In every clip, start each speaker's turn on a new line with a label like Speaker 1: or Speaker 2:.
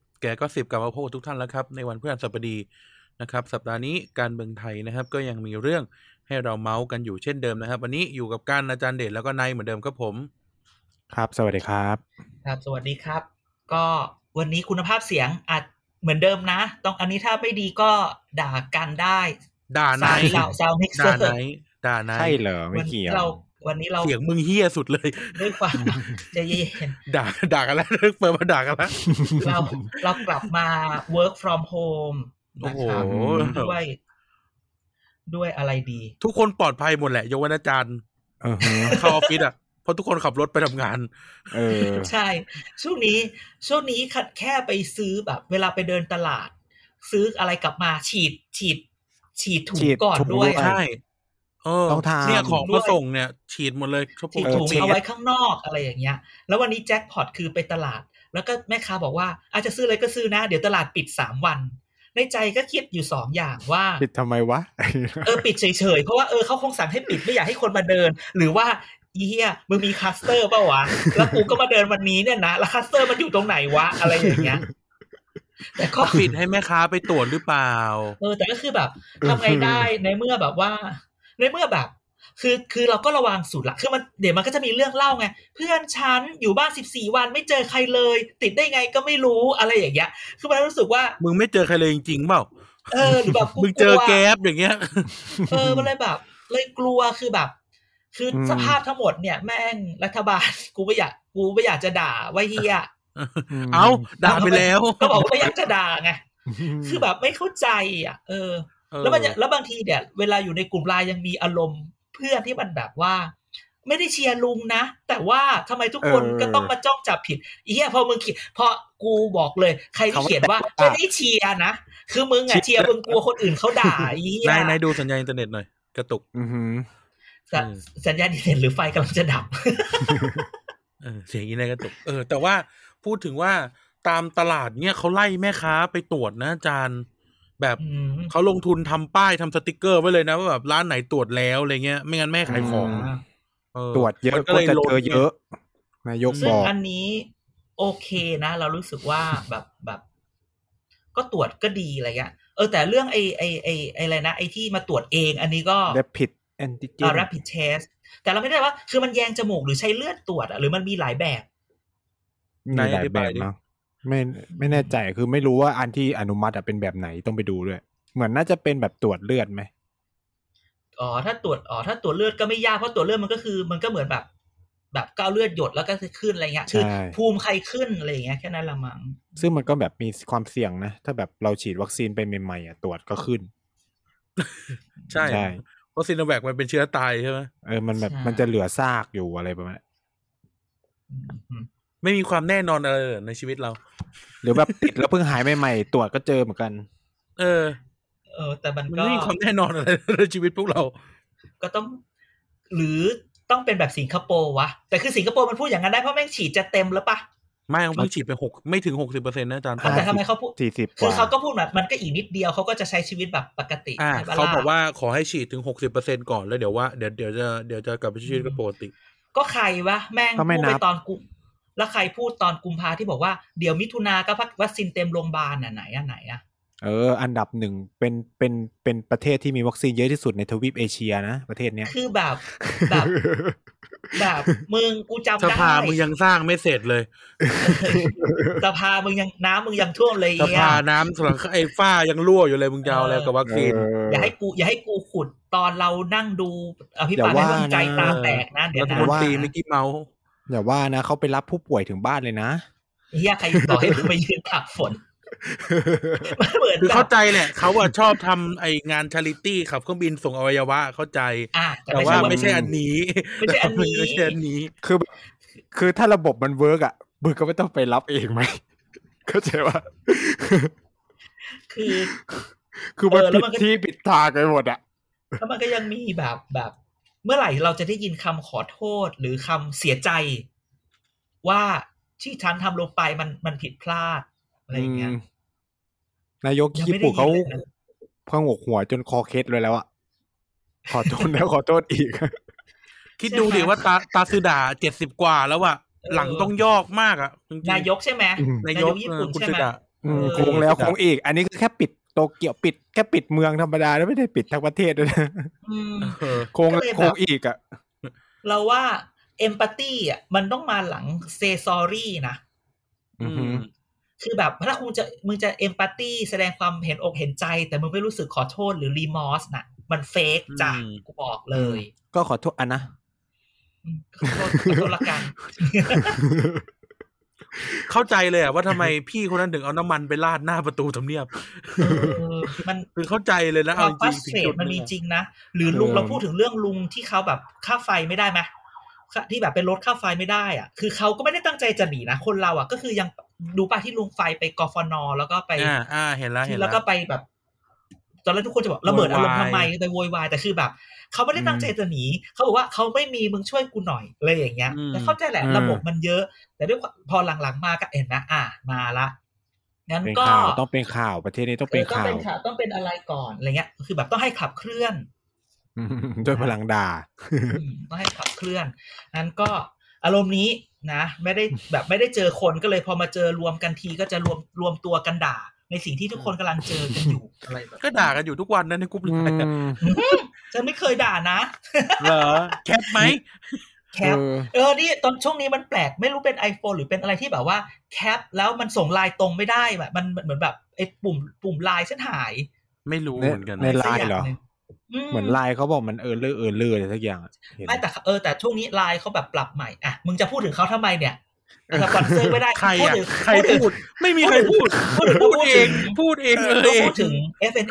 Speaker 1: แกก็สิบกับมาพบกับทุกท่านแล้วครับ ในวันพฤหัสบดีนะครับ สัปดาห์นี้การเมืองไทยนะครับ ก็ยังมีเรื่องให้เราเมาส์กันอยู่เช่นเดิมนะครับ วันนี้อยู่กับการอาจารย์เดชแล้วก็นายเหมือนเดิมครับผม
Speaker 2: ครับ สวัสดีครับ
Speaker 3: ครับสวัสดีครับ ก็วันนี้คุณภาพเสียงอาจเหมือนเดิมนะ ต้องอันนี้ถ้าไม่ดีก็ด่ากันได้
Speaker 1: ด่า
Speaker 3: สาน
Speaker 1: าย
Speaker 3: ยเหล่าซาวมิกเซ
Speaker 1: ด่า
Speaker 3: อร์
Speaker 1: นายด่านาย
Speaker 2: ใช่เหรอไม่
Speaker 3: วันนี้
Speaker 2: เกี่ยว
Speaker 3: เราวันนี้เรา
Speaker 1: เสียงมึงเฮี้ยสุดเลย
Speaker 3: ด้วยความ ใจเย็น
Speaker 1: ด่าด่ากันแล้วเปิดมาด่ากันแล้ว
Speaker 3: เราเรากลับมา work from home
Speaker 1: โอ้
Speaker 3: นะ
Speaker 1: โห
Speaker 3: ครับด้วย ด้วยอะไรดี
Speaker 1: ทุกคนปลอดภัยหมดแหละยกเว้นอาจารย์
Speaker 2: เออฮะ
Speaker 1: เข้าออฟฟิศอ่ะเพราะทุกคนขับรถไปทำงาน
Speaker 2: เออ
Speaker 3: ใช่ ช่วงนี้ช่วงนี้ขัดแค่ไปซื้อแบบ เวลาไปเดินตลาด ซื้ออะไรกลับมาฉีด ฉีด ฉีดถุง
Speaker 2: ฉีด
Speaker 3: ก่อน
Speaker 2: ถุง
Speaker 3: ด้วย
Speaker 2: ด้ว
Speaker 1: ใช่
Speaker 2: ย
Speaker 1: เออ
Speaker 2: ต้องทาน
Speaker 1: เนี่ยของมาส่งเนี่ย ฉีดหมดเลยชั่วโม
Speaker 3: ฉี
Speaker 1: ง
Speaker 3: ดถุง
Speaker 1: ฉีด
Speaker 3: เอาไว้ข้างนอกอะไรอย่างเงี้ย แล้ววันนี้แจ็คพอตคือไปตลาด แล้วก็แม่ค้าบอกว่าอาจจะซื้ออะไรก็ซื้อนะ เดี๋ยวตลาดปิดสามวัน ในใจก็คิดอยู่สองอย่างว่า
Speaker 2: ปิดทำไมวะ
Speaker 3: เออปิดเฉยๆ เพราะว่าเออเขาคงสั่งให้ปิดไม่อยากให้คนมาเดิน หรือว่าอีเฮียมึงมีคลัสเตอร์เปล่าวะ แล้วกูก็มาเดินวันนี้เนี่ยนะแล้วคลัสเตอร์มันอยู่ตรงไหนวะอะไรอย่างเงี้ย แต่ก็
Speaker 1: ปิดให้แม่ค้าไปตรวจหรือเปล่า
Speaker 3: เออแต่ก็คือแบบทำไงได้ในเมื่อแบบว่า ในเมื่อแบบ คือคือเราก็ระวังสุดละคือมันเดี๋ยวมันก็จะมีเรื่องเล่าไงเพื่อนฉันอยู่บ้านสิบสี่วันไม่เจอใครเลย ติดได้ไงก็ไม่รู้อะไรอย่างเงี้ยคือมันรู้สึกว่า
Speaker 1: มึงไม่เจอใครเลยจริงๆเปล่า
Speaker 3: เออหรือแบบ
Speaker 1: มึงเจอ
Speaker 3: ลัว
Speaker 1: แก๊ปอย่างเงี้ย
Speaker 3: เออมันเลยแบบ เลยกลัวคือแบบ คืออ
Speaker 2: ม
Speaker 3: สภาพทั้งหมดเนี่ย แม่งรัฐบาล กูไม่อยากกูไม่อยากจะด่าว่าเฮีย
Speaker 1: เอ้าด่าไปแล้ว
Speaker 3: ก็บอกว่าไม่อยากจะด่าไงคือแบบไม่เข้าใจอ่ะเออ แล้วมันจะแล้วบางทีเนี่ยเวลาอยู่ในกลุ่มไลน์ยังมีอารมณ์เพื่อนที่มันแบบว่า ไม่ได้เชียร์ลุงนะ แต่ว่าทำไมทุกคน
Speaker 2: เออ
Speaker 3: ก็ต้องมาจ้องจับผิดเหียพอมึงเขียนพอกูบอกเลย ใครที่เขียนว่า
Speaker 2: เขาไม่
Speaker 3: ไม่
Speaker 2: ได้
Speaker 3: ได้เชียร์นะ คือมึงอ่ะเชียร์มึงกลัวคนอื่นเขาด่าเหีย
Speaker 1: นายนายดูสัญญาณอินเทอร์เน็ตหน่อย กระตุก
Speaker 2: อือหือ
Speaker 3: สัญสัญญาณอินเทอร์เน็ตหรือไฟกำลังจะดับ
Speaker 1: เออเสียงอีนายกระตุก เออ แต่ว่าพูดถึงว่าตามตลาดเนี่ยเขาไล่แม่ค้าไปตรวจนะอาจารย์ แบบ
Speaker 3: อืม
Speaker 1: เขาลงทุนทำป้ายทำสติกเกอร์ไว้เลยนะว่าแบบร้านไหนตรวจแล้วอะไรเงี้ย ไม่งั้นแม่ขายของ
Speaker 2: ม
Speaker 1: เออ
Speaker 2: ตรวจเยอะ
Speaker 1: มัน
Speaker 2: ก็
Speaker 1: ลย
Speaker 2: จะ
Speaker 1: ลง
Speaker 2: เจอเยอะ นายก
Speaker 3: ซึ่
Speaker 2: บ
Speaker 3: ง
Speaker 2: อก
Speaker 3: อันนี้โอเคนะ เรารู้สึกว่าแบบแบบ ก็ตรวจก็ดีอะไรเงี้ยเออแต่เรื่องไอไอไอไอ้อะไรนะไอที่มาตรวจเอง อันนี้ก็
Speaker 2: ได้ผิดแอนติเจน
Speaker 3: อ่า rapid test แต่เราไม่ได้ว่าคือมันแยงจมูกหรือใช้เลือดตรวจอะหรือมันมีหลายแบบ
Speaker 2: มีหลายแบบเนาะไม่ไม่แน่ใจคือไม่รู้ว่าอันที่อนุมัติอะเป็นแบบไหนต้องไปดูด้วย เหมือนน่าจะเป็นแบบตรวจเลือดไหม
Speaker 3: อ๋อ ถ้าตรวจอ๋อถ้าตรวจเลือดก็ไม่ยากเพราะตรวจเลือดมันก็คือ มันก็เหมือนแบบ แบบก้าวเลือดหยดแล้วก็ขึ้นอะไรเงี้ยคือ
Speaker 2: ใช่
Speaker 3: ภูมิใครขึ้นอะไรอย่างเงี้ยแค่นั้นละมั้ง
Speaker 2: ซึ่งมันก็แบบมีความเสี่ยงนะ ถ้าแบบเราฉีดวัคซีนไปใหม่ๆอ่ะตรวจก็ขึ้น
Speaker 1: ใช่เพราะซีโนแวคมันเป็นเชื้อตายใช่ไหม
Speaker 2: เออมันแบบมันจะเหลือซากอยู่อะไรประมาณนั้น
Speaker 3: อืม
Speaker 1: ไม่มีความแน่นอนอะไรเลยในชีวิตเรา
Speaker 2: หรือแบบติดแล้วเพิ่งหายใหม่ๆตรวจก็เจอเหมือนกัน
Speaker 1: เออ
Speaker 3: เออ แต่มัน
Speaker 1: มัน
Speaker 3: ก็
Speaker 1: ไม่มีความแน่นอนอะไรในชีวิตพวกเรา
Speaker 3: ก็ต้อง หรือต้องเป็นแบบสิงคโปร์วะ แต่คือสิงคโปร์มันพูดอย่างนั้นได้เพราะแม่งฉีดจะเต็มแล้วปะ
Speaker 1: ไม่ของเพิ่งฉีดไปหกไม่ถึงหกสิบเปอร์เซ็นต์นะอาจารย์
Speaker 2: อ่า
Speaker 3: แต่ทำไมเขาพูด
Speaker 2: สี่สิบก
Speaker 3: คือ
Speaker 2: ว่า
Speaker 3: เขาก็พูดแบบมันก็อีกนิดเดียวเขาก็จะใช้ชีวิตแบบปกติ
Speaker 1: อ่า
Speaker 3: ใช่ปะ
Speaker 1: เขา
Speaker 3: ล่ะ
Speaker 1: บอกว่าขอให้ฉีดถึงหกสิบเปอร์เซ็นก่อนแล้วเดี๋ยวว่าเดี๋ยวเดี๋ยวจะเดี๋ยวจะกลับไปใช้ชีวิตกับปกติ
Speaker 3: ก็ใครวะแม่ง
Speaker 2: ก็ไม่
Speaker 3: พู
Speaker 2: นั
Speaker 3: ดไป
Speaker 2: บ
Speaker 3: ตอนกุมแล้วใครพูดตอนกุมภาที่บอกว่าเดี๋ยวมิถุนาก็พักวัคซีนเต็มโรงพยาบาลน่ะไหนอ่ะไหนอ่ะ
Speaker 2: เออ อันดับหนึ่งเป็นเป็นเป็นประเทศที่มีวัคซีนเยอะที่สุดในทวีปเอเชียนะ ประเทศเนี้ย
Speaker 3: คือแบบแบบ แบบมึงกู
Speaker 1: ส
Speaker 3: จำได้
Speaker 1: ภามึงยังสร้างไม่เสร็จเลย
Speaker 3: สภามึงยังน้ำมึงยังท่วมเลย
Speaker 1: ส
Speaker 3: เอีย
Speaker 1: ภาน้ำสลังไอ้ฝ้ายังรั่วอยู่เลยมึงจะเอาอะไรกับวัคซีน
Speaker 3: อย่าให้กูอย่าให้กูขุดตอนเรานั่งดูอภิปราย
Speaker 2: อย่าว่า
Speaker 3: ไม่ไว้วางใจ
Speaker 2: นะ
Speaker 3: ตาแตกนะเดี๋ย
Speaker 1: รัฐ
Speaker 3: วนะ
Speaker 1: มน
Speaker 2: ว่า
Speaker 1: ตรีมิกกี้เมาส์
Speaker 2: อย่าว่านะเขาไปรับผู้ป่วยถึงบ้านเลยนะ
Speaker 3: เฮียใครต่อให้กูไปยืนตากฝนมันเหมือน
Speaker 1: คือ
Speaker 3: แบ
Speaker 1: เข้า
Speaker 3: บ
Speaker 1: ใจแหละเขาอะชอบทำไองานชาริตี้ขับเครื่องบินส่งอวัยวะเข้าใจ
Speaker 3: อ่ะแต่
Speaker 1: แต่
Speaker 3: ไม่
Speaker 1: ว่า
Speaker 3: ใช่ว่า
Speaker 1: ไม่ใช่อันนี้
Speaker 3: ไม่ใช่อันนี้
Speaker 1: ไม่ใช่อันนี้
Speaker 2: คือแบบคือถ้าระบบมันเวิร์กอ่ะมึงก็ ไม่ต้องไปรับเองไหมเข้าใจว่า
Speaker 3: คือ
Speaker 2: คือมัน
Speaker 3: เออแล้
Speaker 2: ผิ
Speaker 3: ว
Speaker 2: ด
Speaker 3: มันก็
Speaker 2: ที่ผิดทางไปหมดอ่ะ
Speaker 3: แล้วมันก็ยังมีแบบแบบ เมื่อไหร่เราจะได้ยินคำขอโทษหรือคำเสียใจ ว่าที่ฉันทำลงไปมันมันผิดพลาดอะไรอย่างเงี้ย
Speaker 2: อืมนายก
Speaker 3: ยัง
Speaker 2: ญี่
Speaker 3: ไม่ได้
Speaker 2: ปุ่นเขา
Speaker 3: ยินเลยนะ
Speaker 2: พงกหัวจนคอเคล็ดเลยแล้วอ่ะ ขอโทษแล้วขอโทษอีก
Speaker 1: คิดดูดิว่าตาตาซือด่าเจ็ดสิบกว่าแล้วอะ
Speaker 3: เออ
Speaker 1: หลังต้องยอกมากอะจริงๆ
Speaker 3: นายกใช่ไหม
Speaker 2: อืม
Speaker 1: นายก
Speaker 3: ญี่
Speaker 1: เออ
Speaker 3: ปุ่น
Speaker 1: คุณ
Speaker 3: ใช่
Speaker 1: ซื
Speaker 3: ไหม
Speaker 1: อดะ
Speaker 2: อืม
Speaker 3: เออ
Speaker 2: คงแล้วคงอีก อันนี้คือแค่ปิดโตเกียวปิดแค่ปิดเมืองธรรมดาแล้วไม่ได้ปิดทั้งประเทศด้วย นะ
Speaker 3: อืม
Speaker 1: เออ
Speaker 2: คง
Speaker 3: ก็เลยแบบ
Speaker 2: คงอีกอ่ะ
Speaker 3: เราว่าเอมพัตตีอ่ะมันต้องมาหลังเซซอรี่นะ
Speaker 2: อือหือ
Speaker 3: คือแบบถ้าคุณจะมึงจะเอมพัตตีแสดงความเห็นอกเห็นใจ แต่มึงไม่รู้สึกขอโทษหรือรีมอสน่ะ มันเฟกจ้ะ
Speaker 1: อืม
Speaker 3: กูบอกเลย
Speaker 2: ก็ขอโทษอ่ะนะ
Speaker 3: อืมขอโทษขอโทษละกัน
Speaker 1: เข้าใจเลยอะว่าทำไมพี่คนนั้นถึงเอาน้ำมันไปราดหน้าประตูทำเนียบ
Speaker 3: เออมัน
Speaker 1: คือเข้าใจเลยนะ
Speaker 3: ค
Speaker 1: เอา
Speaker 3: วาม
Speaker 1: จ
Speaker 3: ฟั
Speaker 1: ริ
Speaker 3: ส
Speaker 1: งๆถึง
Speaker 3: เฟต
Speaker 1: จุด
Speaker 3: มันมี
Speaker 1: นี้
Speaker 3: จริงนะ หรือลุง
Speaker 2: เออ
Speaker 3: เราพูดถึงเรื่องลุงที่เขาแบบค่าไฟไม่ได้ไหมค่าที่แบบเป็นรถค่าไฟไม่ได้อ่ะ คือเขาก็ไม่ได้ตั้งใจจะหนีนะ คนเราอ่ะ ก็คือยังดูป่ะที่ลุงไฟไปกฟนแล้วก็ไป
Speaker 1: อ่าอ่าเห็นแล้วเห็น
Speaker 3: แล้
Speaker 1: แล้ว ว
Speaker 3: ก็ไปแบบ ตอนแรกทุกคนจะบอกระเบิดอารมณ์
Speaker 1: โวยวาย
Speaker 3: ทำไมไปโวยวายแต่คือแบบเขาไม่ได้ตั้งใจจะหนีเขาบอกว่าเขาไม่มีมึงช่วยกูหน่อยอะไรอย่างเงี้ยแต่เข้าใจแหละ
Speaker 2: อืม
Speaker 3: ระบบมันเยอะ แต่ด้วยความพอหลังๆมาก็เห็นนะอ่ะมาละงั้น
Speaker 2: เป็น
Speaker 3: ก็
Speaker 2: ข่าวต้องเป็นข่าวประเทศนี้ต้องเป็น
Speaker 3: เออ
Speaker 2: ข่าว
Speaker 3: ต้องเป็นข่าวต้องเป็นอะไรก่อนอะไรเงี้ย คือแบบต้องให้ขับเคลื่อน
Speaker 2: อืมด้วยพลังด่า
Speaker 3: อืมต้องให้ขับเคลื่อนนั้นก็อารมณ์นี้นะ ไม่ได้แบบไม่ได้เจอคนก็เลยพอมาเจอรวมกันทีก็จะรวมรวมตัวกันด่า ในสิ่งที่ทุกคนกำลังเจอกันอยู่อะไรแบบ
Speaker 1: ก็ด่ากันอยู่ทุกวันนะในกลุ่มไลน์อะ
Speaker 3: จะไม่เคยด่านะ
Speaker 1: เหรอแคปไหม
Speaker 3: แคป เออนี่ตอนช่วงนี้มันแปลกไม่รู้เป็น iPhone หรือเป็นอะไรที่แบบว่าแคปแล้วมันส่งไลน์ตรงไม่ได้แบบมันมันเหมือนแบบไอ้ปุ่มปุ่มไลน์ฉันหาย
Speaker 1: ไม่รู้เหมือนกัน
Speaker 2: ใน LINE
Speaker 3: สักย่าง
Speaker 2: เหรอ
Speaker 3: นึ่งม
Speaker 2: เหมือนไลน์เขาบอกมันเออเลอเออเลออะไรสักอย่างอะเห็น
Speaker 3: ไม่แต่เออแต่ช่วงนี้ไลน์เขาแบบปรับใหม่อ่ะมึงจะพูดถึงเขาทำไมเนี่ยสปอนเซอร์ไม่ได้
Speaker 1: ใคร
Speaker 3: พูด
Speaker 1: อะ
Speaker 3: ถึง
Speaker 1: ใครพูด ไม่มีใครพูด
Speaker 3: พูดถึง
Speaker 1: พูด
Speaker 3: พูด
Speaker 1: เอ
Speaker 3: ถึ
Speaker 1: งพูด
Speaker 3: ง
Speaker 1: เองเล
Speaker 3: ก็
Speaker 1: ย
Speaker 3: พูดถึง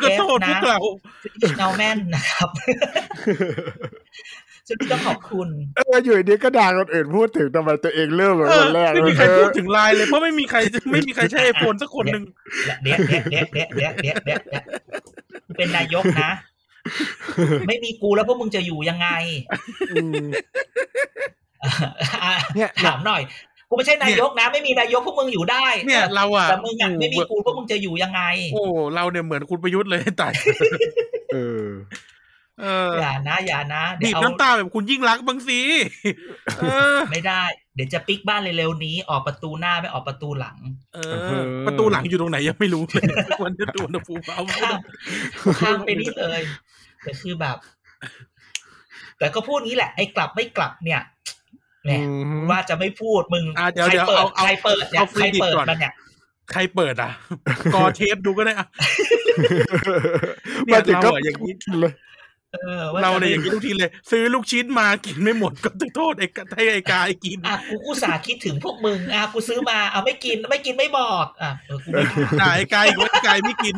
Speaker 1: ก็
Speaker 3: FNF
Speaker 1: โทษพว
Speaker 3: นะ
Speaker 1: กเรา
Speaker 3: ฟิชเนลแมนนะครับซึ่งก็ขอบคุณ
Speaker 2: เอออยู่ดีก็ด่าคนอื่นพูดถึงทำไมตัวเองเริ่มเป็น
Speaker 1: เอ
Speaker 2: ค
Speaker 1: อน
Speaker 2: แรก
Speaker 1: ไม่มีใคร
Speaker 2: เอ
Speaker 1: พู
Speaker 2: อ
Speaker 1: ดถึงไลน์เลยเพราะไม่มีใครไม่มีใครใช้ไอโฟนสักคนหนึ่ง
Speaker 3: และเด็ดเด็ดเด็ดเด็ดเด็ดเด็ดเด็ดเป็นนายกนะ ไม่มีกูแล้วพวกมึงจะอยู่ยัง ไง
Speaker 2: อืม
Speaker 3: อ่ะ
Speaker 2: เนี่ย
Speaker 3: ถามหน่อย กูไม่ใช่นายกนะ ไม่มีนายกพวกมึงอยู่ได้
Speaker 1: เนี่ยเราอะ
Speaker 3: แต่มึงอ่ะไม่มีกูพวกมึงจะอยู่ยังไง
Speaker 1: โอ้เราเนี่ยเหมือนคุณประยุทธ์เลยตาย
Speaker 2: เออ
Speaker 1: เออ
Speaker 3: อย่านะอย่านะเดี๋
Speaker 1: บี
Speaker 3: ยว
Speaker 1: บ
Speaker 3: เอา
Speaker 1: น้ำตาแบบคุณยิ่งรักษณ์บางสีเออ
Speaker 3: ไม่ได้ เดี๋ยวจะปิกบ้านเร็วๆนี้ ออกประตูหน้าไม่ออกประตูหลัง
Speaker 1: เอ
Speaker 2: เอ
Speaker 1: อ
Speaker 2: อ
Speaker 1: ประตูหลังอยู่ตรงไหนยังไม่รู้เลยวันนี้ตัวอุณหภูมิเอาไม่
Speaker 3: ข้ามข้ามไปนี่เลยแต่คือแบบ แต่ก็พูดงี้แหละไอ้กลับไม่กลับเนี่ยแหมว่าจะไม่พูดมึง
Speaker 1: อ่ะเดี๋ยว
Speaker 3: ใคร
Speaker 1: เดี๋ยว
Speaker 3: เปิด
Speaker 1: เอาเอา
Speaker 3: ใครเปิดเนี่ย
Speaker 1: เอาฟรี
Speaker 3: ใคร
Speaker 1: ดิบ
Speaker 3: เปิด
Speaker 1: ก่อน
Speaker 3: มันเนี่ย
Speaker 1: ใครเปิดอ่ะ กอเทปดูก็ได้อ่ะ เนี่
Speaker 2: มาย ถึงก็
Speaker 1: เราอะอย่างนี้
Speaker 2: เลย
Speaker 3: เออว่จะ
Speaker 1: เราเลยอย่างนี้ทุกทีเลย ซื้อลูกชิ้นมากินไม่หมดก็ต้องโทษไอ้กะไอ้ไอ้กายกิน
Speaker 3: อ่ะกูกูสาคิดถึงพวกมึงอ่ะกูซื้อมาอ่ะไม่กินไม่กินไม่บอกอ่ะเออกูไม่ถาม
Speaker 1: ด่าไอ้กายอีกว่าไอ้กายไม่กิน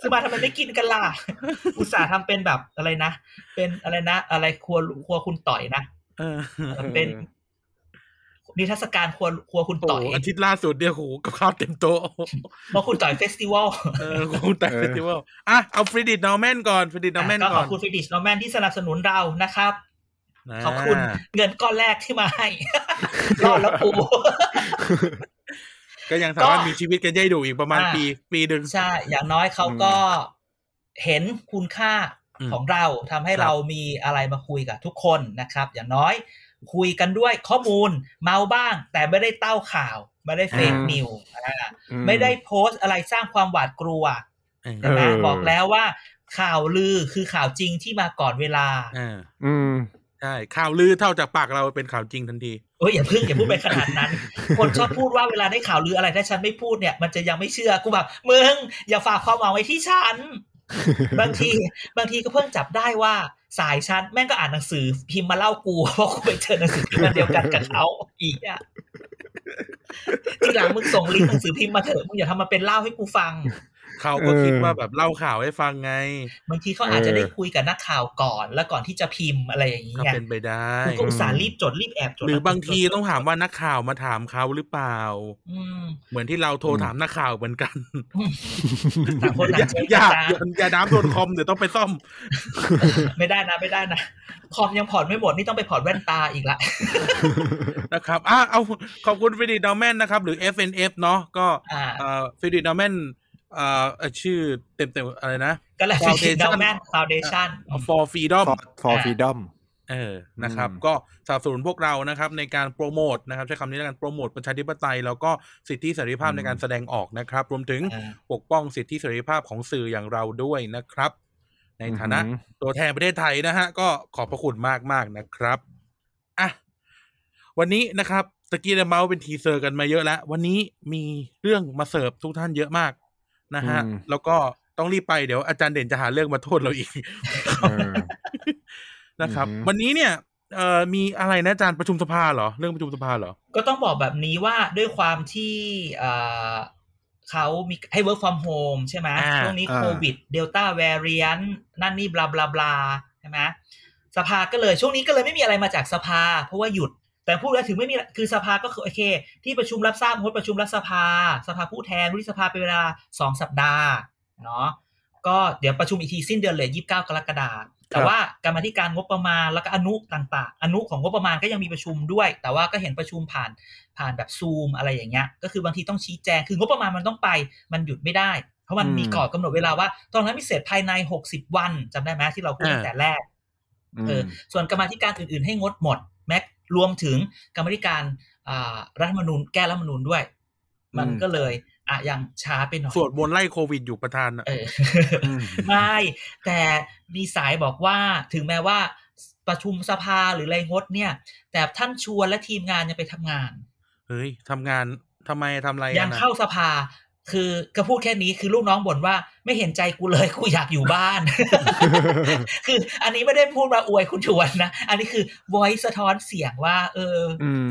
Speaker 3: ซื้อมาทำไมไม่กินกันล่ะอุตส่าห์ทำเป็นแบบอะไรนะเป็นอะไรนะ อะไรครัวครัวคุณต่อยนะ
Speaker 1: เออ
Speaker 3: เป็นนิทรรศการครัวครัวคุณ
Speaker 1: โอ้
Speaker 3: ต่อย
Speaker 1: โหอาทิตย์ล่าสุดเนี่ยโหกับข้าวเต็มโต๊ะ
Speaker 3: เพราะคุณต่อยเฟสติวัล
Speaker 1: เออคงแต่
Speaker 2: เออ
Speaker 1: เฟสติวัลอ่ะเอาฟรีดิตนอร์แมนก่อนฟรีดิตนอร์แมน
Speaker 3: ก็ข
Speaker 1: ก่อ
Speaker 3: อบ
Speaker 1: น
Speaker 3: คุณฟิดิชนอร์แมนที่สนับสนุนเรานะครับ
Speaker 1: นะ
Speaker 3: ขอบคุณเงินก้อนแรกที่มาให้ รอดแล้วกู
Speaker 1: ก็ยังสามารถ
Speaker 3: ก็
Speaker 1: มีชีวิตกันได้อยู่อีกประมาณ
Speaker 3: อ่า
Speaker 1: ปีปีหนึ่ง
Speaker 3: ใช่ อย่างน้อยเขาก็เห็นคุณค่า
Speaker 1: อืม
Speaker 3: ของเราทำให้
Speaker 1: ครับ
Speaker 3: เรามีอะไรมาคุยกับทุกคนนะครับ อย่างน้อยคุยกันด้วยข้อมูลเมาบ้าง แต่ไม่ได้เต้าข่าว ไม่ได้เฟก
Speaker 1: อ่านิ
Speaker 3: นิวไม่ได้โพสต์อะไรสร้างความหวาดกลัว
Speaker 1: เออ
Speaker 2: เอ
Speaker 3: นะบอกแล้วว่าข่าวลือคือข่าวจริงที่มาก่อนเวลา
Speaker 1: อ่า
Speaker 2: อืม
Speaker 1: ใช่ข่าวลือเท่าจากปากเราเป็นข่าวจริงทันที
Speaker 3: เอ้ยอย่าเพิ่งอย่าพูดไปขนาดนั้น คนชอบพูดว่าเวลาได้ข่าวลืออะไรถ้าฉันไม่พูดเนี่ย มันจะยังไม่เชื่อกูแบบมึงอย่าฝากความหวังไว้ที่ฉัน บางที บางทีก็เพิ่งจับได้ว่าสายฉันแม่งก็อ่านหนังสือพิมพ์มาเล่ากูเพราะกูไปเจอหนังสือพิมพ์อันเดียวกันกับเขาอีกอะทีหลังมึงส่งลิงก์หนังสือพิมพ์มาเถอะมึงอย่าทำมาเป็นเล่าให้กูฟัง
Speaker 1: เขาก็คิดว่าแบบเล่าข่าวให้ฟังไง
Speaker 3: บางทีเขาอาจจะได้คุยกับนักข่าวก่อน แล้วก่อนที่จะพิมพ์อะไรอย่างนี้
Speaker 1: ก็
Speaker 3: ไง
Speaker 1: เป็นไปได้
Speaker 3: คุณก็อุตส่าห์รีบจดรีบแอบจด
Speaker 1: หรือบางทีต้องถามว่านักข่าวมาถามเขาหรือเปล่า
Speaker 3: อืม
Speaker 1: เหมือนที่เราโทรถามนักข่าวเหมือนกัน
Speaker 3: ต่างคน
Speaker 1: อย่า
Speaker 3: ต่างใช้
Speaker 1: อย่า
Speaker 3: จ้า
Speaker 1: อย่าอย่าน้ำโดนคอมเดี๋ยวต้องไปซ่อม
Speaker 3: ไม่ได้นะไม่ได้นะคอมยังผ่อนไม่หมดนี่ต้องไปผ่อนแว่นตาอีกละ
Speaker 1: นะครับอ่ะเอาขอบคุณฟิดิดดอแมนนะครับ หรือ FNF เนาะก็
Speaker 3: อ่า
Speaker 1: ฟิดิดดอแมนเอ่อชื่อเต็มเต็มๆอะไรนะ
Speaker 3: ก็แหละฟิ
Speaker 1: Foundation
Speaker 3: ดาวแมนฟาวเดชั่น
Speaker 1: for freedom
Speaker 2: for for freedom
Speaker 1: เออ นะครับ
Speaker 2: อืม
Speaker 1: ก็สนับสนุนพวกเรานะครับในการโปรโมทนะครับ ใช้คำนี้แล้วกันโปรโมทประชาธิปไตย แล้วก็สิทธิเสรีภาพในการแสดงออกนะครับ รวมถึงปกป้องสิทธิเสรีภาพของสื่ออย่างเราด้วยนะครับ ในฐานะ
Speaker 2: อือหือ
Speaker 1: ตัวแทนประเทศไทยนะฮะ ก็ขอบพระคุณมากมากๆนะครับอ่ะวันนี้นะครับตะกี้เราเมาส์เป็นทีเซอร์กันมาเยอะแล้ว วันนี้มีเรื่องมาเสิร์ฟทุกท่านเยอะมากนะฮะ
Speaker 2: อืม
Speaker 1: แล้วก็ต้องรีบไปเดี๋ยวอาจารย์เด่นจะหาเรื่องมาโทษเราอีก
Speaker 2: เออ
Speaker 1: นะครับ
Speaker 2: อือฮึ
Speaker 1: วันนี้เนี่ยเอ่อมีอะไรนะอาจารย์ประชุมสภาเหรอ เรื่องประชุมสภาเหรอ
Speaker 3: ก็ต้องบอกแบบนี้ว่าด้วยความที่เอ่อเขามีให้ work from home ใช่ไหม
Speaker 1: อ่า
Speaker 3: ช่วงนี้
Speaker 2: อ่า
Speaker 3: โควิดเดลต้าแวร n นนั่นนี่บลาบลาบลาใช่ไหมสภาก็เลยช่วงนี้ก็เลยไม่มีอะไรมาจากสภา เพราะว่าหยุด แต่พูดแล้วถึงไม่มีคือสภาก็คือโอเค ที่ประชุมรับทราบงดประชุมรัฐสภา สภาผู้แทนวุฒิสภาเป็นเวลาสองสัปดาห์เนาะก็เดี๋ยวประชุมอีกทีสิ้นเดือนเลยยี่สิบเก้ากรกฎาคมแต่ว่ากรรมาธิการงบประมาณแล้วก็อนุต่างๆ อนุของงบประมาณก็ยังมีประชุมด้วย แต่ว่าก็เห็นประชุมผ่านผ่านแบบซูมอะไรอย่างเงี้ยก็คือบางทีต้องชี้แจงคืองบประมาณมันต้องไป มันหยุดไม่ได้ เพราะมันมี
Speaker 2: อืม
Speaker 3: กรอบกำหนดเวลาว่าต้องทำให้เสร็จภายในหกสิบวันจำได้ไหมที่เราพูดตั้งแต่แรก เออส่วนกรรมาธิการอื่นๆ ให้งดหมดแม้รวมถึงกรรมาธิการอ่ารัฐธรรมนูญแก้รัฐธรรมนูญด้วย มัน
Speaker 2: อืม
Speaker 3: ก็เลยอ่ะยังช้าไปหน่อย
Speaker 1: สวดมนต์ไล่โควิดอยู่ประธานน่ะ
Speaker 3: เออ
Speaker 2: อืม
Speaker 3: ไม่แต่มีสายบอกว่าถึงแม้ว่าประชุมสภาหรืออะไรงดเนี่ย แต่ท่านชวนและทีมงานยังไปทำงาน
Speaker 1: เฮ้ยทำงานทำไมทำอะไร
Speaker 3: ยัง
Speaker 1: อะนะ
Speaker 3: เข้าสภา คือก็พูดแค่นี้คือลูกน้องบ่นว่าไม่เห็นใจกูเลยกูอยากอยู่บ้าน คืออันนี้ไม่ได้พูดมาอวยคุณชวนนะ อันนี้คือ voice สะท้อนเสียงว่า เออ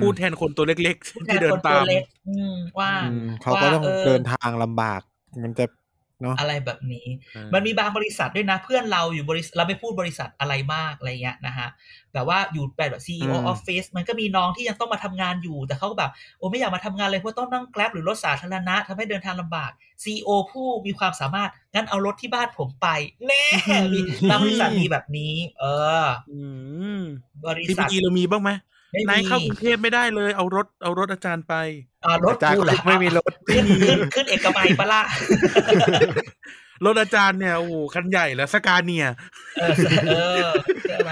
Speaker 1: พูดแทนคนตัวเล็ก ๆ ที่เดินตาม
Speaker 3: แคคตัวเล็กอืมว่า
Speaker 2: อืมเขาก็ต้อง
Speaker 3: ว่
Speaker 2: เดินทางลำบาก มันจะเนาะ
Speaker 3: อะไรแบบนี้ มันมีบางบริษัทด้วยนะ เพื่อนเราอยู่บริษัทเราไม่พูดบริษัทอะไรมากอะไรเงี้ยนะฮะแบบว่าอยู่แบบซีอีโอ
Speaker 2: อืม
Speaker 3: ออฟฟิศมันก็มีน้องที่ยังต้องมาทำงานอยู่ แต่เขาก็แบบโอ้ไม่อยากมาทำงานเลยเพราะต้องนั่งแกลบหรือรถสาธารณะทำให้เดินทางลำบากซีอผู้มีความสามารถงั้นเอารถที่บ้านผมไปแน่มีบางบริษัทมีแบบนี้ เออ
Speaker 1: อืม
Speaker 3: บริ
Speaker 1: ที
Speaker 3: ษั
Speaker 1: พี
Speaker 3: ท
Speaker 1: เรามีบ้างไหม
Speaker 3: ไม่
Speaker 1: นาย
Speaker 3: มี
Speaker 1: เข้ากรุงเทพไม่ได้เลยเอารถเอารถอาจารย์ไป
Speaker 3: อ่ารถ
Speaker 2: อาจารย์
Speaker 3: กู
Speaker 2: ก็
Speaker 3: เหรอ
Speaker 2: ไม่มีรถ
Speaker 3: ขึ้นขึ้นขึ้นเอกมัยปะล่ะ
Speaker 1: รถอาจารย์เนี่ยโอ้โหคันใหญ่แล้วสกาเนีย
Speaker 3: เออเออใช่ไหม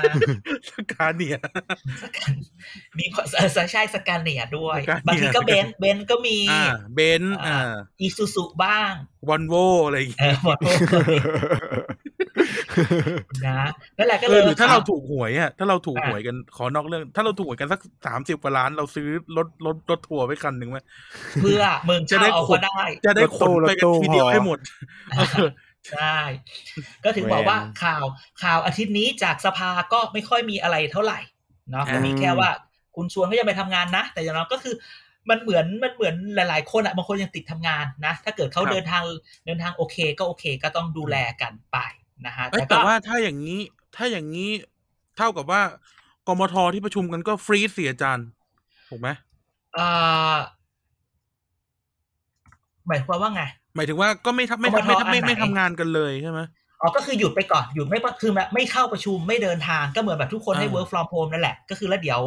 Speaker 1: สกาเนีย
Speaker 3: มีพอเออใช่สแกนเนียด้วย
Speaker 1: สแกนเนีย
Speaker 3: บางทีก็เบนซ์เบนซ์ก็มี
Speaker 1: อ่าเบนซ์อ่า
Speaker 3: อ่า อีซูซูบ้าง
Speaker 1: วอนโวอะไรอย่าง
Speaker 3: เอ
Speaker 1: เงี้ย
Speaker 3: อหมดนะนั่นแหละก็
Speaker 1: เอ
Speaker 3: เล
Speaker 1: อย หรือถ้าเราถูกหวยอ่ะถ้าเราถูกหวยกันขอนอกเรื่อง ถ้าเราถูกหวยกันสักสามสิบกว่าล้านเราซื้อรถรถรถทัวร์ไว้คันหนึ่งไหม
Speaker 3: เพื่อเมือง
Speaker 1: จะ
Speaker 3: เช่า
Speaker 1: ได้
Speaker 3: เอา
Speaker 1: ข
Speaker 3: ก็
Speaker 1: น
Speaker 3: ได้
Speaker 1: จะได้ขนไปกันทีเดียว
Speaker 2: รถตู้
Speaker 1: ให้หมด
Speaker 3: ใช่ก็ถึงบอกว่าข่าวข่าวอาทิตย์นี้จากสภาก็ไม่ค่อยมีอะไรเท่าไหร่เนาะ
Speaker 1: อ่า
Speaker 3: ก็มีแค่ว่าคุณชวนก็ยังไปทำงานนะ แต่อย่างน้อยก็คือมันเหมือนมันเหมือนหลาย ๆ คนอะบางคนยังติดทำงานนะ ถ้าเกิดเขาเดินทางเดินทางโอเค ก็โอเค ก็ต้องดูแลกันไปนะฮะ
Speaker 1: เอ้ยแต่ว่าถ้าอย่างนี้ถ้าอย่างนี้เท่ากับว่ากมทที่ประชุมกันก็ฟรีซเสียจานถูกไหม
Speaker 3: เอ่อหมายความว่าไง
Speaker 1: หมายถึงว่าก็ไม่ทำไม่
Speaker 3: กม
Speaker 1: ทำ
Speaker 3: ท
Speaker 1: ไม่
Speaker 3: อันไหน
Speaker 1: ทำไม่ไม่ทำงานกันเลยใช่ไหม
Speaker 3: อ๋อก็คือหยุดไปก่อนหยุดไม่ปะคือแบบไม่เข้าประชุมไม่เดินทางก็เหมือนแบบทุกคนให้
Speaker 1: อ่า
Speaker 3: work from home นั่นแหละ ก็คือแล้วเดี๋ยว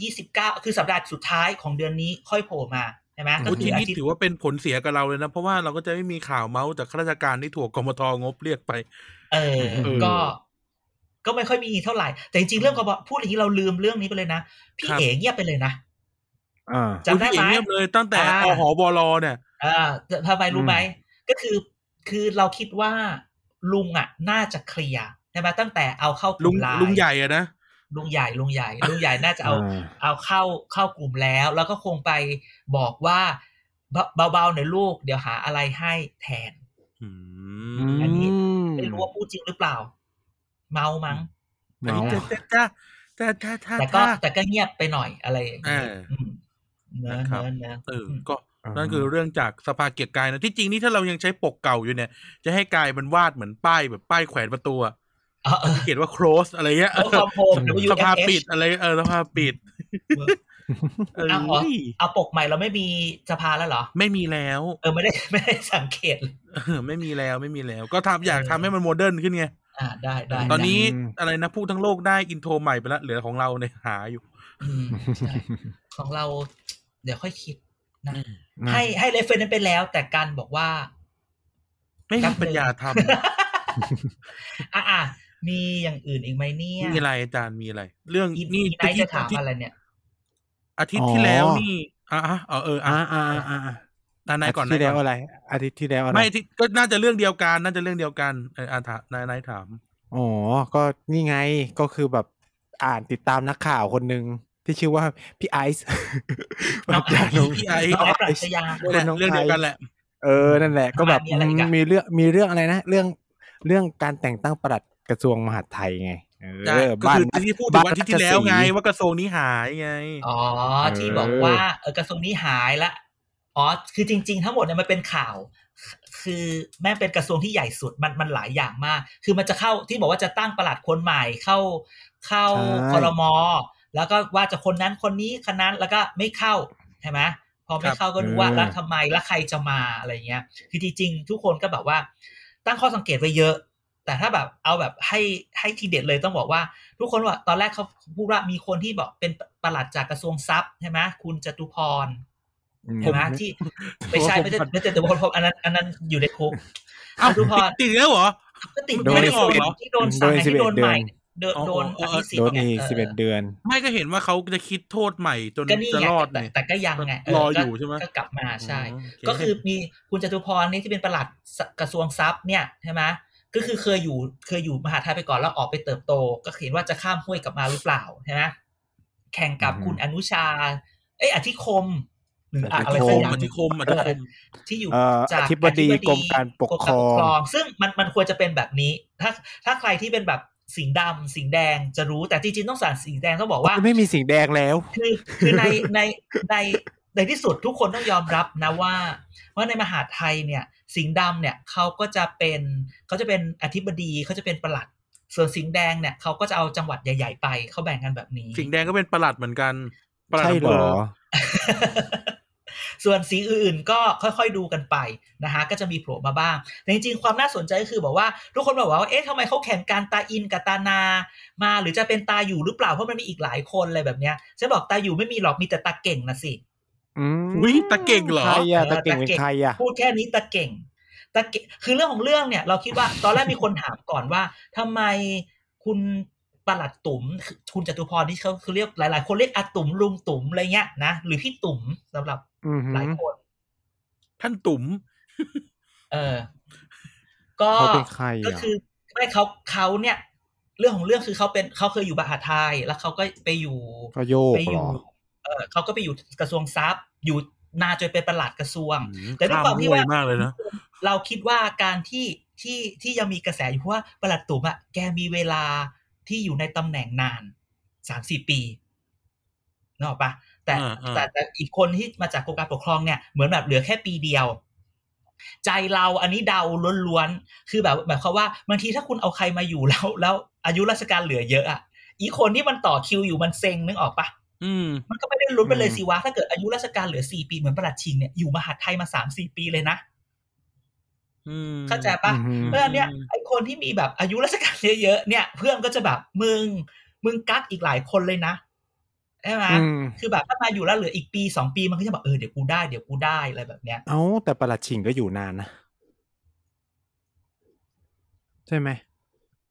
Speaker 3: ยี่สิบเก้าคือสัปดาห์สุดท้ายของเดือนนี้ค่อยโผล่มาใช่ไหมก็
Speaker 1: โอ้
Speaker 3: คื
Speaker 1: ที
Speaker 3: ออา
Speaker 1: นี้
Speaker 3: ทิตย์
Speaker 1: ถือว่าเป็นผลเสียกับเราเลยนะ เพราะว่าเราก็จะไม่มีข่าวเมาส์จากข้าราชการที่ถูกกมทงบเรียกไป
Speaker 3: เออ
Speaker 1: เออ
Speaker 3: ก็ก็ไม่ค่อยมีเท่าไหร่ แต่จริงๆเรื่องกบพูดอย่างนี้เราลืมเรื่องนี้ไปเลยนะพี่
Speaker 1: ครับ
Speaker 3: เอ๋เงียบไปเลยนะ
Speaker 2: อ่า
Speaker 3: จำได้
Speaker 1: โอ้ย
Speaker 3: ไหม
Speaker 1: เงียบเลยตั้งแต่
Speaker 3: อ่า
Speaker 1: อหบลเนี่ย
Speaker 3: อ่าแต่ทำไมรู้ไหม ก็คือ คือเราคิดว่าลุงอ่ะ น่าจะเคลียร์ใช่ไหมตั้งแต่เอาเข้าก
Speaker 1: ลุ
Speaker 3: ลุ่
Speaker 1: ง
Speaker 3: มไลน์
Speaker 1: ลุงใหญ่อะนะ
Speaker 3: ลุงใหญ่ลุงใหญ่ลุงใหญ่น่าจะเอาเอาเข้าเข้ากลุ่มแล้ว แล้วก็คงไปบอกว่าเบาเบาๆหน่อยลูก เดี๋ยวหาอะไรให้แทน
Speaker 1: อื
Speaker 2: อื
Speaker 1: ม
Speaker 2: ม
Speaker 3: อันนี้ ไม่รู้ว่าพูดจริงหรือเปล่า เมามั้ง
Speaker 1: อัน
Speaker 2: เมา
Speaker 1: นี้จะจะจะจะจะ
Speaker 3: แต่
Speaker 1: จะ
Speaker 3: ก็แต่ก็เงียบไปหน่อยอะไรอย่างเงี้ย
Speaker 1: อ่า
Speaker 3: อืมเนื้อะ
Speaker 1: นะครับ
Speaker 3: เนื้อะเนื้อะ
Speaker 1: เออก็ นั่นคือเรื่องจากสภาเกียรติกายนะที่จริงนี่ถ้าเรายังใช้ปกเก่าอยู่เนี่ย จะให้กายมันวาดเหมือนป้ายแบบป้ายแขวนประตูอะ
Speaker 3: อ่ะ
Speaker 1: เขียนว่า close อะไรเงี้ย
Speaker 3: เออคอมโพม
Speaker 1: สภา
Speaker 3: WFH
Speaker 1: ปิดอะไรเออสภาปิดเออ
Speaker 3: เอาเหรอ เอาปกใหม่เราไม่มีสภาแล้วเหรอ
Speaker 1: ไม่มีแล้ว
Speaker 3: เออไม่ได้ไม่ได้สังเกตเลย
Speaker 1: เออไม่มีแล้วไม่มีแล้ว ก็ทำอยากทำให้มันโมเดิร์นขึ้นไง
Speaker 3: อ่าได้ได้
Speaker 1: ตอนนี้
Speaker 2: อืม
Speaker 1: อะไรนะพูดทั้งโลกได้อินโทรใหม่ไปแล้วเหลือของเราเนี่ยหาอยู่
Speaker 3: อืมใช่ของเรา เดี๋ยวค่อยคิดนะ
Speaker 2: นะ
Speaker 3: ให้ให้เรฟเฟนนั้นไปแล้ว แต่การบอกว่า
Speaker 1: ไม่
Speaker 3: ครั
Speaker 1: มี
Speaker 3: บ
Speaker 1: ปัญญาท
Speaker 3: อ่ะอ่ะมีอย่างอื่นอีกไหมเนี่ย
Speaker 1: ำมีอะไรอาจารย์มีอะไร เรื่อง
Speaker 3: อี
Speaker 1: นี่
Speaker 3: นี่ไนท์จะถามอะไรเนี่ย
Speaker 1: อาทิตย์ที่แล้วนี่อ่ะอ่ะเอาเอออ่ะ
Speaker 2: อ่าอ่าอ่าอ่า
Speaker 1: อ่ะนายก่อน
Speaker 2: อาทิต
Speaker 1: นาย
Speaker 2: ย์ที่แล้
Speaker 1: ก่อ
Speaker 2: ว
Speaker 1: น
Speaker 2: อะไร อาทิตย์ที่แล้วอะไร
Speaker 1: ไม่ที่ก็น่าจะเรื่องเดียวกัน น่าจะเรื่องเดียวกันเอออาถามนายนายถาม
Speaker 2: อ๋อก็นี่ไงก็คือแบบอ่านติดตามนักข่าวคนหนึ่งที่ชื่อว่าพี่ไอซ์
Speaker 3: น้องไอซ์
Speaker 2: น้ง
Speaker 1: พี่ไอซ์
Speaker 3: น้องปรัชญา
Speaker 2: เรื่อง
Speaker 1: นั่นแหละ
Speaker 2: น้อง
Speaker 1: เรื่องเดียวกัน
Speaker 2: ไอซ์
Speaker 1: แหละ
Speaker 2: เออ นั่นแหละ ก็แบบ
Speaker 3: มีอะไรอีกอะ
Speaker 2: มีเรื่องมีเรื่องอะไรนะ เรื่องเรื่องการแต่งตั้งปลัดกระทรวงมหาดไทยไงเอ
Speaker 1: ใช่
Speaker 2: อ
Speaker 1: ก็
Speaker 2: บ้าน
Speaker 1: คือที่พูดถึงวันที่ที่แล้วไง
Speaker 2: บ้านราชสีห์
Speaker 1: ว่ากระทรวงนี้หายไง
Speaker 3: อ๋อ
Speaker 2: เออ
Speaker 3: ที่บอกว่าเออกระทรวงนี้หายละอ๋อ คือจริง ๆ ทั้งหมดเนี่ยมันเป็นข่าว คือแม่งเป็นกระทรวงที่ใหญ่สุดมันมันหลายอย่างมาก คือมันจะเข้าที่บอกว่าจะตั้งประหลัดคนใหม่เข้า เข้า
Speaker 2: ใช่
Speaker 3: คอรมอแล้วก็ว่าจะคนนั้นคนนี้คนนั้นแล้วก็ไม่เข้าใช่ไหมพอไม่เข้าก็ดูว่าแล้วทำไมแล้วใครจะมาอะไรเงี้ย คือจริงๆทุกคนก็แบบว่า ตั้งข้อสังเกตไว้เยอะ แต่ถ้าแบบเอาแบบให้ให้ทีเด็ดเลยต้องบอกว่า ทุกคนว่าตอนแรกเขาพูดว่ามีคนที่บอกเป็นประหลัดจากกระทรวงทรัพย์ใช่ไหมคุณจตุพร
Speaker 2: อืม
Speaker 3: ใช่ไหมที่ไม่ใช่ไม่ใช่ไม่ใช่แต่คนพบอันนั้นอันนั้นอยู่ในคุก
Speaker 1: เอ้า
Speaker 3: จตุพร
Speaker 1: ติดแล้วเหรอ
Speaker 3: ก็ติด
Speaker 1: โดน
Speaker 3: ไม่ได้ออก
Speaker 1: 11
Speaker 3: เหรอที่โดนสั่งไงที่โดนใหม่โดนโดน
Speaker 1: อ๋ออ๋อ
Speaker 3: อภิสิท
Speaker 2: โด
Speaker 3: ธิ์
Speaker 2: นอีก
Speaker 3: ไง
Speaker 2: สิบเอ็ดเดือน
Speaker 1: ไม่ก็เห็นว่าเขาจะคิดโทษใหม่จน
Speaker 3: ก็นี่
Speaker 1: จะ
Speaker 3: ไง
Speaker 1: รอด
Speaker 3: แต่
Speaker 1: เนี่ย
Speaker 3: แต่ก็ยังไงเ
Speaker 1: รออยู่ใช่ไหม
Speaker 3: ก็กลับมาใช่
Speaker 1: มโเ
Speaker 3: ก็คือมีคุณจตุพรนี่ที่เป็นประหลัดกระทรวงทรัพย์เนี่ยใช่ไหมก็คือเคยอยู่เคยอยู่มหาไทยไปก่อนแล้วออกไปเติบโต ก็เห็นว่าจะข้ามห้วยกลับมาหรือเปล่าใช่ไหมแข่งกับ
Speaker 2: อืม
Speaker 3: คุณอนุชา เอ้ยอธิคมหรืออะ
Speaker 2: อธิคม
Speaker 3: อะไรสักอย่าง
Speaker 1: อธิคมอธิคม
Speaker 3: ที่อยู่
Speaker 2: เอ่ออ
Speaker 3: จาก
Speaker 2: ธิบดีกรมการปกครอง
Speaker 3: ซึ่งมันมันควรจะเป็นแบบนี้ ถ้าถ้าใครที่เป็นแบบสีดำสีแดงจะรู้แต่จริงๆต้องสารสีแดงต้องบอกว่า
Speaker 2: ไม่มีสิ่งแดงแล้ว
Speaker 3: คือคือในในในในที่สุดทุกคนต้องยอมรับนะว่า ว่าในมหาดไทยเนี่ย สิงห์ดำเนี่ยเขาก็จะเป็นเขาจะเป็นอธิบดีเขาจะเป็นประหลัด ส่วนสิงห์แดงเนี่ยเขาก็จะเอาจังหวัดใหญ่ ๆ ไปเขาแบ่งกันแบบนี้
Speaker 1: สิงห์แดงก็เป็นประหลัดเหมือนกันปลัด
Speaker 2: ใช่
Speaker 1: อำ
Speaker 2: เหร
Speaker 1: เภ
Speaker 2: อ
Speaker 1: อ
Speaker 3: ส่วนสีอื่นๆก็ค่อยๆดูกันไปนะฮะก็จะมีโผล่มาบ้าง แต่จริงๆ ความน่าสนใจก็คือบอกว่าทุกคนบอกว่าเอ๊ะทำไมเขาแข่งการตาอินกับตานา มาหรือจะเป็นตาอยู่หรือเปล่าเพราะมันมีอีกหลายคนอะไรแบบเนี้ยฉันบอกตาอยู่ไม่มีหรอกมีแต่ตาเก่งนะสิ
Speaker 2: อืม
Speaker 1: อุ๊ยตะเก่งเหรอ
Speaker 2: ใครอะ
Speaker 3: เออ
Speaker 2: ตะเก่งเป็น
Speaker 3: ตะเก่ง
Speaker 2: ใครอะ
Speaker 3: พูดแค่นี้ตะเก่งตะเก่งคือเรื่องของเรื่องเนี่ย เราคิดว่า ตอนแรกมีคนถามก่อนว่าทำไมคุณประหลัดตุ๋มคือคุณจตุพรที่เขาคือเรียกหลาย ๆ คนเรียกอาตุ๋มลุงตุ๋มอะไรเงี้ยนะหรือพี่ตุ๋มสำหรับ
Speaker 2: อือหื
Speaker 3: หลาย
Speaker 2: อ
Speaker 3: คน
Speaker 1: ท่านตุ่ม
Speaker 3: เออ ก็
Speaker 2: เขาเป็นใคร
Speaker 3: ก็
Speaker 2: อ่ะ
Speaker 3: คือไม่เขาเขาเนี่ย เรื่องของเรื่องคือเขาเป็นเขาเคยอยู่มหาไทยแล้วเขาก็ไปอยู่
Speaker 2: ก็โยก
Speaker 3: ไปอ
Speaker 2: เหร
Speaker 3: ยู่
Speaker 2: อ
Speaker 3: เออเขาก็ไปอยู่กระทรวงทรัพย์ อยู่นานจนเป็นประหลัดกระทรวง แต่ด้วย
Speaker 1: ข้าม
Speaker 3: ความที่
Speaker 1: ห้วย
Speaker 3: ว่า
Speaker 1: มากเลยนะ
Speaker 3: เราคิดว่าการที่ที่ที่ยังมีกระแสอยู่เพราะว่าประหลัดตุ๋มอะแกมีเวลาที่อยู่ในตำแหน่งนานสามสี่ปีนึกออกปะแต่
Speaker 1: อ่าอ่า
Speaker 3: แต่แต่อีกคนที่มาจากกรมการปกครองเนี่ยเหมือนแบบเหลือแค่ปีเดียว ใจเราอันนี้เดาล้วนๆคือแบบแบบเขามว่าบางทีถ้าคุณเอาใครมาอยู่แล้ว แล้วอายุราชการเหลือเยอะอะอีกคนที่มันต่อคิวอยู่มันเซ็งนึกออกปะ
Speaker 1: อืม
Speaker 3: มันก็ไม่ได้ลุ้นไปเลย
Speaker 2: อืม
Speaker 3: สิวะถ้าเกิดอายุราชการเหลือสี่ปีเหมือนประหลัดชิงเนี่ยอยู่มหาดไทยมาสามสี่ปีเลยนะ
Speaker 1: อืม
Speaker 3: เข้าใจปะ
Speaker 2: อือหือ
Speaker 3: เพราะฉะนั้นเนี่ย
Speaker 1: อืม
Speaker 3: ไอคนที่มีแบบอายุราชการเยอะๆเนี่ย เพื่อนก็จะแบบมึงมึงกักอีกหลายคนเลยนะใช่ไหม
Speaker 2: อืม
Speaker 3: คือแบบถ้ามาอยู่แล้วเหลืออีกปีสองปีมันก็จะแบบเออเดี๋ยวกูได้เดี๋ยวกูได้อะไรแบบเนี้ย
Speaker 2: เอ้าแต่ประหลัดชิงก็อยู่นานนะใช่ไหม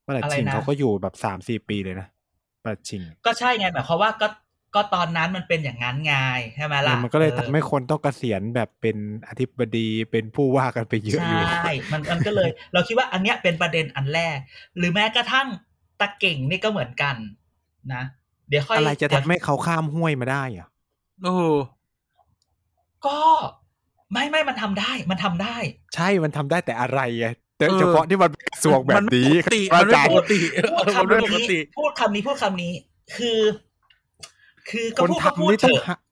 Speaker 2: ประหลัดชิงเขาก็อยู่แบบสามสี่ปีเลยนะประหลัดชิง
Speaker 3: ก็ใช่ไงหมายความว่าก็ก็ตอนนั้นมันเป็นอย่างนั้นไงใช่ไหม
Speaker 2: เอ
Speaker 3: ล่ะ
Speaker 2: อมันก็เลย
Speaker 3: ออ
Speaker 2: ทำให้คนต้องเกษียณแบบเป็นอธิบดีเป็นผู้ว่ากันไปเยอะอยู่
Speaker 3: ใช่ มันมันก็เลย เราคิดว่าอันเนี้ยเป็นประเด็นอันแรก หรือแม้กระทั่งตะเก่งนี่ก็เหมือนกันนะ เดี๋ยวค่อย
Speaker 2: อะไรจะทำให้เขาข้ามห้วยมาได้อะ
Speaker 1: โอ้โห
Speaker 3: ก็ไม่ไม่มันทำได้ มันทำได้
Speaker 2: ใช่มันทำได้แต่อะไรอะแต่เฉพาะที่มันเป็นกระทรวงแบบนี้
Speaker 1: มัไม่ปกติมัน
Speaker 2: อา
Speaker 1: ไม่
Speaker 2: จา
Speaker 1: ป
Speaker 2: รย์
Speaker 1: กติ
Speaker 3: พูด
Speaker 1: มัน
Speaker 3: คำ
Speaker 1: ไม่ปกติ
Speaker 3: นี้พูดคำนี้พูดคำนี้ คือ คือก็
Speaker 2: คน
Speaker 3: พูดก็
Speaker 2: ทำ
Speaker 3: พูด
Speaker 2: นี่
Speaker 3: เถ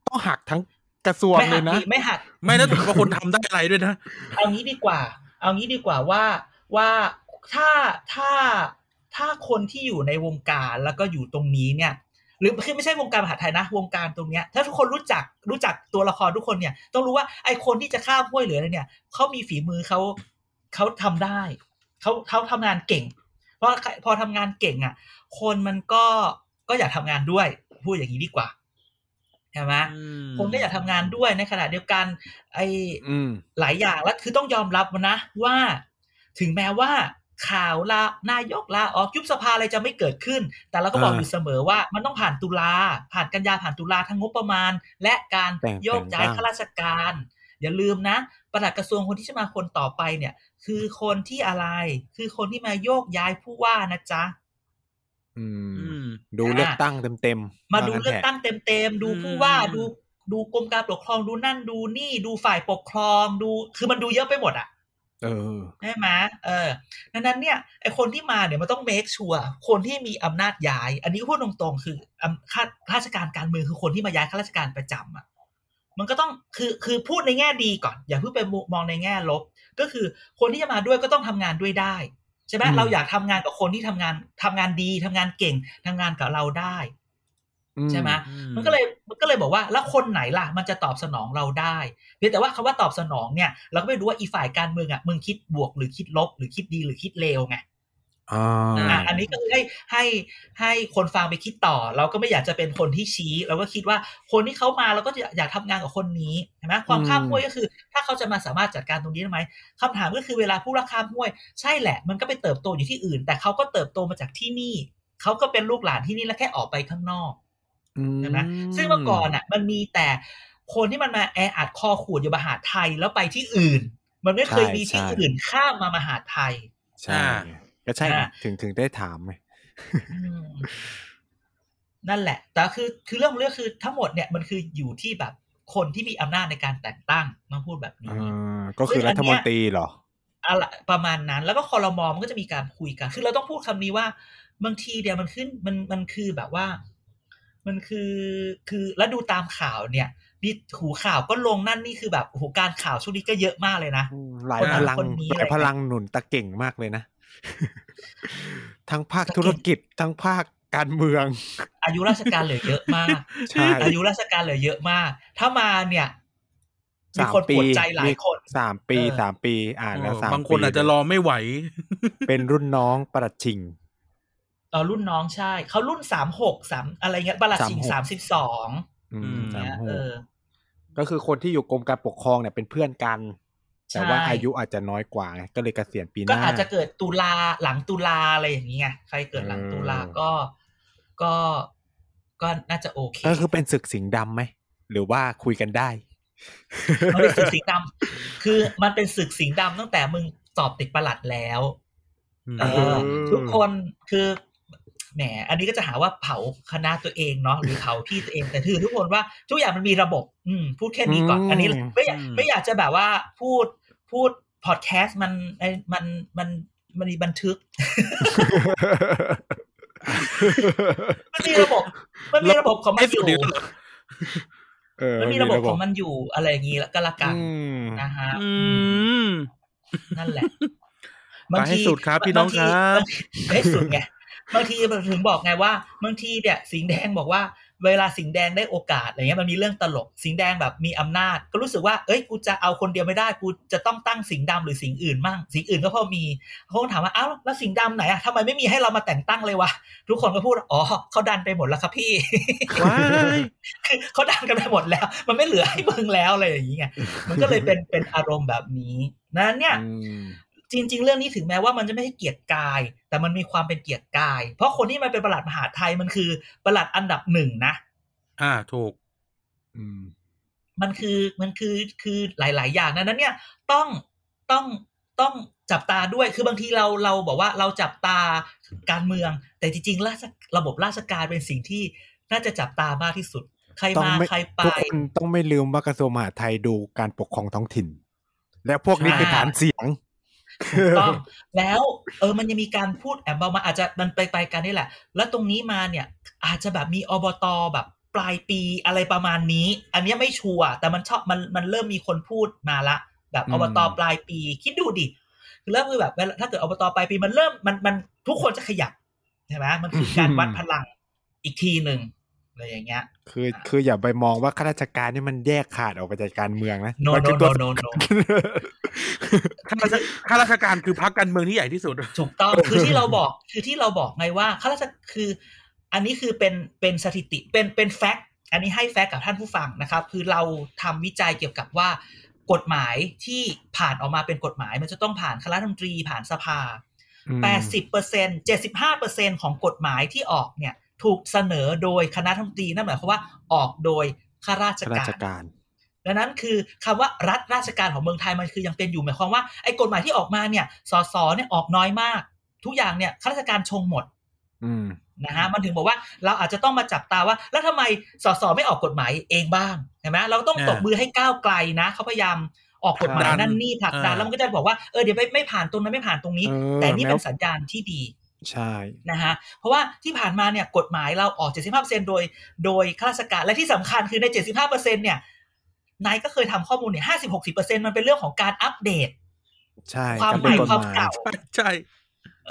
Speaker 2: ต้องหักต้
Speaker 3: อะ
Speaker 2: องหักทั้ง กระทรวง
Speaker 3: ไม่
Speaker 2: เล
Speaker 3: หั
Speaker 2: ย
Speaker 3: ก
Speaker 2: นะ
Speaker 3: ดิไม่หัก
Speaker 1: ไม่นะแต่ว่าคนทำได้อะไรด้วยนะ
Speaker 3: เอางี้ดีกว่า เอางี้ดีกว่าว่าว่าถ้าถ้าถ้าคนที่อยู่ในวงการแล้วก็อยู่ตรงนี้เนี่ย หรือคือไม่ใช่วงการมหาดไทยนะ วงการตรงเนี้ย ถ้าทุกคนรู้จักรู้จักตัวละครทุกคนเนี่ย ต้องรู้ว่าไอคนที่จะข้ามห้วยเหลืออะไรเนี่ยเขามีฝีมือเขาเขาทำได้เขาเขาทำงานเก่ง เพราะพอทำงานเก่งอ่ะ คนมันก็ก็อยากทำงานด้วย พูดอย่างนี้ดีกว่าใช่ไหมคนก็อยากทำงานด้วยในขณะเดียวกัน ไอ
Speaker 2: อืม
Speaker 3: หลายอย่างแล้วคือต้องยอมรับนะว่า ถึงแม้ว่าข่าวลานายกลาออกยุบสภาอะไรจะไม่เกิดขึ้น แต่เราก็บอก
Speaker 2: อ่า
Speaker 3: อยู่เสมอว่ามันต้องผ่านตุลาผ่านกันยาผ่านตุลาทั้งงบประมาณ และการ
Speaker 2: แต่ง
Speaker 3: โยกย้าย
Speaker 2: แต่งตั้ง
Speaker 3: ข้าราชการ อย่าลืมนะปลัดกระทรวงคนที่จะมาคนต่อไปเนี่ย คือคนที่อะไร คือคนที่มาโยกย้ายผู้ว่านะจ๊ะ
Speaker 2: อืม ดูเลือกตั้งเต็มๆ
Speaker 3: มา
Speaker 2: ว่
Speaker 3: ดู
Speaker 2: งั้น
Speaker 3: เลือก
Speaker 2: ถะ
Speaker 3: ตั้งเต็มๆ ดูผู้ว่า
Speaker 1: อืม
Speaker 3: ดูดูกรมการปกครองดูนั่นดูนี่ดูฝ่ายปกครองดู คือมันดูเยอะไปหมดอ่ะ
Speaker 2: เออ
Speaker 3: ใช่ไหมเออดังนั้นเนี่ยไอคนที่มาเนี่ยมันต้องเมคชัวร์คนที่มีอำนาจย้าย อันนี้พูดตรงๆ คืออำข้าข้าราชการการเมืองคือคนที่มาย้ายข้าราชการประจำอ่ะ มันก็ต้องคือคือพูดในแง่ดีก่อน อย่าเพิ่งไปมองในแง่ลบ ก็คือคนที่จะมาด้วยก็ต้องทำงานด้วยได้ใช่ไหม
Speaker 2: อืม
Speaker 3: เราอยากทำงานกับคนที่ทำงานทำงานดีทำงานเก่งทำงานกับเราได้
Speaker 2: อื
Speaker 3: ใช่ไหม มันก็เลยมันก็เลยบอกว่าแล้วคนไหนล่ะ มันจะตอบสนองเราได้เพียงแต่ว่าคำว่าตอบสนองเนี่ย เราก็ไม่รู้ว่าอีฝ่ายการเมืองอ่ะมึงคิดบวกหรือคิดลบหรือคิดดีหรือคิดเลวไง
Speaker 2: อ่า
Speaker 3: อ่ะอันนี้ก็คือให้ให้ให้คนฟังไปคิดต่อ เราก็ไม่อยากจะเป็นคนที่ชี้ เราก็คิดว่าคนที่เขามาเราก็จะอยากทำงานกับคนนี้ใช่ไหมความข้ามห้วยก็คือ ถ้าเขาจะมาสามารถจัดการตรงนี้ได้ไหมคำถามก็คือเวลาผู้รักข้ามห้วยใช่แหละ มันก็ไปเติบโตอยู่ที่อื่น แต่เขาก็เติบโตมาจากที่นี่เขาก็เป็นลูกหลานที่นี่แล้วแค่ออกไปข้างนอก
Speaker 2: อืม
Speaker 3: ใช่ไหมซึ่งเมื่อก่อนอ่ะ มันมีแต่คนที่มันมาแออัดคอขวดอยู่มหาดไทยแล้วไปที่อื่น มันไม่เคยมีที่อื่นข้ามมามหาดไทย
Speaker 2: ใช่ก็ใช่ไงถึงถึงได้ถามไง
Speaker 3: อืมนั่นแหละ แต่คือคือเรื่องของเรื่องคือทั้งหมดเนี่ยมันคืออยู่ที่แบบคนที่มีอำนาจในการแต่งตั้งต้องพูดแบบนี้
Speaker 2: อ่าก็คือรัฐมนตรีเหรอ
Speaker 3: อะไรประมาณนั้น แล้วก็คอรมอมันก็จะมีการคุยกันคือเราต้องพูดคำนี้ว่าบางทีเดียวมันขึ้นมันมันคือแบบว่า มันคือคือแล้วดูตามข่าวเนี่ยดีหูข่าวก็ลงนั่นนี่คือแบบโอ้โหูการข่าวช่วงนี้ก็เยอะมากเลยนะ
Speaker 2: หลายพลัง
Speaker 3: คนนี้
Speaker 2: หลายพลังหนุนตะเก่งมากเลย นะ ทั้งภาคธุรกิจทั้งภาคการเมือง
Speaker 3: อายุราชการเหลือเยอะมาก
Speaker 2: ใช่
Speaker 3: อายุราชการเหลือเยอะมาก ถ้ามาเนี่ยมีคนปวดใจหลายคน
Speaker 2: สามปี
Speaker 3: เออ
Speaker 2: สามปีอ่านแล้วสามปี
Speaker 1: บางคนอาจจะรอไม่ไหว
Speaker 2: เป็นรุ่นน้องประหลัดชิง
Speaker 3: เออรุ่นน้องใช่เขารุ่นสามหกสามอะไรเงี้ยประหลัดสิง
Speaker 2: 36
Speaker 3: สามสิบสอง
Speaker 2: อื
Speaker 1: อื
Speaker 2: ม
Speaker 1: ม
Speaker 2: สาม
Speaker 3: เนี่ย
Speaker 2: ห
Speaker 3: เอก อ
Speaker 2: ก็คือคนที่อยู่กรมการปกครองเนี่ยเป็นเพื่อนกัน
Speaker 3: ใช่
Speaker 2: แต่ว่าอายุอาจจะน้อยกว่าไงก็เลยเกษียณปีห
Speaker 3: ก็
Speaker 2: น้า
Speaker 3: อาจจะเกิดตุลาหลังตุลาอะไรอย่างนี้ไงใครเกิดหลังตุลา
Speaker 2: เออ
Speaker 3: ก็ ก็ก็น่าจะโอเค
Speaker 2: ก็คือเป็นศึกสิงห์ดำไหมหรือว่าคุยกันได้
Speaker 3: มันเป็นศึกสิงห์ดำคือมันเป็นศึกสิงห์ดำตั้งแต่มึงสอบติดประหลัดแล้ว เอ
Speaker 2: เอ
Speaker 3: อ
Speaker 2: อ
Speaker 3: ทุกคนคือแหม อันนี้ก็จะหาว่าเผาคณะตัวเองเนาะหรือเผาพี่ตัวเองแต่คือทุกคนว่าทุกอย่างมันมีระบบ อืม พูดแค่นี้ก่อน
Speaker 2: อืม
Speaker 3: อันนี้ไม่อยาก
Speaker 1: อืม
Speaker 3: ไม่อยากจะแบบว่าพูดพูดพอดแคสต์มันไอ้มันมันมันมีบันทึก มันมีระบบ มันมีระบบของมั
Speaker 1: ไอ้
Speaker 3: นอ
Speaker 1: สุด
Speaker 3: ยู่
Speaker 1: เดียวเหรอ
Speaker 2: เออ
Speaker 3: มันมีระบบของมันอยู่อะไรอย่างนี้แล้วก็ละกัน
Speaker 2: อืม
Speaker 3: นะฮะ
Speaker 1: อืม
Speaker 3: นั่นแหละ
Speaker 1: ไปให้สุดครับพี่น้องครับ
Speaker 3: างที ให้สุดไงบางทีมันถึงบอกไงว่าบางทีเนี่ยสิงห์แดงบอกว่า เวลาสิงห์แดงได้โอกาสอะไรเงี้ยมันมีเรื่องตลกสิงห์แดงแบบมีอำนาจ ก็รู้สึกว่าเอ้ยกูจะเอาคนเดียวไม่ได้กูจะต้องตั้งสิงห์ดำหรือสิงห์อื่นมั่งสิงห์อื่นก็พอมีเขาก็ถามว่าอ้าวแล้วสิงห์ดำไหนอะทำไมไม่มีให้เรามาแต่งตั้งเลยวะทุกคนก็พูดอ๋อเขาดันไปหมดแล้วครับพี่
Speaker 1: ว้าย
Speaker 3: คือ เขาดังกันไปหมดแล้ว มันไม่เหลือให้มึงแล้วอะไรอย่าง นี้ไงมันก็เลยเป็นเป็นอารมณ์แบบนี้นั้นเนี่ย
Speaker 2: อืม
Speaker 3: จริง ๆ เรื่องนี้ถึงแม้ว่ามันจะไม่ใช่เกียรติกาย แต่มันมีความเป็นเกียรติกาย เพราะคนที่มาเป็นประหลัดมหาดไทยมันคือประหลัดอันดับหนึ่งนะ
Speaker 1: อ่าถูก
Speaker 2: อืม
Speaker 3: มันคือมันคือคือหลาย ๆ อย่างนะนั้นเนี่ยต้องต้องต้องจับตาด้วย คือบางทีเราเราบอกว่าเราจับตาการเมือง แต่จริงๆราชระบบราชการเป็นสิ่งที่น่าจะจับตามากที่สุด ใคร
Speaker 2: ต้อง
Speaker 3: มา
Speaker 2: ไม่
Speaker 3: ใครไป
Speaker 2: ทุกคนต้องไม่ลืมว่ากระทรวงมหาดไทยดูการปกครองท้องถิ่น และพวกนี้คือ
Speaker 3: ใช่
Speaker 2: ฐานเสียง
Speaker 3: ถูกต้องแล้วเออมันยังมีการพูดแอบเบามาอาจจะมันไปไปกันนี่แหละ แล้วตรงนี้มาเนี่ย อาจจะแบบมีอบตแบบ ปลายปีอะไรประมาณนี้ อันเนี้ยไม่ชัวร์แต่มันชอบมันมันเริ่มมีคนพูดมาละ แบบ
Speaker 1: อืม
Speaker 3: อบตปลายปี คิดดูดิเริ่มคือแบบเวลาถ้าเกิดอบตปลายปีมันเริ่มมันมันทุกคนจะขยับใช่ไหมมันคือการวัดพลังอีกทีหนึ่งอะไรอย่างเงี้ย
Speaker 2: คือคืออย่าไปมองว่าข้าราชการนี่มันแยกขาดออกไปจากการเมืองนะ
Speaker 3: No,
Speaker 2: มัคื
Speaker 3: no,
Speaker 2: ตัว
Speaker 3: no, no, no.
Speaker 1: ข้าราชข้าราชการคือพักการเมืองที่ใหญ่ที่สุด
Speaker 3: ถูก ต้อง คือที่เราบอกคือที่เราบอกไงว่าข้าราชการคือ อันนี้คือเป็นเป็นสถิติเป็นเป็นแฟกต์อันนี้ให้แฟกต์กับท่านผู้ฟังนะครับ คือเราทำวิจัยเกี่ยวกับว่า กฎหมายที่ผ่านออกมาเป็นกฎหมาย มันจะต้องผ่านคณะรัฐมนตรีผ่านสภา
Speaker 2: อืม
Speaker 3: 80เปอร์เซ็นต์75เปอร์เซ็นต์ของกฎหมายที่ออกเนี่ย ถูกเสนอโดยคณะรัฐมนตรีนั่นหมายความว่าออกโดยข้าราช
Speaker 2: ข้ารา
Speaker 3: การ
Speaker 2: ชการ
Speaker 3: ดังนั้นคือคำว่ารัฐราชการของเมืองไทยมันคือยังเป็นอยู่หมายความว่าไอ้กฎหมายที่ออกมาเนี่ยสสเนี่ยออกน้อยมาก ทุกอย่างเนี่ยข้าราชการชงหมด
Speaker 2: อืม
Speaker 3: นะฮะมันถึงบอกว่าเราอาจจะต้องมาจับตาว่า แล้วทำไมสสไม่ออกกฎหมายเองบ้างใช่ไหมเราต้อง
Speaker 1: อ่า
Speaker 3: ตบมือให้ก้าวไกลนะเขาพยายามออกกฎหมาย
Speaker 1: ผลักดัน
Speaker 3: นั่นนี่ผลักดั
Speaker 1: อ่า
Speaker 3: นแล้วมันก็จะบอกว่าเออเดี๋ยวไม่ไม่ผ่านตรงนั้นไม่ผ่านตรงนี้
Speaker 2: เออ
Speaker 3: แต่นี่เป็น
Speaker 2: แล้ว
Speaker 3: สัญญาณที่ดี
Speaker 2: ใช่
Speaker 3: นะฮะเพราะว่าที่ผ่านมาเนี่ยกฎหมายเราออก 75%โดยโดยข้าราชการและที่สำคัญคือใน 75%เนี่ยนายก็เคยทำข้อมูลเนี่ย50-60%มันเป็นเรื่องของการอัปเดต
Speaker 2: ใช่
Speaker 3: ความ
Speaker 2: ก็
Speaker 3: ให
Speaker 2: เป็น
Speaker 3: ม่
Speaker 2: กฎ
Speaker 3: ความ
Speaker 2: หย
Speaker 3: เก่า
Speaker 1: ใช่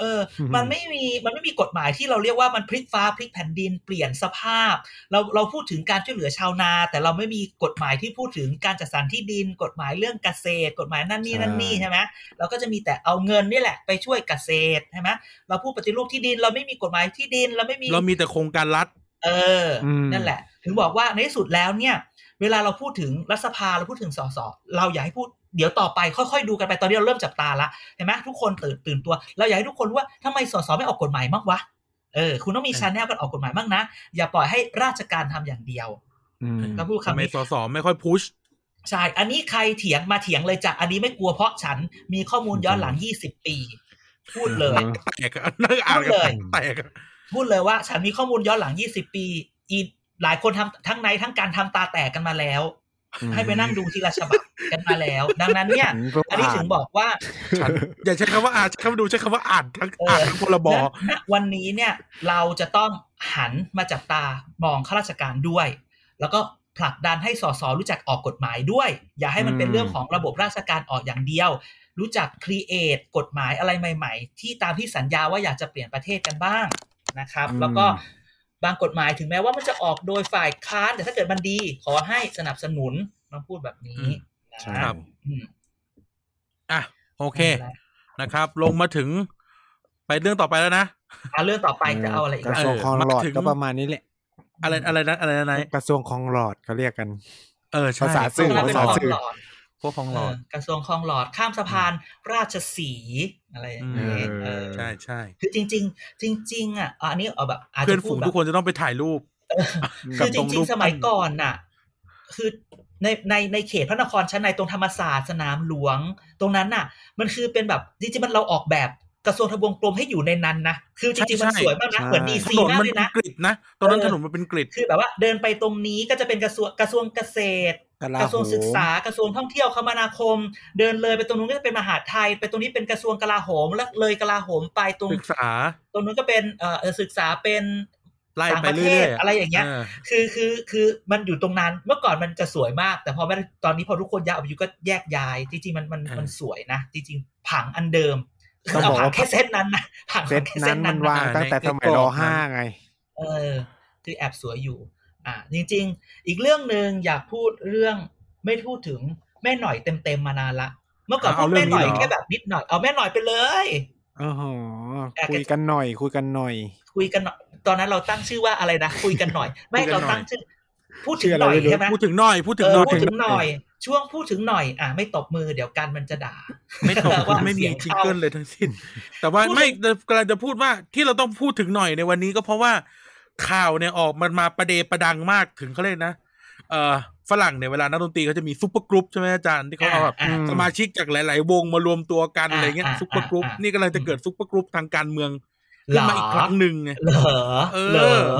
Speaker 3: เออ
Speaker 2: อืม
Speaker 3: มันไม่มีมันไม่มีกฎหมายที่เราเรียกว่ามันพลิกฟ้าพลิกแผ่นดินเปลี่ยนสภาพ เราเราพูดถึงการช่วยเหลือชาวนา แต่เราไม่มีกฎหมายที่พูดถึงการจัดสรรที่ดิน กฎหมายเรื่องเกษตร กฎหมายนั่นนี่นั่นนี่ใช่ไหมเราก็จะมีแต่เอาเงินนี่แหละไปช่วยเกษตรใช่ไหมเราพูดปฏิรูปที่ดิน เราไม่มีกฎหมายที่ดินเราไม่มี
Speaker 1: เรามีแต่โครงการรัฐ
Speaker 3: เอออ
Speaker 2: ม
Speaker 3: นั่นแหละ ถึงบอกว่าในที่สุดแล้วเนี่ย เวลาเราพูดถึงรัฐสภาเราพูดถึงสสเราอยากให้พูดเดี๋ยวต่อไปค่อยๆดูกันไปตอนนี้เราเริ่มจับตาละเห็นไหมทุกคนตื่นตื่นตัว เราอยากให้ทุกคนรู้ว่าทำไมสสไม่ออกกฎหมายบ้างวะเออคุณต้องมี
Speaker 1: เออ
Speaker 3: ชาแนลกันออกกฎหมายบ้างนะ อย่าปล่อยให้ราชการทำอย่างเดียว
Speaker 2: อืม
Speaker 3: เราพูด
Speaker 1: ทำ
Speaker 3: คำ
Speaker 1: ไม
Speaker 3: นี้
Speaker 1: สสไม่ค่อยพุช
Speaker 3: ใช่อันนี้ใครเถียงมาเถียงเลยจ้ะอันนี้ไม่กลัวเพราะฉันมีข้อมูลย้อนหลังยี่สิบปี พูดเลย
Speaker 1: แตกอะ นั่งอ่านกัน
Speaker 3: พูดเลย
Speaker 1: แตกอะ
Speaker 3: พูดเลยว่าฉันมีข้อมูลย้อนหลังยี่สิบปีอีหลายคนทำทั้งในทั้งการทำตาแตกกันมาแล้ว ให้ไปนั่งดูทีละฉบับ กันมาแล้ว ดังนั้น เนี่ย อันนี้ถึงบอกว่า
Speaker 1: ฉันอย่าใช้คำว่าอ่านใช้คำว่าดูใช้คำว่าอ่านทั้ง
Speaker 3: เอ
Speaker 1: อ่าน
Speaker 3: อ
Speaker 1: ทั้งพรบ
Speaker 3: ณณวันนี้เนี่ย เราจะต้องหันมาจับตามองข้าราชการด้วย แล้วก็ผลักดันให้สสรู้จักออกกฎหมายด้วย อย่าให้มันเป็น
Speaker 2: อืม
Speaker 3: เรื่องของระบบราชการออกอย่างเดียว รู้จักครีเอทกฎหมายอะไรใหม่ ๆ ที่ตามที่สัญญาว่าอยากจะเปลี่ยนประเทศกันบ้างนะครับ แล้วก็บางกฎหมายถึงแม้ว่ามันจะออกโดยฝ่ายค้านแต่ถ้าเกิดมันดี ขอให้สนับสนุนต้องพูดแบบนี้นะ
Speaker 2: ใช่
Speaker 3: อืม
Speaker 1: อ่ะโอเค
Speaker 3: นั่นแหละ
Speaker 1: นะครับ ลงมาถึง ไปเรื่องต่อไปแล้วนะ
Speaker 3: เอาเรื่องต่อไปจะเอาอะไรอีก
Speaker 2: กระ
Speaker 3: ล่ะ
Speaker 2: ทรวงคลองหลอ
Speaker 1: เอ
Speaker 2: ด
Speaker 1: อมาถึง
Speaker 2: ก็ประมาณนี้แหละ
Speaker 1: อะไรอะไรนะอะไรนะไหน
Speaker 2: กระทรวงคลองหลอดเขาเรียกกัน
Speaker 1: เออใช่
Speaker 2: ภาษาสื่อ
Speaker 3: กระทรวงคลอง
Speaker 2: สื่อ
Speaker 3: หลอด
Speaker 1: พวกของหลอด
Speaker 3: เออกระทรวงคลองหลอดข้ามสะพานราชสีห์อะไรอย่าง
Speaker 1: เอ
Speaker 3: เงี้ยเออ
Speaker 1: ใช่ใช่
Speaker 3: คือจริง ๆ จริง ๆ อ่ะอันนี้เอาแบบอาจ
Speaker 1: เพื่อ
Speaker 3: จะ
Speaker 1: น
Speaker 3: พู
Speaker 1: ฝู
Speaker 3: ด
Speaker 1: ง
Speaker 3: แบ
Speaker 1: ทุ
Speaker 3: บ
Speaker 1: กคนจะต้องไปถ่ายรูป กั
Speaker 3: คื
Speaker 1: บ
Speaker 3: อจ
Speaker 1: ตรง
Speaker 3: ริ
Speaker 1: รู
Speaker 3: ง
Speaker 1: ป
Speaker 3: ๆ สมัยก่อนน่ะ คือในในในเขตพระนครชั้นในตรงธรรมศาสตร์สนามหลวง ตรงนั้นน่ะ มันคือเป็นแบบจริงๆมันเราออกแบบกระทรวงทบวงกรมให้อยู่ในนั้นนะคือจริงๆมัน
Speaker 1: ใช่
Speaker 3: สวยมากนะเหมือนดี
Speaker 1: ถ
Speaker 3: ซี
Speaker 1: นน
Speaker 3: มาก
Speaker 1: มัน
Speaker 3: เลย
Speaker 1: เป็น
Speaker 3: นะ
Speaker 1: กริดนะ ตอนนั้น
Speaker 3: เออ
Speaker 1: ถนนมันเป็นกริด
Speaker 3: คือแบบว่าเดินไปตรงนี้ก็จะเป็นกระทรวงกระทรวงเกษตร กระทรวงศึกษากระทรวงท่องเที่ยวคมนาคม เดินเลยไปตรงนู้นก็จะเป็นมหาดไทย ไปตรงนี้เป็นกระทรวงกลาโหมแล้วเลยกลาโหมไปตรง
Speaker 1: ศึกษา
Speaker 3: ตรงนู้นก็เป็นเอ่อเอ่อศึกษาเป็น
Speaker 1: ไล่
Speaker 3: ต่าง
Speaker 1: ไป
Speaker 3: ประ
Speaker 1: เรื่อ
Speaker 3: เทศ
Speaker 1: ยๆ
Speaker 3: อะไรอย่างเงี้ย
Speaker 1: ออ
Speaker 3: คือคือคือมันอยู่ตรงนั้นเมื่อก่อนมันจะสวยมาก แต่พอไม่ได้ตอนนี้พอทุกคนย้ายออกไปอยู่ก็แยกย้ายจริงๆมันมันมันสวยนะจริงๆผังอันเดิม
Speaker 2: ต้
Speaker 3: คือ อง เอา
Speaker 2: บอก
Speaker 3: ผัง
Speaker 2: ว่า
Speaker 3: แค่เส้นนั้นนะผัง
Speaker 2: เซต
Speaker 3: แค่
Speaker 2: นั้นมันวางตั้งแต่สมัยรห้าไง
Speaker 3: เออคือแอบสวยอยู่ อ่า จริง ๆ อีกเรื่องหนึ่งอยากพูดเรื่องไม่พูดถึงแม่หน่อยเต็มๆมานานละ เมื่อก่อนพูดแม่หน่อยแค่แบบนิดหน่อยเอาแม่หน่อยไปเลย
Speaker 2: อ๋อโหคุยกันหน่อย คุยกันหน่อย
Speaker 3: คุยกันหน่อยตอนนั้นเราตั้งชื่อว่าอะไรนะคุยกันหน่อย ไม่เราตั้งชื่อ พูดถึงหน่อยใช่ไหม
Speaker 1: พูดถึงหน่อยพูดถึง
Speaker 3: เอ
Speaker 1: ห
Speaker 3: อ
Speaker 1: น่อย
Speaker 3: พูดถึงหน่อย ช่วงพูดถึงหน่อย อ่ะไม่ตบมือเดี๋ยวกันมันจะด่า
Speaker 1: ไม่ตก
Speaker 3: แต่ว่า
Speaker 1: ไม่มี
Speaker 3: เสียง
Speaker 1: จิง
Speaker 3: เข้า
Speaker 1: เกิลเลยทั้งสิ้น แต่ว่า
Speaker 3: พูดถึง
Speaker 1: ไม่กำลังจะพูดว่าที่เราต้องพูดถึงหน่อยในวันนี้ก็เพราะว่าข่าวเนี่ยออกมันมาประเดประดังมากถึงเขาเรียกนะเออฝรั่งเนี่ยเวลานักดนตรีเขาจะมีซุปเปอร์กรุ๊ปใช่ไหมอาจารย์ที่เขาเอาแบบ
Speaker 3: อ่ะ
Speaker 2: อื
Speaker 1: สมาชิกจากหลาย ๆ วงมารวมตัวกัน
Speaker 3: อ่ะ
Speaker 1: อะไรเงี้ย
Speaker 3: อ่ะ
Speaker 1: ซุปเปอร์กรุ๊ป
Speaker 3: อ่ะ
Speaker 1: นี่กำลังจะเกิดซุปเปอร์กรุ๊ปทางการเมือง
Speaker 3: เห
Speaker 1: ขึ้
Speaker 3: ร
Speaker 1: น
Speaker 3: อ
Speaker 1: มาอีกครั้งหนึ่งไง
Speaker 3: เหรอ
Speaker 1: เออ
Speaker 3: เหรอ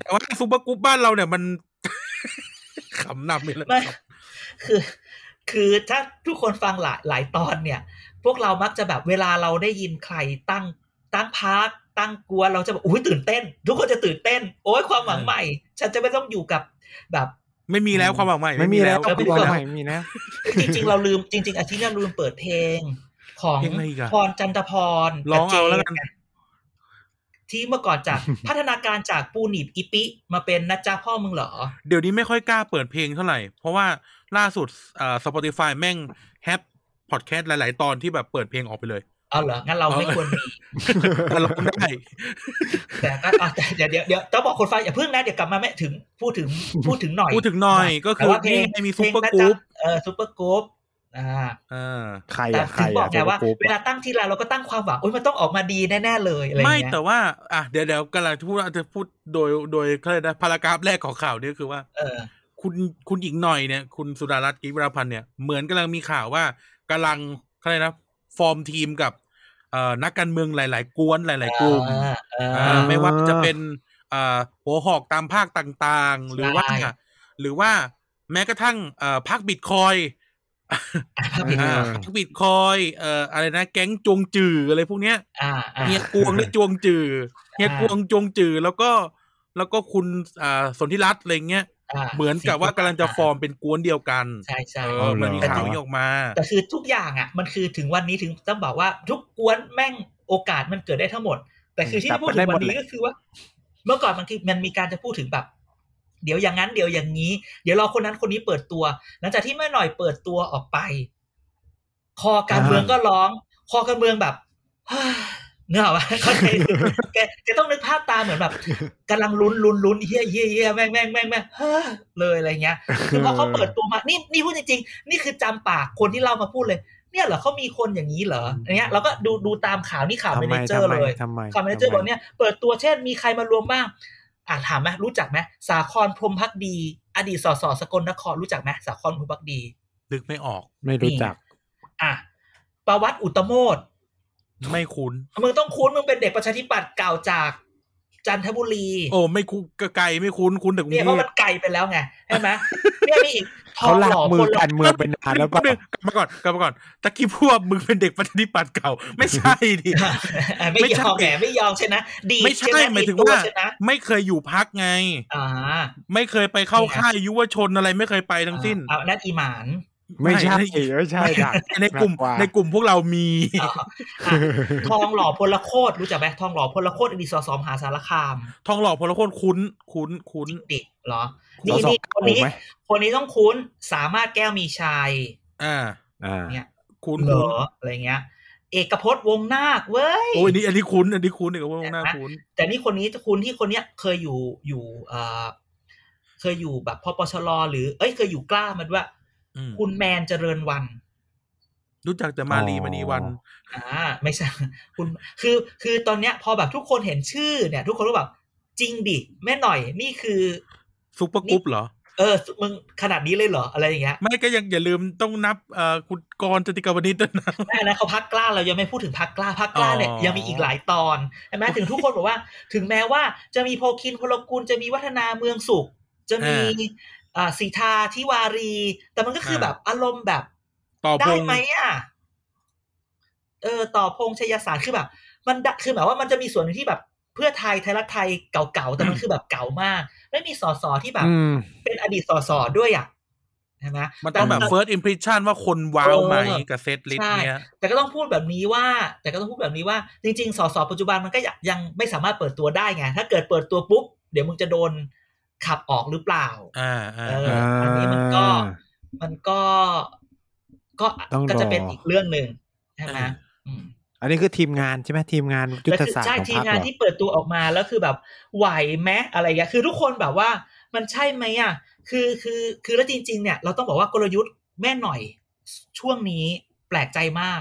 Speaker 1: แต่ว่าซุปเปอร์กรุ๊ปบ้านเราเนี่ยมัน ขำนำไปเลย
Speaker 3: ไม่คือ คือถ้าทุกคนฟังหลายหลายตอนเนี่ย พวกเรามักจะแบบเวลาเราได้ยินใครตั้งตั้งพัก ตั้งกลัวเราจะแบบอุ้ยตื่นเต้น ทุกคนจะตื่นเต้น โอ้ยความหวังใหม่ ฉันจะไม่ต้องอยู่กับแบบ
Speaker 1: ไม่มีแล้วความหวังใหม่
Speaker 2: ไม่มีแล้ว
Speaker 3: ไม่มี
Speaker 2: ความ
Speaker 3: แล้ว
Speaker 2: ใหม่มีแล้ว
Speaker 3: จริง ๆ เราลืมจริง ๆอาทิตย์นี้ลืมเปิดเพลง ของ
Speaker 1: เพลงอะไรอีกอะ
Speaker 3: พรจันทพร
Speaker 1: ร้อง
Speaker 3: บจ
Speaker 1: เอาแล้วกัน
Speaker 3: ที่เมื่อก่อน จาก พัฒนาการจากปูหนีบอิปิมาเป็นนะจ๊ะพ่อมึงเหรอ
Speaker 1: เดี๋ยวนี้ไม่ค่อยกล้าเปิดเพลงเท่าไหร่ เพราะว่าล่าสุดอ่า Spotify แม่งแฮปพอดแคสต์หลาย ๆ ตอนที่แบบเปิดเพลงออกไปเลย
Speaker 3: เอาเหรอ งั้นเราไม่ควรมี
Speaker 1: แต่เราได้
Speaker 3: แต่ก็อ่ะแต่เดี๋ยวเดี๋ยวเดี๋ยวต้องบอกคนฟังอย่าเพิ่งนะเดี๋ยวกลับมาแม่ถึงพูดถึงพูดถึงหน่อย
Speaker 1: พูดถึงหน่อยก็คือ
Speaker 3: แต่ว่าเพลง
Speaker 1: นี่ไงมีซุปเปอร์กรุ๊ป
Speaker 3: เพลงนะจ๊ะเออซุปเปอร์กรุ๊ปอ่า
Speaker 1: อ่า
Speaker 2: ใคร
Speaker 3: แต่
Speaker 2: อะใคร
Speaker 3: ถึงบอ
Speaker 2: อะ
Speaker 3: กไงว่า
Speaker 2: โฟโต้กรุ๊ป
Speaker 3: เวลาตั้งทีไรเราก็ตั้งความหวังโอ้ยมันต้องออกมาดีแน่ๆเลยอะไร
Speaker 1: ไม่
Speaker 3: เงี้ย
Speaker 1: แต่ว่า อ่ะเดี๋ยวเดี๋ยวกำลังจะพูดว่าจะพูดโดยโดยเขาเรียกนะพารากราฟแรกของข่าวเนี่ยคือว่า
Speaker 3: เออ
Speaker 1: คุณคุณหญิงหน่อยเนี่ยคุณสุดารัตน์กิจวราพันธ์เนี่ยเหมือนกำลังมีข่าวว่ากำลังเขาเรียกนะฟอร์มทีมกับเอ่อนักการเมืองหลาย ๆ กวนหลาย ๆ กลุ่ม
Speaker 3: อ่าอ่า
Speaker 1: อ่าไม่ว่าจะเป็นเอ่อหัวหอกตามภาคต่างๆ หรือว่า
Speaker 3: ใช่
Speaker 1: หรือว่าแม้กระทั่งเอ่อพักบิตคอย
Speaker 3: ภาพผิด
Speaker 1: อ่า
Speaker 3: อ่า
Speaker 1: พักบิตคอยเอ่ออะไรนะแก๊งจวงจืออะไรพวกเนี้ย
Speaker 3: อ่าอ่า
Speaker 1: เฮียกวงนี่จวงจือเฮียกวงจวงจือแล้วก็แล้วก็คุณอ่าสนธิรัตน์อะไรเงี้ยเหมือนกับว่ากำลังจะฟอร์มเป็นกวนเดียวกัน
Speaker 3: ใช่ใช่
Speaker 1: เออมันมีข่าวนี้ออกมา
Speaker 3: แต่คือทุกอย่างอ่ะ มันคือถึงวันนี้ถึงต้องบอกว่าทุกกวนแม่งโอกาสมันเกิดได้ทั้งหมด แต่คือที่พูดถึงวันนี้ก็คือว่า เมื่อก่อนมันคือมันมีการจะพูดถึงแบบ เดี๋ยวอย่างนั้นเดี๋ยวอย่างนี้ เดี๋ยวรอคนนั้นคนนี้เปิดตัว หลังจากที่แม่หน่อยเปิดตัวออกไป คอการเมืองก็ร้อง คอการเมืองแบบ เนื้อว่า เข้าใจแกแกต้องนึกภาพตามเหมือนแบบกำลังลุ้นลุ้นลุ้นเฮียเฮียเฮียแม่งแม่งแม่งแม่งเฮ้อเลยอะไร เงี้ย คือพอเขาเปิดตัวมา นี่นี่พูดจริงๆ นี่คือจำปากคนที่เล่ามาพูดเลย เนี่ยเหรอเขามีคนอย่างนี้เหรออันเนี้ยเราก็ดูดูตามข่าวนี่ข่าวเม
Speaker 2: ทำไม
Speaker 3: เนเจอร์
Speaker 2: ทำไม
Speaker 3: เลย
Speaker 2: ทำไม
Speaker 3: ข่าวเมเนเจอร์บอกเนี่ยเปิดตัวเช่นมีใครมารวมบ้าง อ่าถามไหมรู้จักไหมสาครพรหมพักดี อดีตสสสกลนครรู้จักไหมสาครพรหมพักดี
Speaker 1: นึกไม่ออก
Speaker 2: ไม่รู้จัก
Speaker 3: อ่ะประวัติอุตโมท
Speaker 1: ไม่คุ้น
Speaker 3: มึงต้องคุ้นมึงเป็นเด็กประชาธิปัตย์เก่าจากจันทบุรี
Speaker 1: โอ้ไม่คุ้นไกลไม่คุ้นคุ้นแต่กรุง
Speaker 3: เนี่ย
Speaker 1: เท
Speaker 3: เพราะ
Speaker 1: พ
Speaker 3: มันไกลไปแล้วไงใช่ไหมเนี่ยมีอีกทอ
Speaker 2: เขา
Speaker 3: ง
Speaker 2: หลั
Speaker 3: ห
Speaker 2: ก
Speaker 3: ล่อ
Speaker 2: มื
Speaker 3: ค
Speaker 2: อน
Speaker 3: ละ
Speaker 2: การเมืองเป็นนานแล้ว
Speaker 1: แป๊
Speaker 2: ป่ะ
Speaker 1: บนึงกลับมาก่อนกลับมาก่อนตะกี้พวกมึงเป็นเด็กปฏิปัติเก่า ไม่ใช่ดิ
Speaker 3: อ่ะไม่ยอม
Speaker 1: ไม่ใช่
Speaker 3: แหมไม่ยอมใช่นะดี
Speaker 1: ไม่ใช่
Speaker 3: นะ
Speaker 1: หมายถึง
Speaker 3: ดีตั
Speaker 1: ว่า
Speaker 3: ใช่นะ
Speaker 1: ไม่เคยอยู่พักไง
Speaker 3: อ่า
Speaker 1: ไม่เคยไปเข้าค่ายยุวชนอะไรไม่เคยไปทั้งสิ้น
Speaker 3: เอานั่นอีหมาน
Speaker 2: ไม่ใช่
Speaker 1: ไม่
Speaker 2: ไม่ใช่ดัก
Speaker 1: ในกลุ่ม
Speaker 2: ดัว่า
Speaker 1: ในกลุ่มพวกเรามี
Speaker 3: อ่ะอ่ะทองหล่อพลโคตรรู้จักไหมทองหล่อพลโคตรอดีตสสมหาสารคาม
Speaker 1: ทองหล่อพลโคนคุ้นคุ้นคุ้น
Speaker 3: ดิเหรอ
Speaker 1: คุณ
Speaker 3: นี่
Speaker 2: สอ
Speaker 3: นี่
Speaker 2: บ
Speaker 3: คน
Speaker 2: ถูก
Speaker 3: นี้
Speaker 2: ไหม
Speaker 3: คนนี้ต้องคุ้นสามารถแก้วมีชัย
Speaker 1: อ่า
Speaker 2: อ่า
Speaker 3: เนี่ย
Speaker 1: คุ้น
Speaker 3: เหร
Speaker 1: คุ้น
Speaker 3: ออะไรเงี้ย เอกพจน์วงนาคเว้ย
Speaker 1: โอ้ยอันนี่อันนี้คุ้นอันนี้คุ้นเอกพงหน้า
Speaker 3: เห็นไหม
Speaker 1: คุ้น
Speaker 3: แต่นี่คนนี้คุณที่คนเนี้ยเคยอยู่อยู่เอ่อเคยอยู่แบบพปชรหรือ เอ้ยเคยอยู่กล้ามันว่า
Speaker 1: อืม
Speaker 3: คุณแมนเจริญวัน
Speaker 1: รู้จักแต่มารีมณีวัน
Speaker 3: อ่าไม่ใช่ คุณคือคือตอนเนี้ยพอแบบทุกคนเห็นชื่อเนี่ย ทุกคนก็แบบจริงดิแม่หน่อยนี่คือ
Speaker 1: ซุปเปอร์กรุ๊ปเหรอ
Speaker 3: เออมึงขนาดนี้เลยเหรออะไรอย่างเงี้ย
Speaker 1: ไม่ก็ยังอย่าลืมต้องนับเอ่อคุณกรณ์จติกาวนิชด้วยนะ
Speaker 3: ไม่นะเขาพักกล้าเรายังไม่พูดถึงพักกล้าพักกล้าเนี่ย
Speaker 1: อ๋อ
Speaker 3: ยังมีอีกหลายตอนใช่ไหมถึงทุกคนบอกว่า ถึงแม้ว่าจะมีโพคินพลกุลจะมีวัฒนาเมืองสุข จะมีอ่าสีทาทิวารี แต่มันก็คือแบบอารมณ์แบบ
Speaker 1: ต่อพ
Speaker 3: ได้
Speaker 1: งษ์
Speaker 3: ไหมอ่ะ เออ ต่อพงษ์ชยสารคือแบบ มันดะคือแบบว่ามันจะมีส่วนหนึ่งที่แบบ เพื่อไทยไทยรักไทยเก่าๆ แต่มันคือแบบเก่ามาก ไม่มีสอสอที่แบบ
Speaker 2: อืม
Speaker 3: เป็นอดีตสอสอด้วยอ่ะใช่ไหม
Speaker 1: มันต้องแบบ first impression ว่าคนว้าวไหม
Speaker 3: เออ
Speaker 1: กับเซตลิส
Speaker 3: ใช่
Speaker 1: เนี้ย
Speaker 3: แต่ก็ต้องพูดแบบนี้ว่า แต่ก็ต้องพูดแบบนี้ว่า จริงๆสสปัจจุบันมันก็ยังยังไม่สามารถเปิดตัวได้ไง ถ้าเกิดเปิดตัวปุ๊บ เดี๋ยวมึงจะโดนขับออกหรือเปล่า
Speaker 1: อ่าอ่า
Speaker 3: เอออันนี้มันก็ มันก็ ก็
Speaker 2: ต้องรอ
Speaker 3: ก็จะเป็นอีกเรื่องหนึ่งใช่ไหมอืม
Speaker 2: อันนี้คือทีมงานใช่ไหมทีมงานยุทธศาสตร์
Speaker 3: ใช่
Speaker 2: ของ
Speaker 3: ที
Speaker 2: พ
Speaker 3: ม
Speaker 2: รรค
Speaker 3: งาน
Speaker 2: เหรอ
Speaker 3: ที่เปิดตัวออกมาแล้วคือแบบไหวไหมอะไรอย่างเงี้ยคือทุกคนแบบว่า มันใช่ไหมอ่ะ คือคือคือแล้วจริง ๆ เนี่ย เราต้องบอกว่ากลยุทธ์แม่หน่อยช่วงนี้แปลกใจมาก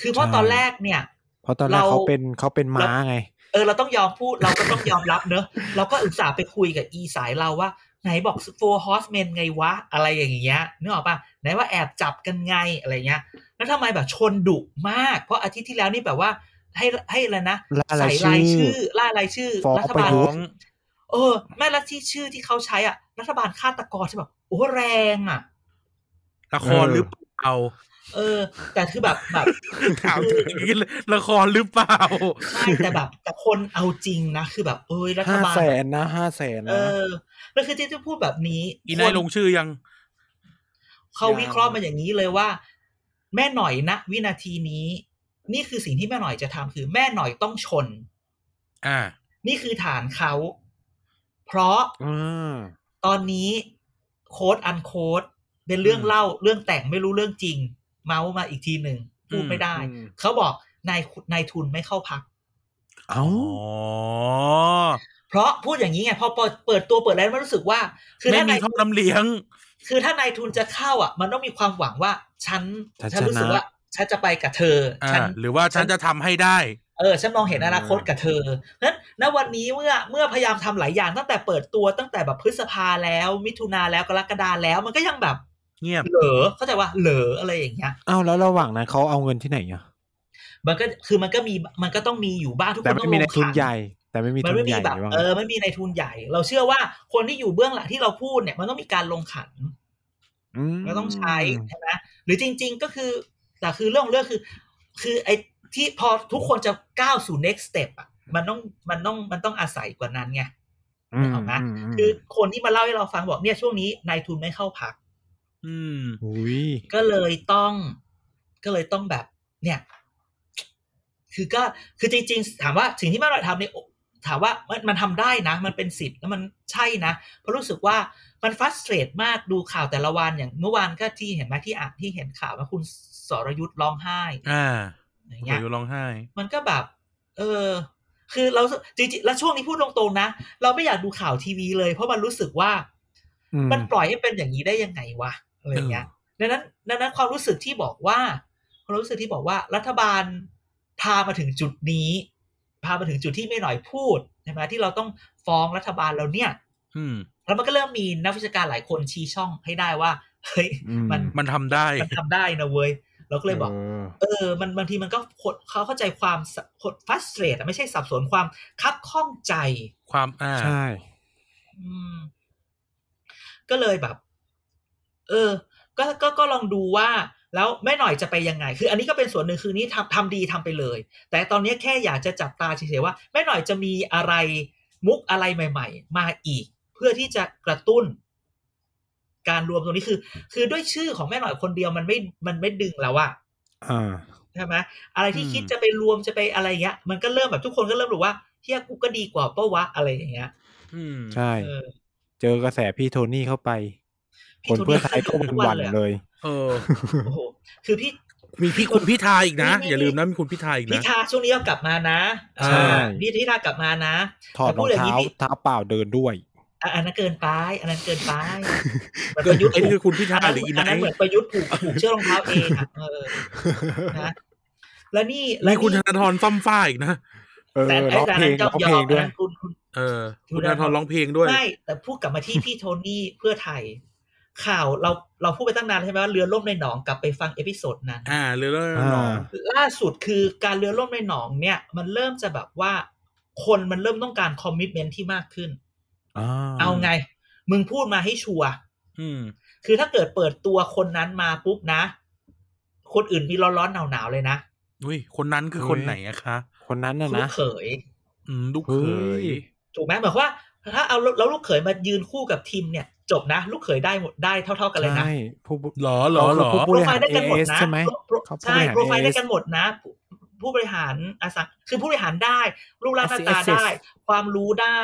Speaker 3: คือเพราะตอนแรกเนี่ย
Speaker 2: เพราะตอนแรก
Speaker 3: เรา
Speaker 2: เขาเป็นเขาเป็นม้าไง
Speaker 3: เออเราต้องยอมพูดเราก็ต้องยอมรับเนอะเราก็อุตส่าห์ไปคุยกับอีสายเราว่า ไหนบอก four horsemen ไงวะ อะไรอย่างเงี้ยนึกออกปะไหนว่าแอบจับกันไงอะไรเงี้ย แล้วทำไมแบบชนดุมาก เพราะอาทิตย์ที่แล้วนี่แบบว่า ให้ให้อะไรนะ
Speaker 2: ล่าราย
Speaker 3: ใส่ราย
Speaker 2: ชื่
Speaker 3: ชื่
Speaker 2: อ
Speaker 3: อล่ารายชื่อ
Speaker 2: ฟ้อง
Speaker 3: รั
Speaker 2: ป
Speaker 3: ฐ
Speaker 2: ระ
Speaker 3: บาล
Speaker 2: ยุทธ์
Speaker 1: ของ
Speaker 3: เออแม่ละที่ชื่อที่เขาใช้อ่ะ รัฐบาลฆาตกรใช่แบบโอ้แรงอ่ะ
Speaker 1: ละครหรือเปล่า
Speaker 3: เออ แต่คือแบบแบบ
Speaker 1: ถามถึงนี้เลยละครหรือเปล่า
Speaker 3: ใช่แต่แบบแต่คนเอาจริงนะ คือแบบเอ้ยรัฐ
Speaker 2: ห้า
Speaker 3: บาล
Speaker 2: แสนนะห้าแสน
Speaker 3: เอ
Speaker 2: นะ
Speaker 3: อแล้วคือที่ที่พูดแบบนี้
Speaker 1: อีนาย
Speaker 3: คน
Speaker 1: ลงชื่อยัง
Speaker 3: เขาวิเคราะห์มาอย่างนี้เลยว่า แม่หน่อยนะวินาทีนี้ นี่คือสิ่งที่แม่หน่อยจะทำคือ แม่หน่อยต้องชน
Speaker 1: อ่า
Speaker 3: นี่คือฐานเขา เพราะ
Speaker 2: อืม
Speaker 3: ตอนนี้โค้ดอันโค้ดเป็นเรื่องเล่าเรื่องแต่งไม่รู้เรื่องจริง เมาส์มาอีกทีหนึ่งพูดไม่ได้
Speaker 2: อืม
Speaker 3: เขาบอกนายนายทุนไม่เข้าพัก
Speaker 2: เอ้า
Speaker 1: อ๋อ
Speaker 3: เพราะพูดอย่างนี้ไงพอเปิดตัวเปิดอะไรมันรู้สึกว่า คือ
Speaker 1: ไม่
Speaker 3: ถ้า
Speaker 1: มี
Speaker 3: นาย
Speaker 1: ท่อน้ำเลี้ยง
Speaker 3: คือถ้านายทุนจะเข้าอ่ะ มันต้องมีความหวังว่า ฉัน
Speaker 2: ฉัน
Speaker 3: ฉันรู้สึก
Speaker 2: ชนะ
Speaker 3: ว่าฉันจะไปกับเธอ
Speaker 1: อ่า
Speaker 3: ฉัน
Speaker 1: หรือว่าฉันจะทำให้ได้
Speaker 3: เออฉันมองเห็น
Speaker 2: อืม
Speaker 3: อนาคตกับเธอนั้นณวันนี้เมื่อเมื่อพยายามทำหลายอย่างตั้งแต่เปิดตัวตั้งแต่แบบพฤษภาแล้ว มิถุนาแล้วกรกฎาแล้วมันก็ยังแบบ
Speaker 1: เงียบ
Speaker 3: เหลอเข้าใจว่าเหลออะไรอย่างเงี้ย
Speaker 2: เอ้าแล้วระหว่างนั้นเขาเอาเงินที่ไหนอ่ะ
Speaker 3: มันก็คือมันก็มีมันก็ต้องมีอยู่บ้างทุกค
Speaker 2: แต่
Speaker 3: นต้
Speaker 2: ไม่
Speaker 3: อง
Speaker 2: มี
Speaker 3: ล
Speaker 2: ใน
Speaker 3: ง
Speaker 2: ทุน
Speaker 3: ขัน
Speaker 2: ใหญ่ แต่ไม่มี
Speaker 3: มัน
Speaker 2: ทุน
Speaker 3: ไม่
Speaker 2: ให
Speaker 3: มี
Speaker 2: ญ่
Speaker 3: แบบ
Speaker 2: หรือว่า
Speaker 3: เออไม่มีในทุนใหญ่ เราเชื่อว่าคนที่อยู่เบื้องหลังที่เราพูดเนี่ยมันต้องมีการลงขัน
Speaker 2: ม
Speaker 3: ก็ต้องใช้ใช่ไหมหรือจริง ๆก็คือแต่คือเรื่องของเรื่องคือ คือไอ้ที่พอทุกคนจะก้าวสู่ next step อ่ะมันต้องมันต้องมันต้องอาศัยกว่านั้นไง
Speaker 2: อืม
Speaker 3: เอานะ
Speaker 2: อืมม
Speaker 3: คือคนที่มาเล่าให้เราฟังบอกเนี่ยช่วงนี้นายทุนไม่เข้าพัก
Speaker 1: อืม
Speaker 2: หุย
Speaker 3: ก็เลยต้อง ก็เลยต้องแบบ เนี่ย คือก็คือจริงๆถามว่าสิ่งที่แม่เราทำเนี่ยถามว่ามันมันทำได้นะ มันเป็นสิทธิ์แล้วมันใช่นะเพราะรู้สึกว่ามันฟัสเตรตมากดูข่าวแต่ละวันอย่างเมื่อวานก็ที่เห็นไหมที่อ่านที่เห็นข่าวว่าคุณสรยุทธ์ร้องไห้
Speaker 1: อ่า
Speaker 3: อย่าง
Speaker 1: เดี๋
Speaker 3: เงี้ย
Speaker 1: ยวร้องไห้
Speaker 3: มันก็แบบ เออ คือเราจริงๆแล้วช่วงนี้พูดตรงๆนะเราไม่อยากดูข่าวทีวีเลยเพราะมันรู้สึกว่า
Speaker 2: อืม
Speaker 3: มันปล่อยให้เป็นอย่างนี้ได้ยังไงวะอะไรอย่างเงี้ยดังนั้นดังนั้นความรู้สึกที่บอกว่าความรู้สึกที่บอกว่ารัฐบาลพามาถึงจุดนี้ พามาถึงจุดที่ไม่หน่อยพูดใช่ไหมที่เราต้องฟ้องรัฐบาลเราเนี่ย
Speaker 1: อืม
Speaker 3: แล้วมันก็เริ่มมีนักวิชาการหลายคนชี้ช่องให้ได้ว่าเฮ้ย
Speaker 2: อื
Speaker 3: มัน
Speaker 1: มันทำได้
Speaker 3: มันทำได้นะเว้ยเราก็เลยบอก
Speaker 2: อ
Speaker 3: เออ มันบางทีมันก็ขดเขาเข้าใจความขดฟัสเตรตไม่ใช่สับสนความคับข้องใจ
Speaker 1: ความ อ่า
Speaker 2: ใช่
Speaker 3: อืมก็เลยแบบ เออ ก็ก็ก็ลองดูว่า แล้วแม่หน่อยจะไปยังไง คือ อันนี้ก็เป็นส่วนหนึ่งคือนี่ทำทำดีทำไปเลย แต่ตอนนี้แค่อยากจะจับตาเฉยๆว่าแม่หน่อยจะมีอะไรมุกอะไรใหม่ ๆ มาอีก เพื่อที่จะกระตุ้น การรวมตรงนี้คือ คือด้วยชื่อของแม่หน่อยคนเดียวมันไม่มันไม่ดึงแล้วอะ
Speaker 2: อ่า
Speaker 3: ใช่ไหมอะไรที่
Speaker 1: อืม
Speaker 3: คิดจะไปรวมจะไปอะไรเงี้ย มันก็เริ่มแบบทุกคนก็เริ่มรู้ว่าเฮียกูก็ดีกว่าเป้าวะอะไรอย่างเงี้ย
Speaker 1: อืม
Speaker 2: ใช่
Speaker 3: เออ
Speaker 2: เจอกระแสพี่โทนี่เข้าไป
Speaker 3: พี่
Speaker 2: คน
Speaker 3: โท
Speaker 2: เพื่อไทยก็
Speaker 3: โดทุ
Speaker 2: หวัน
Speaker 3: อะ
Speaker 2: ๆเลย
Speaker 1: เออ
Speaker 3: โอ้โหคือพี่
Speaker 1: มีพี่คุณพิธาอีกนะ
Speaker 3: มีมี
Speaker 1: อย่าลืมนะ มีคุณพิธาอีก
Speaker 3: พี่
Speaker 1: นะ
Speaker 3: ทาช่วงนี้ก็กลับมานะ
Speaker 1: ใช่
Speaker 3: อ่าพี่พี่ทากลับมานะ
Speaker 2: ถอด
Speaker 3: แต่
Speaker 2: ร
Speaker 3: พู
Speaker 2: อง
Speaker 3: ดอย่างนี้
Speaker 2: เท้า
Speaker 3: พี่
Speaker 2: เท้าเปล่าเดินด้วย
Speaker 3: อ่ะอันนั้นเกินไป อันนั้นเกิน ไปมัน
Speaker 1: เกิ
Speaker 3: ป
Speaker 1: ด
Speaker 3: ระยุทธ์
Speaker 1: ไอ้นี่
Speaker 3: ถู
Speaker 1: คื
Speaker 3: ก
Speaker 1: อคุณพิธา
Speaker 3: อัน
Speaker 1: ห
Speaker 3: นั้น
Speaker 1: รืออี
Speaker 3: อั
Speaker 1: ไน
Speaker 3: นนั้น
Speaker 1: ท์
Speaker 3: เหมือนประยุทธ์ผูกผูกเชือกรองเท้าเองอะเออนะแล้วนี่แล้
Speaker 1: มี
Speaker 3: ว
Speaker 1: คุณธนาธรซ่อมฝ้าอีกนะ
Speaker 2: เออ
Speaker 3: แต่ไอ้
Speaker 2: ร้อง
Speaker 3: แต่
Speaker 2: เพลงร้
Speaker 3: นั้นยอม
Speaker 2: อง
Speaker 3: ย
Speaker 2: เพล
Speaker 3: อง ม
Speaker 2: ด้วย
Speaker 3: นั้นคุณคุณ
Speaker 1: เออ คุณธนาธรร้องเพลงด้วย
Speaker 3: ไม่แต่พูดกลับมาที่พี่โทนี่เพื่อไทย ข่าวเราเราพูดไปตั้งนานใช่ไหมว่าเรือล่มในหนองกลับไปฟังเอพิโซดนั้น
Speaker 1: อ่าเรือเล่นหนอง
Speaker 2: อ่า
Speaker 3: ล่าสุดคือการเรือล่มในหนองเนี่ย มันเริ่มจะแบบว่าคนมันเริ่มต้องการคอมมิชเมนที่มากขึ้น
Speaker 2: อ่
Speaker 3: เอาไง มึงพูดมาให้ชัวร์
Speaker 1: อืม
Speaker 3: คือถ้าเกิดเปิดตัวคนนั้นมาปุ๊บนะ คนอื่นมีร้อนร้อนหนาวหนาวๆเลยนะ
Speaker 1: อุ้ย คนนั้นคือคนไหนอะคะ
Speaker 2: คนนั้นน่ะ
Speaker 3: ลู
Speaker 2: นะ
Speaker 3: กเขย
Speaker 1: อืม ลูกเข
Speaker 2: เฮ้
Speaker 1: ย
Speaker 2: ย
Speaker 3: ถูกไหมหมายความว่า ถ้าเอาแล้วลูกเขยมายืนคู่กับทีมเนี่ย จบนะ ลูกเขยได้หมดได้เท่า ๆกันเลยนะ
Speaker 2: ใช่ผู้บ
Speaker 1: หรอหรอหรอ
Speaker 2: ผู้
Speaker 3: โปร
Speaker 2: บริ
Speaker 3: ไฟ
Speaker 2: หาร
Speaker 3: ล์ได้กันหมด
Speaker 2: AS
Speaker 3: นะ
Speaker 2: ใช่ไหม
Speaker 3: โปร
Speaker 2: เขาผู้
Speaker 3: ใช่
Speaker 2: บริหาร
Speaker 3: โปรไฟล์
Speaker 2: AS
Speaker 3: ได้กันหมดนะผู้ผู้บริหารอสังคือผู้บริหารได้ รูปร่างหน้าตา
Speaker 2: RCS
Speaker 3: ได้ ความรู้ได้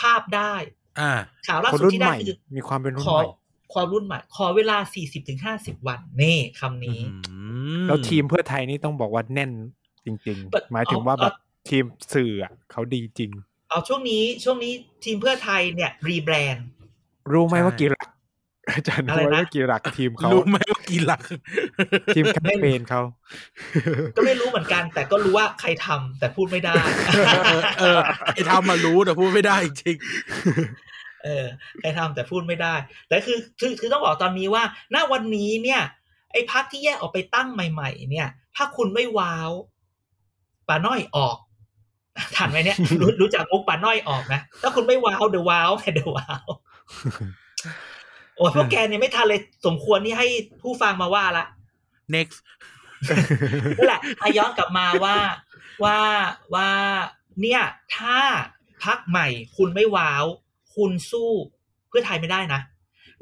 Speaker 3: ภาพได้
Speaker 1: อ่า
Speaker 3: ข่าวล่า
Speaker 2: คน
Speaker 3: สุด
Speaker 2: รุ่น
Speaker 3: ที่
Speaker 2: ให
Speaker 3: ได้
Speaker 2: ม่
Speaker 3: คือ
Speaker 2: มีความเป็นรุ่
Speaker 3: ข
Speaker 2: นให
Speaker 3: อ
Speaker 2: ม่
Speaker 3: ความรุ่นใหม่ขอเวลา 40-50 วันนี่คำ
Speaker 1: อื
Speaker 3: นี้
Speaker 1: ม
Speaker 2: แล้วทีมเพื่อไทยนี่ต้องบอกว่าแน่นจริง
Speaker 3: But
Speaker 2: ๆ หมายถึงว่า
Speaker 3: เอา
Speaker 2: แบบทีมสื่ออะเขาดีจริง
Speaker 3: เอาช่วงนี้ช่วงนี้ทีมเพื่อไทยเนี่ย รีแบรนด์
Speaker 2: รู้ไหมว่ากี่หลัก อาจารย์
Speaker 3: อะ
Speaker 2: รู้
Speaker 3: ไรนะ
Speaker 2: ไหมว่ากี่หลักทีมเขา
Speaker 1: รู้ไหมว่ากี่หลัก
Speaker 2: ทีมแคมเปญเขา
Speaker 3: ก็ไม่รู้เหมือนกัน แต่ก็รู้ว่าใครทำแต่พูดไม่ได้
Speaker 1: เออเออไอ้ทำมารู้แต่พูดไม่ได้จริง
Speaker 3: เออใครทำแต่พูดไม่ได้ แต่คือคือคือต้องบอกตอนนี้ว่า ณวันนี้เนี่ย ไอ้พักที่แยกออกไปตั้งใหม่ ๆ เนี่ย ถ้าคุณไม่ว้าวป่าน้อยออกทันไหมเนี่ยรู้รู้จักมุกป่าน้อยออกนะถ้าคุณไม่ว้าวเดี๋ยวว้าวแต่เดี๋ยวว้าวโอ้ยพวกแกเนี่ยไม่ทันเลยสมควรที่ให้ผู้ฟังมาว่าละ
Speaker 1: next
Speaker 3: นั่นแหละอาย้อนกลับมาว่าว่าว่าเนี่ย ถ้าพักใหม่คุณไม่ว้าว คุณสู้เพื่อไทยไม่ได้นะ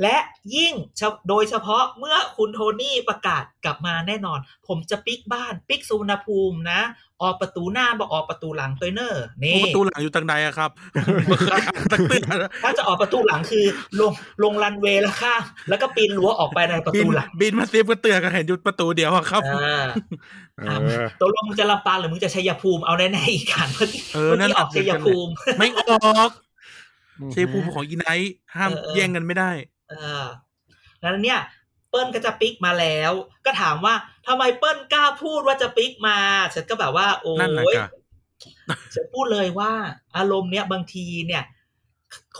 Speaker 3: และยิ่งเฉโดยเฉพาะเมื่อคุณโทนี่ประกาศกลับมาแน่นอน ผมจะปิกบ้านปิกสุวรรณภูมินะ ออกประตูหน้าบอกออกประตูหลังตัวเนอร์นี่
Speaker 1: โอ้ประตูหลังอยู่ทางใดอะครับ ตักเตือน
Speaker 3: ถ้าจะออกประตูหลังคือลงลงรันเวย์แล้วข้ามแล้วก็ปีนรั้วออกไปในประ
Speaker 1: บิน
Speaker 3: ตูหลัง
Speaker 1: บินมาเสียบก็เตือนกันเห็นอยู่ประตูเดียวอะครับ
Speaker 3: อ่า
Speaker 2: เอ
Speaker 3: ครับ
Speaker 2: อ
Speaker 3: ตกลงมึงจะลำปางหรือมึงจะชัยภูมิเอาแน่ๆอีกขันเมื่อกี้
Speaker 1: เออ
Speaker 3: เมื่อ
Speaker 1: นั่น
Speaker 3: กี้ออกชัยภูมิ
Speaker 1: ไม่ออกใช้ภูมิของอีไนท์ห้าม
Speaker 3: เออเออ
Speaker 1: แย่งกันไม่ได้
Speaker 3: เออแล้วเนี่ย เปิ้ลก็จะปิกมาแล้ว ก็ถามว่าทำไมเปิ้ลกล้าพูดว่าจะปิกมาฉันก็แบบว่า โอ้
Speaker 1: นั่นแหละ
Speaker 3: ย
Speaker 1: จ้ะ
Speaker 3: ฉันพูดเลยว่า อารมณ์เนี้ยบางทีเนี่ย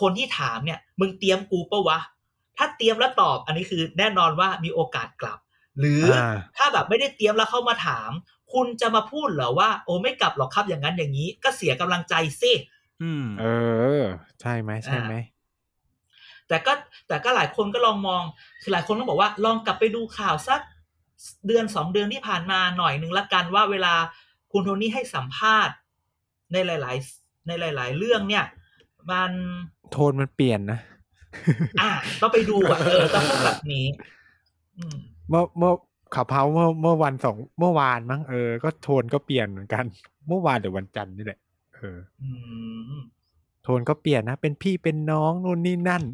Speaker 3: คนที่ถามเนี่ย มึงเตรียมกูปะวะ ถ้าเตรียมแล้วตอบ อันนี้คือแน่นอนว่ามีโอกาสกลับ หรืออ
Speaker 2: า
Speaker 3: ถ้าแบบไม่ได้เตรียมแล้วเข้ามาถาม คุณจะมาพูดเหรอว่า โอ้ไม่กลับหรอกครับอย่างนั้นอย่างนี้ ก็เสียกำลังใจสิ
Speaker 1: อืม
Speaker 2: เออ ใช่ไหมใช่ไหม
Speaker 3: แต่ก็แต่ก็หลายคนก็ลองมอง คือหลายคนก็บอกว่าลองกลับไปดูข่าวสักเดือนสองเดือนที่ผ่านมาหน่อยหนึ่งละกันว่าเวลาคุณโทนี่ให้สัมภาษณ์ ในหลาย ๆ ในหลาย ๆ เรื่องเนี่ย มัน
Speaker 2: โทนมันเปลี่ยนนะ
Speaker 3: อ่ะต้องไปดูอ่ะเออต้องพูดแบบนี้ อืม
Speaker 2: เมื่อเมื่อขับเฮาเมื่อเมื่อวันสองเมื่อวานมั้งเออ ก็โทนก็เปลี่ยนเหมือนกัน เมื่อวานหรือวันจันทร์นี่แหละเออ
Speaker 3: อืม
Speaker 2: โทนก็เปลี่ยนนะ เป็นพี่เป็นน้องนู่นนี่นั่น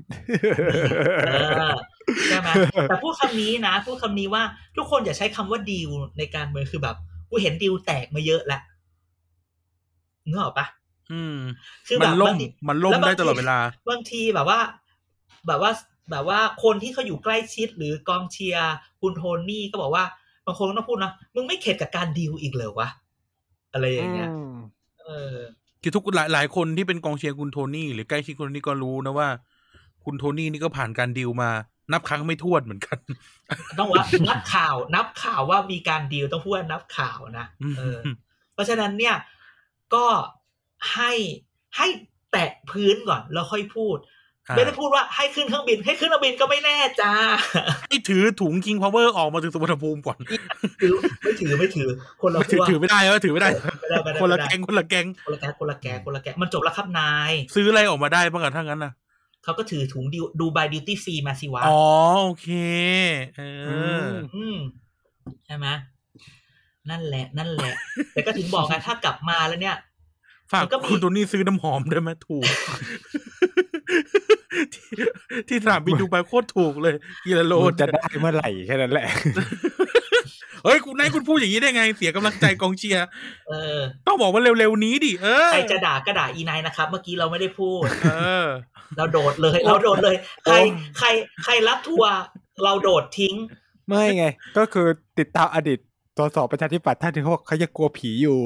Speaker 3: เออใช่ไหมแต่พูดคำนี้นะพูดคำนี้ว่าทุกคนอย่าใช้คำว่าดีลในการเมืองคือแบบกูเห็นดีลแตกมาเยอะแล้วนึกออกปะ
Speaker 1: อืม
Speaker 3: คือ
Speaker 1: มั
Speaker 3: แบ
Speaker 1: น
Speaker 3: บ
Speaker 1: ล่ม
Speaker 3: บางที
Speaker 1: มันล่ม
Speaker 3: แล้วบาง
Speaker 1: ได้ตลอดเวลา
Speaker 3: บางทีแบบว่า แบบว่าแบบว่าคนที่เขาอยู่ใกล้ชิดหรือกองเชียร์คุณโทนี่ก็บอกว่าบางคนก็ต้องพูดนะมึงไม่เข็ดกับการดีลอีกเหรอวะอะไรอย่างเงี้ยเออ
Speaker 1: คือทุกหลายหลายคนที่เป็นกองเชียร์คุณโทนี่ หรือใกล้ชิดคุณโทนี่ก็รู้นะว่า คุณโทนี่นี่ก็ผ่านการดิวมา นับครั้งไม่ถ้วนเหมือนกัน
Speaker 3: ต้องว่า นับข่าวนับข่าวว่ามีการดีลต้องพูดว่านับข่าวนะเออ เพราะฉะนั้นเนี่ยก็ให้ให้แตะพื้นก่อนแล้วค่อยพูด
Speaker 1: อ่า
Speaker 3: ไม่ได้พูดว่าให้ขึ้นเครื่องบิน ให้ขึ้นเครื่องบินก็ไม่แน่จ้า
Speaker 1: ให้ถือถุงคิงพาวเวอร์ออกมาถึงสุวรรณภู มิก่อน
Speaker 3: ถือไม่ถือไม่ถือ คนละ
Speaker 1: ไม่ถือ
Speaker 3: พวก
Speaker 1: ถือไม่ได้เหรอถือไม่ได้
Speaker 3: ไม่ได้ไม่ได้
Speaker 1: คนละ
Speaker 3: ไม่ได้
Speaker 1: แก๊งคนละแก๊ง
Speaker 3: คนละแกงคนละแกงคนละแกงมันจบแล้วครับนาย
Speaker 1: ซื้ออะไรออกมาได้บ้างอะถ้างั้นนะ
Speaker 3: เขาก็ถือถุงดิวดูบายดิวตี้ฟรีมาสิวะ
Speaker 1: อ๋อโอเค เอออ
Speaker 2: ม
Speaker 3: อืมใช่ไหมนั่นแหละ นั่นแหละ แต่ก็ถึงบอกไงถ้ากลับมาแล้วเนี่ย
Speaker 1: ฝาก
Speaker 3: มันก็มี
Speaker 1: คุณโทนี่ซื้อน้ำหอมได้ไหมถูก ที่ ที่สนามบินดูไปโคตรถูกเลยกิโล
Speaker 2: โล
Speaker 1: ละ
Speaker 2: จะได้เมื่อไหร่แค่นั้นแหละ
Speaker 1: เฮ้ยคุณนายคุณพูดอย่างนี้ได้ไง เสียกำลังใจกองเชียร์
Speaker 3: เออ
Speaker 1: ต้องบอกว่าเร็วๆนี้ดิเออ
Speaker 3: ใครจะด่าก็ด่าอีนายนะครับ เมื่อกี้เราไม่ได้พูด
Speaker 1: เออ
Speaker 3: เราโดดเลย เราโดดเลย ใคร
Speaker 1: โอ้
Speaker 3: ใครใครรับทัวร์เราโดดทิ้ง
Speaker 2: ไม่ไง ก็คือติดตามอดีตสสประชาธิปัตย์ท่านที่เขาบอกเขายังกลัวผีอยู่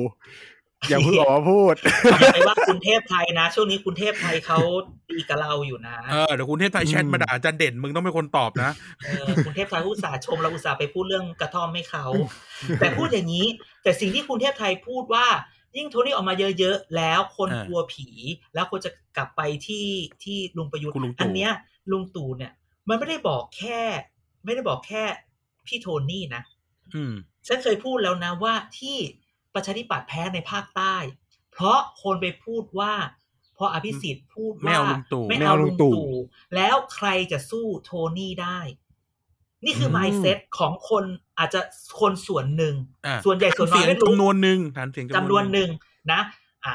Speaker 2: อย่าเพิ่งออกมาพูด
Speaker 3: อย่าไปว่าคุณเทพไทยนะ ช่วงนี้คุณเทพไทยเขาตีกับเราอยู่นะ
Speaker 1: เออเดี๋ยวคุณเทพไทยแชท
Speaker 2: อืม
Speaker 1: มาด่าอาจารย์เด่นมึงต้องเป็นคนตอบนะ
Speaker 3: เออคุณเทพไทยอุตส่าห์ชมเราอุตส่าห์ไปพูดเรื่องกระท่อมให้ เขา แต่พูดอย่างนี้ แต่สิ่งที่คุณเทพไทยพูดว่า ยิ่งโทนี่ออกมาเยอะๆแล้วคนกลัวผี แล้วคนจะกลับไปที่ที่ลุงประยุทธ์
Speaker 1: คุณลุง
Speaker 3: อัน
Speaker 1: ตู่
Speaker 3: เนี้ยลุงตู่เนี่ย มันไม่ได้บอกแค่ ไม่ได้บอกแค่พี่โทนี่นะ
Speaker 1: อืม
Speaker 3: ฉันเคยพูดแล้วนะว่าที่ประชาธิปัตย์แพ้ในภาคใต้ เพราะคนไปพูดว่า พออภิสิทธิ์พูดว่า
Speaker 1: ไม่เอาลุงตู่
Speaker 3: ไม่
Speaker 2: ไม่
Speaker 3: เอา
Speaker 2: เอาลุ
Speaker 3: ลุง
Speaker 2: งตู่
Speaker 3: ตู่แล้วใครจะสู้โทนี่ได้ นี่คือ mindset ของคนอาจจะคนส่วนหนึ่ง
Speaker 1: อ่ะ
Speaker 3: ส่วนใหญ่ส่วนน้อย
Speaker 1: เสียง
Speaker 3: ไม่รู้
Speaker 1: จำนวนหนึ่งฐานเสียง
Speaker 3: จำนวนหนึ่งนะอ่ะ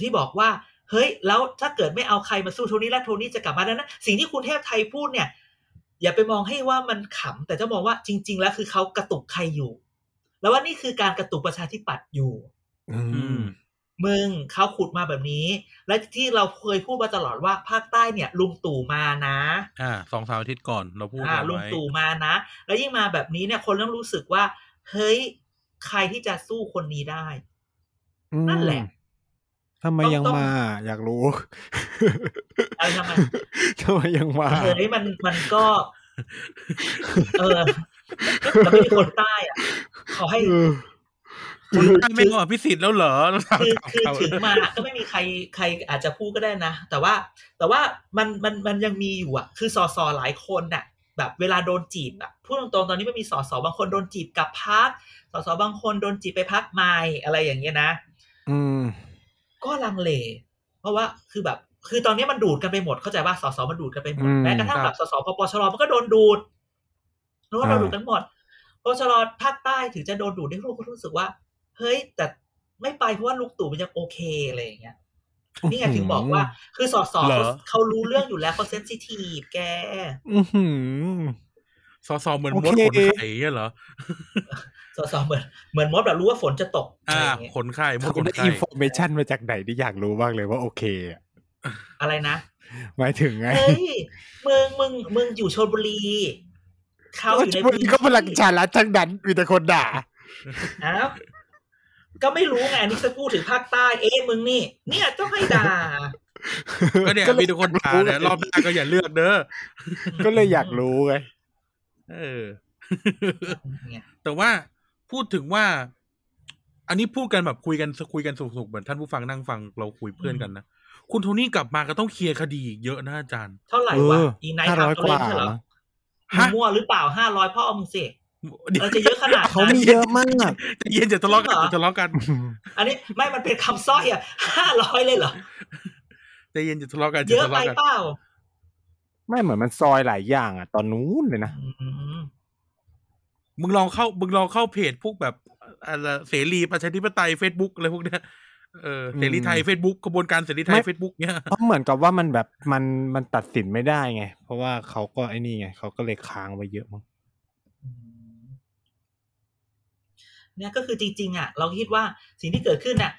Speaker 3: ที่บอกว่า เฮ้ย แล้วถ้าเกิดไม่เอาใครมาสู้โทนี่แล้วโทนี่จะกลับมาแล้วนะสิ่งที่คุณเทพไทยพูดเนี่ย อย่าไปมองให้ว่ามันขำแต่จะมองว่าจริง ๆ แล้วคือเขากระตุกใครอยู่ แล้วว่านี่คือการกระตุกประชาธิปัตย์อยู่
Speaker 1: อืม
Speaker 3: มึงเขาขุดมาแบบนี้ และที่เราเคยพูดมาตลอดว่าภาคใต้เนี่ย ลุงตู่มานะ
Speaker 1: อ่าสองสามอาทิตย์ก่อนเราพูด
Speaker 3: อ่า
Speaker 1: กัน
Speaker 3: ลุง
Speaker 1: ไว้
Speaker 3: ตู่มานะ แล้วยิ่งมาแบบนี้เนี่ย คนเริ่มรู้สึกว่า เฮ้ย ใครที่จะสู้คนนี้ได้ นั่นแหละ
Speaker 2: ทำไมยังมา อยากรู้
Speaker 3: อะไรทำไม
Speaker 2: ทำไมยังมา
Speaker 3: เออนี่มันมันก็ เออเราไม่ใช่คนใต้อะขอให้
Speaker 1: ไม่เอาอภิสิทธิ์แล้วเหรอเราถาม
Speaker 3: คือคือ
Speaker 1: เขา
Speaker 3: ถึงมาก็ไม่มีใครใครอาจจะพูดก็ได้นะ แต่ว่า แต่ว่ามันมันมันยังมีอยู่อ่ะ คือสอสอหลายคนน่ะ แบบเวลาโดนจีบอะพูดตรงๆตอนนี้มันมีสสบางคนโดนจีบกลับพักสสบางคนโดนจีบไปพักใหม่อะไรอย่างเงี้ยนะ
Speaker 2: อืม
Speaker 3: ก็ลังเล เพราะว่าคือแบบ คือตอนนี้มันดูดกันไปหมดเข้าใจว่าสสมันดูดกันไปหมด
Speaker 2: อืม
Speaker 3: แม้กระทั่ง
Speaker 1: ค
Speaker 3: แบ
Speaker 1: รั
Speaker 3: บบ สสพปชรมันก็โดนดูดรู้ว่าเรา
Speaker 2: อ่า
Speaker 3: ดูดกันหมดปชรภาคใต้ถึงจะโดนดูดได้รู้ก็รู้สึกว่า เฮ้ย แต่ไม่ไปเพราะว่าลุงตู่มันยังโอเคอะไรอย่างเงี้ย นี่ไงถึงบอกว่า คือสส
Speaker 1: เหรอ
Speaker 3: เขารู้เรื่องอยู่แล้วเขาเซนซิทีฟแก
Speaker 2: อื้อหือ
Speaker 1: สอสอเหมือน
Speaker 2: โอ
Speaker 1: ม
Speaker 2: เค
Speaker 1: ดขนไข่เงี้ยเหรอ
Speaker 3: สสเหมือนเหมือนมดแบบรู้ว่าฝนจะตกอะ
Speaker 1: อ่า
Speaker 3: ไรอย่างเงี้ย
Speaker 1: ขนไข่มด
Speaker 2: เขา
Speaker 1: ขน
Speaker 2: ได้
Speaker 1: ไข่
Speaker 2: อินโฟเมชันมาจากไหนที่อยากรู้บ้างเลยว่าโอเคอะ
Speaker 3: อะไรนะ
Speaker 2: หมายถึงไง
Speaker 3: เฮ้ยมึงมึงมึงอยู่ชลบุรีเขาอยู่ใน
Speaker 2: วัน
Speaker 3: พื้น
Speaker 2: นี้
Speaker 3: ที่
Speaker 2: ก็พลังประชารัฐทั้งนั้นมีแต่คนด่า
Speaker 3: อ้าวก็ไม่รู้ไงอันนี่จะพูดถึงภาคใต้ เอ๊ะมึงนี่ เนี่ยต้องให้ด่า
Speaker 1: ก็เนี่ยมีทุกคนด่าเนี่ยรอบหน้าก็อย่าเลือกเด้อ
Speaker 2: ก็เลยอยากรู้ไง
Speaker 1: เออ แต่ว่าพูดถึงว่า อันนี้พูดกันแบบคุยกันคุยกันสนุกๆเหมือนท่านผู้ฟังนั่งฟังเราคุยเพื่อนกันนะ คุณโทนี่กลับมาก็ต้องเคลียร์คดีอีกเยอะนะอาจารย์
Speaker 3: เท่าไหร่วะ
Speaker 2: เออ
Speaker 3: อีไนท์
Speaker 2: ห้าร้อย
Speaker 3: ทำตัวเลขใช่เหรอก
Speaker 2: ว่า
Speaker 1: ฮะ
Speaker 3: มึงมั่วหรือเปล่าห้าร้อยพ่อเอามึงเสก
Speaker 1: เดี๋ยว
Speaker 3: เราจะเยอะขนาด
Speaker 2: เขา
Speaker 3: นั้น
Speaker 2: มีเยอะมาก
Speaker 1: ใจเย็นจะทะเลาะกัน
Speaker 3: จริงเหรอ
Speaker 1: จะทะเลาะกัน
Speaker 3: อันนี้ไม่มันเป็นคำสร้อยอ่ะห้าร้อยเลยเหรอ
Speaker 1: ใจเย็นจะทะเลาะกัน
Speaker 3: เย
Speaker 1: จะ
Speaker 3: อะ
Speaker 1: ทะ
Speaker 3: ไป
Speaker 1: เลาะกัน
Speaker 3: เปล่า
Speaker 2: ไม่เหมือนมันซอยหลายอย่างอ่ะ ตอนนู้นเลยนะ
Speaker 3: อืม
Speaker 1: มึงลองเข้ามึงลองเข้าเพจพวกแบบอะไรเสรีประชาธิปไตยเฟซบุ๊กอะไรพวกเนี้ยเออเสรีไทย
Speaker 2: อืม
Speaker 1: เฟซบุ๊กกระบวนการเสรีไทย
Speaker 2: ไม่
Speaker 1: เฟซบุ๊กเนี้ย
Speaker 2: เพราะเหมือนกับว่ามันแบบมันมันตัดสินไม่ได้ไง เพราะว่าเขาก็ไอ้นี่ไงเขาก็เลยค้างไว้เยอะมั้ง
Speaker 3: อืมเนี่ยก็คือจริงๆอ่ะ เราคิดว่าสิ่งที่เกิดขึ้นน่ะ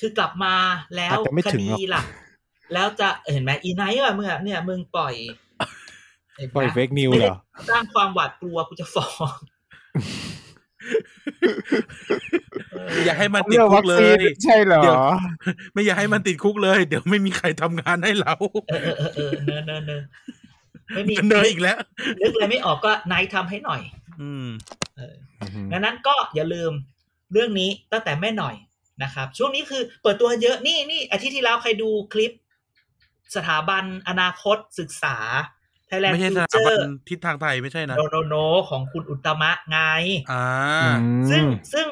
Speaker 3: คือกลับมาแล้ว
Speaker 2: อาจจะไม่
Speaker 3: ค
Speaker 2: ถึง
Speaker 3: ดี
Speaker 2: หรอก
Speaker 3: ล่ะ แล้วจะเห็นไหมอีไนท์ว่ะมึงอ่ะเนี่ยมึงปล่อยเห็นไหม
Speaker 2: ปล่อยเฟกนิว
Speaker 3: ไม่
Speaker 2: เหรอ
Speaker 3: ได้สร้างความหวาดกลัวกูจะฟ้องเออ
Speaker 1: อย่าให้มันติด
Speaker 2: เรื่อง
Speaker 1: คุ
Speaker 2: วั
Speaker 1: ก
Speaker 2: ค
Speaker 1: เล
Speaker 2: ซีน
Speaker 1: ย
Speaker 2: ใช่เหรอ
Speaker 1: เดี๋ยว ไม่อย่าให้มันติดคุกเลย เดี๋ยวไม่มีใครทำงานให้เรา
Speaker 3: เออเออเออเออเนอะเนอะเนอะไม่มี
Speaker 1: เนยอีกแล้ว
Speaker 3: นึกเลยไม่ออกก็ไนท์ทำให้หน่อย
Speaker 1: อืม
Speaker 3: ดังนั้นก็อย่าลืมเรื่องนี้ตั้งแต่แม่หน่อยนะครับ ช่วงนี้คือเปิดตัวเยอะนี่นี่อาทิตย์ที่แล้วใครดูคลิป สถาบันอนาคตศึกษา Thailand
Speaker 1: ไม่ใช่สถาบัน
Speaker 3: Future
Speaker 1: ทิศทางไทยไม่ใช่นะ
Speaker 3: โนโนโนของคุณอุตตมะไง
Speaker 1: อ่า
Speaker 3: ซึ่งซึ่ง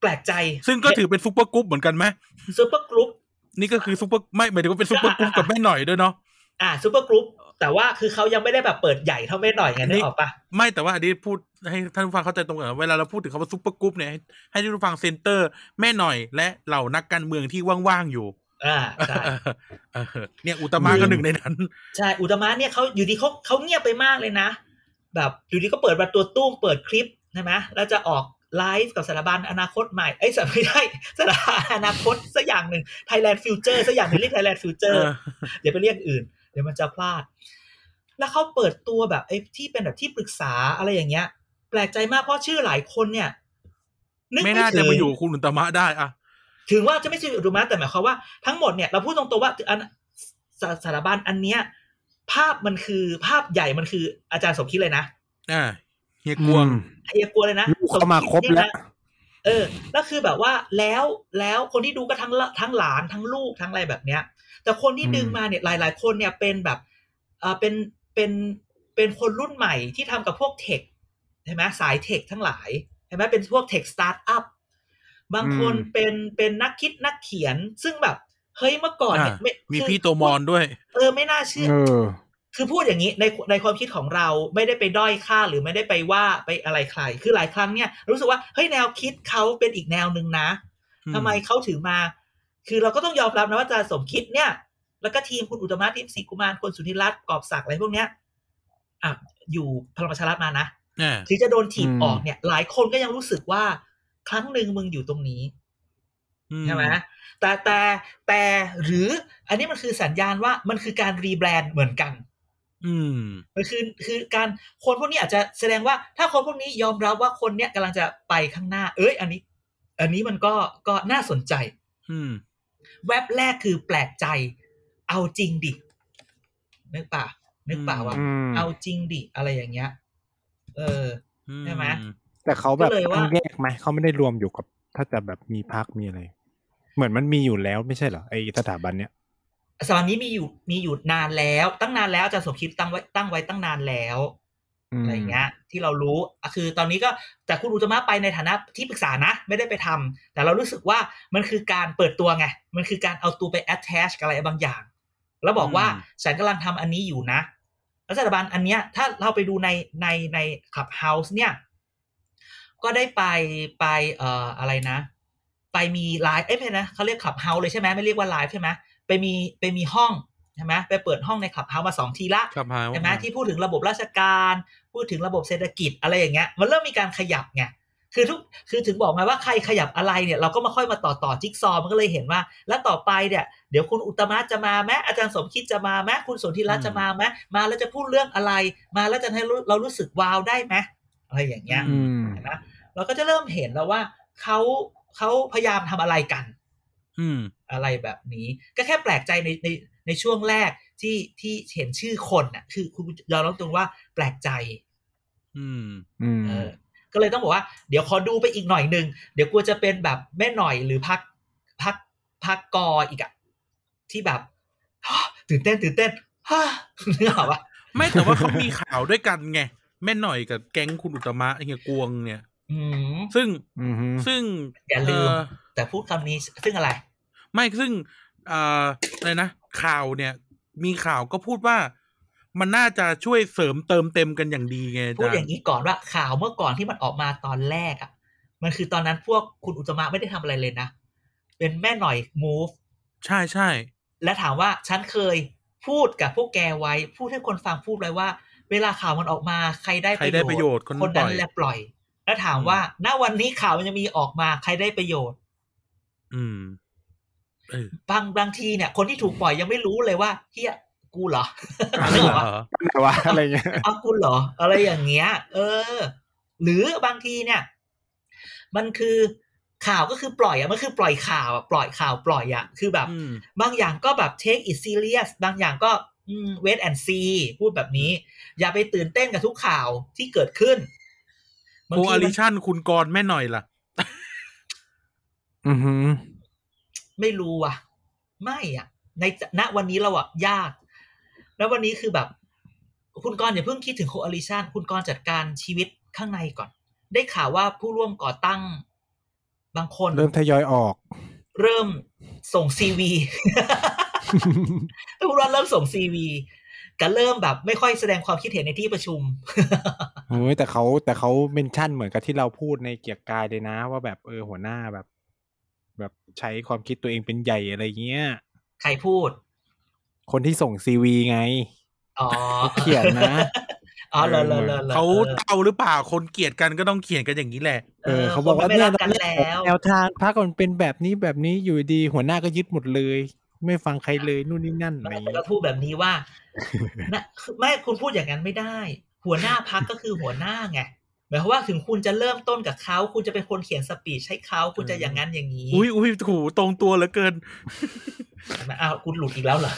Speaker 3: แปลกใจ
Speaker 1: ซึ่งก็ถือเป็นซุปเปอร์กรุ๊ปเหมือนกันไหม
Speaker 3: ซูเปอร์กรุ๊ป
Speaker 1: นี่ก็คือซุปเปอร์ไม่หมายถึงว่าเป็นซุปเปอร์กรุ๊ปกับแม่หน่อยด้วยเนาะ
Speaker 3: อ่าซูเปอร์กรุ๊ป แต่ว่าคือเขายังไม่ได้แบบเปิดใหญ่เท่าแม่หน่อยไงนึกออกปะ
Speaker 1: ไม่แต่ว่าอันนี้พูดให้ท่านผู้ฟังเข้าใจตรงกันนะเวลาเราพูดถึงคำว่าซุปเปอร์กรุ๊ปเนี่ยให้ให้ท่านผู้ฟังเซนเตอร์แม่หน่อย และเหล่านักการเมืองที่ว่างๆอยู่
Speaker 3: อ่าใช่
Speaker 1: เออเนี่ยอุตมะก็หนึ่งในนั้น
Speaker 3: ใช่อุตมะเนี่ยเขาอยู่ดีเขาเขาเงียบไปมากเลยนะ แบบอยู่ดีก็เปิดประตูตู้มเปิดคลิปใช่ไหมแล้วจะออกไลฟ์กับสถาบันอนาคตใหม่ไอ้ยสถาบันไม่ได้ สถาบันอนาคตสักอย่างหนึ่ง Thailand Future สักอย่างหนึงเรียก Thailand
Speaker 1: เอ
Speaker 3: Future
Speaker 1: อ
Speaker 3: เดี๋ยวไปเรียกอื่น เดี๋ยวมันจะพลาด แล้วเขาเปิดตัวแบบไอ้ที่เป็นแบบที่ปรึกษาอะไรอย่างเงี้ย แปลกใจมากเพราะชื่อหลายคนเนี่ยนึก
Speaker 1: ไม่
Speaker 3: ไม่
Speaker 1: น่าจะ
Speaker 3: ถึง
Speaker 1: มาอยู่กับคุณอุตมะได้อะ
Speaker 3: ถึงว่าจะไม่ใช่อุตมะแต่หมายความว่าทั้งหมดเนี่ยเราพูดตรงๆว่าอันสสารบัญอันเนี้ยภาพมันคือภาพใหญ่มันคืออาจารย์สมคิดเลยนะ
Speaker 1: อ่าเฮียกวง
Speaker 3: ไอ้เหี้ยกลัวเลยนะ
Speaker 2: ลูกเข้ามาครบแล้ว
Speaker 3: สมดเนี่ยนะเออแล้วคือแบบว่าแล้วแล้วคนที่ดูก็ทั้งละทั้งหลานทั้งลูกทั้งอะไรแบบเนี้ย แต่คนที่
Speaker 2: อืม
Speaker 3: ดึงมาเนี่ยหลาย ๆ คนเนี่ยเป็นแบบเออเป็นเป็นเป็นคนรุ่นใหม่ที่ทำกับพวกเทคใช่ไหมสายเทคทั้งหลายใช่ไหมเป็นพวกเทคสตาร์ทอัพ บางคน
Speaker 2: อืม
Speaker 3: เป็นเป็นนักคิดนักเขียนซึ่งแบบ เฮ้ยเมื่อก่อนเนี่ย
Speaker 1: อ่ะ
Speaker 3: ไ
Speaker 1: มี
Speaker 3: คือ
Speaker 1: พี่โตมอนด้วย
Speaker 3: เออไม่น่าเชื่อ
Speaker 2: เออ
Speaker 3: คือพูดอย่างนี้ในในความคิดของเราไม่ได้ไปด้อยค่าหรือไม่ได้ไปว่าไปอะไรใคร คือหลายครั้งเนี่ย รู้สึกว่าเฮ้ยแนวคิดเขาเป็นอีกแนวหนึ่งนะทำไมเขาถึงมา คือเราก็ต้องยอมรับนะว่าอาจารย์สมคิดเนี่ย แล้วก็ทีมคุณอุตตมะทีมศรีกุมารคนสุนิรัตน์กอบศักดิ์อะไรพวกเนี้ยอ่ะอยู่พลังประชารัฐมานะ
Speaker 1: อ่า
Speaker 3: ถึงจะโดนถีบ
Speaker 2: อืม
Speaker 3: ออกเนี่ย หลายคนก็ยังรู้สึกว่า ครั้งหนึ่งมึงอยู่ตรงนี้
Speaker 1: อื
Speaker 3: ใช่ไหมแต่แต่แต่หรืออันนี้มันคือสัญญาณว่ามันคือการรีแบรนด์เหมือนกัน
Speaker 1: อืม
Speaker 3: มันคือคือการคนพวกนี้อาจจะแสดงว่า ถ้าคนพวกนี้ยอมรับว่าคนเนี้ยกำลังจะไปข้างหน้า เอ้ย อันนี้ อันนี้มันก็ก็น่าสนใจ
Speaker 1: อืม
Speaker 3: แว็บแรกคือแปลกใจ เอาจริงดิ นึกป่ะนึกป่ะว่า
Speaker 1: อื
Speaker 2: ม
Speaker 3: เอาจริงดิ อะไรอย่างเงี้ย เออ ใช่ไหม
Speaker 2: แต่เขาแบบ
Speaker 3: ก็เลยว่า
Speaker 2: ต้องแยกไหมเขาไม่ได้รวมอยู่กับ ถ้าจะแบบมีพักมีอะไร เหมือนมันมีอยู่แล้วไม่ใช่เหรอไอสถาบันเนี้ย
Speaker 3: สถาบันนี้มีอยู่มีอยู่นานแล้ว ตั้งนานแล้วอาจารย์สมคิดตั้งไว้ตั้งไว้ตั้งนานแล้ว
Speaker 2: ม
Speaker 3: อะไรเงี้ยที่เรารู้อ่ะคือตอนนี้ก็แต่คุณอุตมะไปในฐานะที่ปรึกษานะ ไม่ได้ไปทำแต่เรารู้สึกว่ามันคือการเปิดตัวไง มันคือการเอาตัวไป attach กับอะไรบางอย่าง แล้วบอกว่า
Speaker 1: อืม
Speaker 3: ฉันกำลังทำอันนี้อยู่นะ รัฐบาลอันเนี้ยถ้าเราไปดูในในในขับเฮาส์เนี่ย ก็ได้ไปไปเอ่ออะไรนะ ไปมีไลฟ์เอ้ยไม่ใช่นะเขาเรียกขับเฮาส์เลยใช่ไหมไม่เรียกว่าไลฟ์ใช่ไหมไปมีไปมีห้องใช่ไหมไปเปิดห้องในขับเฮาส์มาสองทีละ
Speaker 1: ครับฮาว
Speaker 3: ใช่ไหมที่พูดถึงระบบราชการ พูดถึงระบบเศรษฐกิจอะไรอย่างเงี้ยมันเริ่มมีการขยับไงคือทุกคือถึงบอกไงว่าใครขยับอะไรเนี่ยเราก็มาค่อยมาต่อต่อจิ๊กซอว์มันก็เลยเห็นว่า แล้วต่อไปเนี่ยเดี๋ยวคุณอุตมะจะมาไหมอาจารย์สมคิดจะมาไหมคุณสนธิรัตน์จะมาไหมมาแล้วจะพูดเรื่องอะไร มาแล้วจะให้รู้เรารู้สึกว้าวได้ไหมอะไรอย่างเงี้ย
Speaker 2: อืม
Speaker 3: เห็นไหมเราก็จะเริ่มเห็นแล้วว่าเขาเขาพยายามทำอะไรกัน
Speaker 1: อืม
Speaker 3: อะไรแบบนี้ ก็แค่แปลกใจในในในช่วงแรกที่ที่เห็นชื่อคนน่ะ คือคุณยอมรับตรงว่าแปลกใจ
Speaker 1: อืม
Speaker 2: อืม
Speaker 3: เออ ก็เลยต้องบอกว่าเดี๋ยวขอดูไปอีกหน่อยหนึ่งเดี๋ยวกลัวจะเป็นแบบแม่หน่อยหรือพักพักพักกออีกอะที่แบบ ตื่นเต้นตื่นเต้น ฮ่านึกออกปะ
Speaker 1: ไม่แต่ว่าเขามีข่าวด้วยกันไงแม่หน่อยกับแก๊งคุณอุตมะไอ้เฮียกวงเนี่ย
Speaker 3: อืม
Speaker 1: ซึ่ง
Speaker 2: อืมฮึ
Speaker 1: ซึ่ง
Speaker 3: อย่าลืม
Speaker 1: เ
Speaker 3: แต่พูดคำนี้ซึ่งอะไร
Speaker 1: ไม่ซึ่งเอ่ออะไรนะ ข่าวเนี่ย มีข่าวก็พูดว่า มันน่าจะช่วยเสริมเติมเต็มกันอย่างดีไง
Speaker 3: พูด
Speaker 1: จ้ะ
Speaker 3: อย่างนี้ก่อนว่าข่าวเมื่อก่อนที่มันออกมาตอนแรกอะ่ะ มันคือตอนนั้นพวกคุณอุตมะไม่ได้ทำอะไรเลยนะ เป็นแม่หน่อย move
Speaker 1: ใช่ใช่
Speaker 3: และถามว่าฉันเคยพูดกับพวกแกไว้ พูดให้คนฟังพูดไว้ว่า เวลาข่าวมันออกมาใครได้
Speaker 1: ใครได้ประโยชน์คน
Speaker 3: คน
Speaker 1: ปล่
Speaker 3: นั้
Speaker 1: อน ย
Speaker 3: แหละปล่อย แล้วถามว่าณวันนี้ข่าวมันยังมีออกมาใครได้ประโยชน์
Speaker 1: อืม เออบ
Speaker 3: างบางทีเนี่ย คนที่ถูกปล่อยยังไม่รู้เลยว่าเฮียกูเหรอ นึกออกปะ
Speaker 1: เหรอ
Speaker 2: แต่ว่าอะไรเงี้ย
Speaker 3: เอาคุณเหรอ อะไรอย่างเงี้ย เออ หรือบางทีเนี่ย มันคือข่าวก็คือปล่อยอะมันคือปล่อยข่าวอะปล่อยข่าวปล่อยอะคือแบบ
Speaker 1: อืม
Speaker 3: บางอย่างก็แบบ take it serious บางอย่างก็เวท and see พูดแบบนี้ อย่าไปตื่นเต้นกับทุกข่าวที่เกิดขึ้นบาง
Speaker 1: โค
Speaker 3: ที
Speaker 1: อา
Speaker 3: มั
Speaker 1: ลิ
Speaker 3: น
Speaker 1: ชันคุณกรณ์แม่หน่อยล่ะ
Speaker 2: อือฮึ
Speaker 3: ไม่รู้อะไม่อะในณวันนี้เราอะยากณวันนี้คือแบบ คุณกรณ์อย่าเพิ่งคิดถึง coalition คุณกรณ์จัดการชีวิตข้างในก่อน ได้ข่าวว่าผู้ร่วมก่อตั้ง บางคน
Speaker 2: เริ่มทยอยออก
Speaker 3: เริ่มส่งซี วี คุณกรณ์เริ่มส่งซีวีก็เริ่มแบบไม่ค่อยแสดงความคิดเห็นในที่ประชุม
Speaker 2: โอ้ยแต่เขาแต่เขาเมนชั่นเหมือนกับที่เราพูดในเกียร์กายเลยนะ ว่าแบบเออหัวหน้าแบบ แบบใช้ความคิดตัวเองเป็นใหญ่อะไรเงี้ย
Speaker 3: ใครพูด
Speaker 2: คนที่ส่งซีวีไง
Speaker 3: อ๋อ
Speaker 2: เขียนนะ
Speaker 3: อ๋อเหรอเหรอเหรอหรอ
Speaker 1: เขาเตาหรือเปล่า คนเกลียดกันก็ต้องเขียนกันอย่างนี้แหละ
Speaker 2: เออเขาบอกว่า
Speaker 3: คนไม่
Speaker 2: เนี่ย
Speaker 3: รักกันแล้ว
Speaker 2: แนวทางพักมันเป็นแบบนี้แบบนี้อยู่ดีหัวหน้าก็ยึดหมดเลย ไม่ฟังใครเลยนู่นนี่นั่นอะไร
Speaker 3: ไม่
Speaker 2: เงี้ย
Speaker 3: เราพูดแบบนี้ว่า นะคือไม่คุณพูดอย่างนั้นไม่ได้ หัวหน้าพักก็คือหัวหน้าไงหมายความว่าถึงคุณจะเริ่มต้นกับเขาคุณจะเป็นคนเขียนสปีชให้เขาคุณจะอย่างนั้นอย่างนี้
Speaker 1: อุ้ยอุ้ยถูตรงตัวเหลือเกิน
Speaker 3: เห็นไหมอ้าวคุณหลุดอีกแล้วเหรอ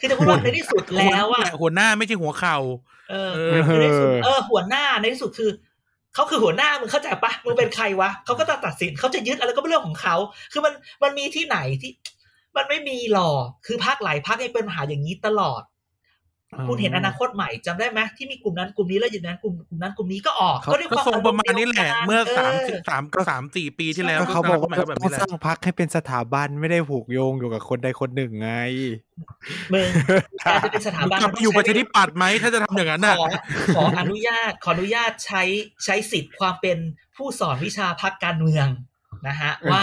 Speaker 3: คือจะพูดว่าในที่สุดแล้วอ่ะ
Speaker 1: หัวหน้าไม่ใช่หัวเข่า
Speaker 3: เออ
Speaker 1: เอ
Speaker 3: คือในที่สุดเออหัวหน้าในที่สุดคือเขาคือหัวหน้ามึงเข้าใจปะมึงเป็นใครวะเขาก็จะตัดสินเขาจะยึดอะไรก็เป็นเรื่องของเขาคือมันมันมีที่ไหนที่ มันไม่มีหรอกคือพักหลายพักยังเป็นปัญหาอย่างนี้ตลอด คุณเห็นอนาคตใหม่จำได้ไหมที่มีกลุ่มนั้นกลุ่มนี้แล้วอยู่นั้นกลุ่มกลุ่มนั้นกลุ่มนี้ก็ออก
Speaker 1: เขา
Speaker 3: ด้วย
Speaker 1: ก็
Speaker 3: คว
Speaker 1: ทรงประมาณนี้แหละ เมื่อสาม
Speaker 3: เออ
Speaker 1: สามก็สามสี่ปีที่แล้ว
Speaker 2: ก็เขาบอกว่า
Speaker 1: ก็แบบ
Speaker 2: ต้อ
Speaker 1: นี้
Speaker 2: ง
Speaker 1: แหละ
Speaker 2: สร้างพักให้เป็นสถาบันไม่ได้ผูกโยงอยู่กับคนใดคนหนึ่งไง
Speaker 3: มึงการจะเป็นสถา
Speaker 1: มึง
Speaker 3: บัน
Speaker 1: กลับไปอยู่ประชาธิปัตย์ไหมถ้าจะทำอย่างนั้นน่ะ
Speaker 3: ขอขออนุญาตขออนุญาตใช้ใช้สิทธิ์ความเป็นผู้สอนวิชาพักการเมืองนะฮะว่า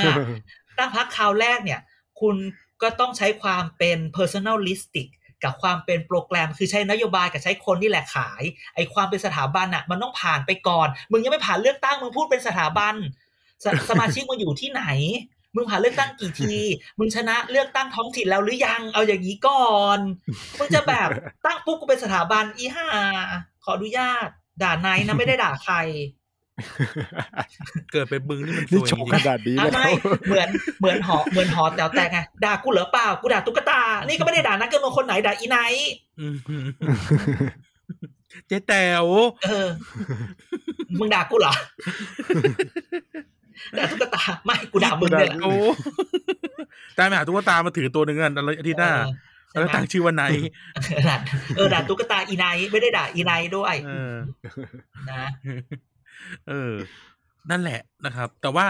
Speaker 3: ตั้งพักคราวแรกเนี่ย คุณก็ต้องใช้ความเป็น personalistic กับความเป็นโปรแกรม คือใช้นโยบายกับใช้คนนี่แหละขาย ไอ้ความเป็นสถาบันอ่ะ มันต้องผ่านไปก่อน มึงยังไม่ผ่านเลือกตั้งมึงพูดเป็นสถาบัน สสมาชิกมึงอยู่ที่ไหน มึงผ่านเลือกตั้งกี่ที มึงชนะเลือกตั้งท้องถิ่นแล้วหรือยัง เอาอย่างนี้ก่อน มึงจะแบบตั้งปุ๊บกูเป็นสถาบันอีห่าขออนุญาต ด่านายนะไม่ได้ด่าใคร
Speaker 1: เกิดเป็นมึงนี่มันส
Speaker 2: นี่
Speaker 1: วย
Speaker 2: โช
Speaker 1: จริ
Speaker 2: ก
Speaker 1: ง
Speaker 2: ขนาดนี้
Speaker 3: อ่ะ
Speaker 2: เลย
Speaker 3: ไม่เหมือนเหมือนหอเหมือนหอแต่วแตกไงด่ากูเหรอเปล่ากูด่าตุ๊กตา นี่ก็ไม่ได้ด่านักการเมืองคนไหนด่าอีไนท์
Speaker 1: อืมเจ๊แต๋ว
Speaker 3: เออ มึงด่ากูเหร อด่าตุ๊กตา ไม่กูด่ามึงเนี่ยแหละ
Speaker 1: โอ้ตามไปหาตุ๊กตามาถือตัวหนึ่งกันอาทิตย์หน้า
Speaker 3: เออ ช่
Speaker 1: แล้ว
Speaker 3: ไหม
Speaker 1: ต่างชื่อว่าไนท์
Speaker 3: ด่าเออด่าตุ๊กตาอีไนท์ไม่ได้ด่าอีไนท์ด้วย
Speaker 1: เออ
Speaker 3: นะ
Speaker 1: เออ นั่นแหละนะครับ แต่ว่า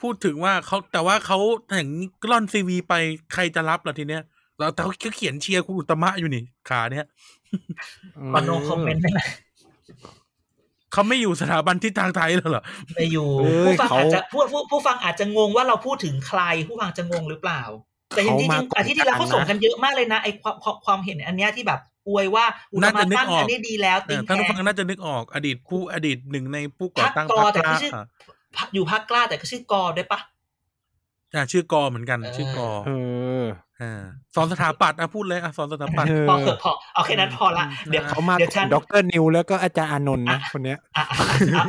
Speaker 1: พูดถึงว่าเขาแต่ว่าเขาแต่งกล่อนซีวีไปใครจะรับล่ะทีเนี้ยเราแต่เขาเขียนเชียร์คุณอุตตมะอยู่นี่ขาเนี้ย
Speaker 3: ขอโนคอมเมนต์ได้ไหม
Speaker 1: เขาไม่อยู่สถาบันที่ทางไทยแล้วเหรอ
Speaker 3: ไม่อยู่
Speaker 2: เอ้ย
Speaker 3: ผู้ฟัง
Speaker 2: เขา
Speaker 3: อาจจะผู้ผู้ผู้ฟังอาจจะงงว่าเราพูดถึงใคร ผู้ฟังจะงงหรือเปล่า แต่จริงๆ
Speaker 2: เขามา
Speaker 3: จริง
Speaker 2: ก่อน
Speaker 3: อาทิตย์ที่แล้วเขาส่งกันเยอะมากเลยนะไอความความความเห็นอันเนี้ยที่แบบอวยว่าอุต
Speaker 1: น่า
Speaker 3: มา
Speaker 1: จะนึก
Speaker 3: ตั้ง
Speaker 1: ออก
Speaker 3: อันนี้ดีแล้ว
Speaker 1: เอ
Speaker 3: ติง
Speaker 1: อ
Speaker 3: แพ
Speaker 1: ท่านผู้
Speaker 3: ง
Speaker 1: ฟังน่าจะนึกออกอดีตผู้อดีตหนึ่งในผู้ก่อตั้ง
Speaker 3: พรรคกอแต่
Speaker 1: พรรค
Speaker 3: ที่ชื่อ
Speaker 1: อ่ะ
Speaker 3: พักอยู่ภาคกล้าแต่ก็ชื่อกอได้ปะ
Speaker 1: อ่ะชื่อกอเหมือนกัน
Speaker 3: เออ
Speaker 1: ชื่อกอ
Speaker 2: เออ
Speaker 1: อ่าสอนสถาปัตย์อ่ะพูดเลยอ่ะสอนสถาปัตย์
Speaker 2: เออ
Speaker 3: พอเถอะพอเอาแค่นั้นพอละเดี๋ยว
Speaker 2: เขามา
Speaker 3: เดี๋ยวฉัน
Speaker 2: ด็อกเตอร์นิวแล้วก็อาจารย์อานนท์นะคนเนี้ย
Speaker 3: อ่ะอ่ะอ่ะ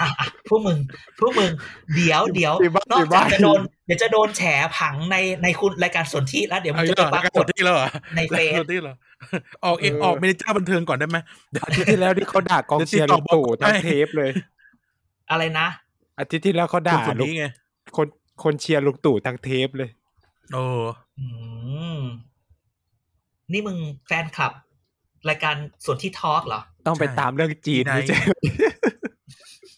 Speaker 3: อ่ะอ่ะพวกมึงพวกมึง เดี๋ยวเดี๋ยว
Speaker 2: ติบ้าน
Speaker 3: อก
Speaker 2: ติ
Speaker 3: จาก
Speaker 2: บ้าน
Speaker 3: จะโดนเดี๋ยวจะโดนแฉผังในในคุณรายการสนที่แล้วเดี๋ยวมั
Speaker 1: เอา
Speaker 3: น
Speaker 1: อี
Speaker 3: จะ
Speaker 1: กเหร
Speaker 3: ไป
Speaker 1: อ
Speaker 3: ป
Speaker 1: แล้
Speaker 3: ราว ก
Speaker 1: ก็
Speaker 3: ฏ
Speaker 1: ที่แล้วเหรอ
Speaker 3: ในเฟซ
Speaker 1: แล้วที่เหรอออกเอกออกเมเนเจอร์บันเทิงก่อนได้ไหมเดี๋ยว
Speaker 2: อาทิตย์ที่แล้วที่เขาด่ากองเชียร์
Speaker 1: เดี๋
Speaker 2: ลุ
Speaker 1: ยวติดต่อ
Speaker 2: งตู่ทั้ง
Speaker 1: ได้
Speaker 2: เทปเลย
Speaker 3: อะไรนะ
Speaker 2: อาทิตย์ที่แล้วเขาด่า
Speaker 1: คน
Speaker 2: ลุง
Speaker 1: นี้ไง
Speaker 2: คนคนเชียร์ลุงตู่ทั้งเทปเลย
Speaker 1: โอ้
Speaker 3: อืม นี่มึงแฟนคลับ รายการสนที่ทอล์กเหรอ
Speaker 2: ต้องไป
Speaker 1: ใช่
Speaker 2: ตามเรื่องจีน
Speaker 1: ไหน
Speaker 2: ไม่ใช่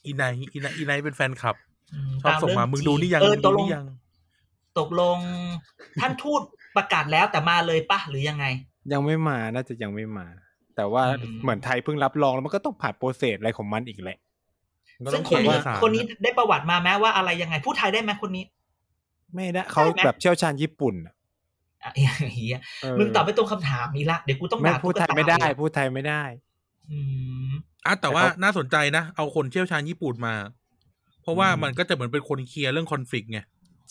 Speaker 1: อีไนท์อีไนท์อีไนท์เป็นแฟนคลับ
Speaker 3: อืม
Speaker 1: ชอบ
Speaker 3: ต
Speaker 1: ส่ง
Speaker 3: เรื่
Speaker 1: มามึงดูหรือยัง
Speaker 3: เออ
Speaker 1: มึง
Speaker 3: ต
Speaker 1: ดู
Speaker 3: ก
Speaker 1: ห
Speaker 3: ลง
Speaker 1: รือยัง
Speaker 3: ตกลง ท่านทูตประกาศแล้วแต่มาเลยปะหรือยังไง
Speaker 2: ยังไม่มาน่าจะยังไม่มา แต่ว่า
Speaker 3: อืม
Speaker 2: เหมือนไทยเพิ่งรับรองแล้วมันก็ต้องผ่านโปรเซสอะไรของมันอีกแหละ
Speaker 1: ก็
Speaker 3: ซึ่
Speaker 1: ต้
Speaker 3: ง
Speaker 1: อ
Speaker 3: คน
Speaker 1: เยเอ
Speaker 3: นี้
Speaker 1: กสาร
Speaker 3: คนนี้ได้ประวัติมาไหมว่าอะไรยังไงพูดไทยได้ไหมคนนี้
Speaker 2: ไม่ได้เขาแบบเชี่ยวชาญญี่ปุ่นอะ
Speaker 3: อ่ะอย่างเงี้ย
Speaker 2: เออ
Speaker 3: มึงตอบไม่ตรงคำถามนี้ละเดี๋ยวกูต้อง
Speaker 2: ไม่
Speaker 3: ด่า
Speaker 2: พูด
Speaker 3: ตุ๊ก
Speaker 2: ไทย
Speaker 3: ตา
Speaker 2: ไม่ได้
Speaker 3: อีก
Speaker 2: พูดไทยไม่ได้
Speaker 3: อืม
Speaker 1: อ่ะแต่ว่า
Speaker 2: แต่เขา
Speaker 1: น่าสนใจนะ เอาคนเชี่ยวชาญญี่ปุ่นมา เพราะว่า
Speaker 3: อืม
Speaker 1: มันก็จะเหมือนเป็นคนเคลียร์เรื่องคอนฟ lict ไง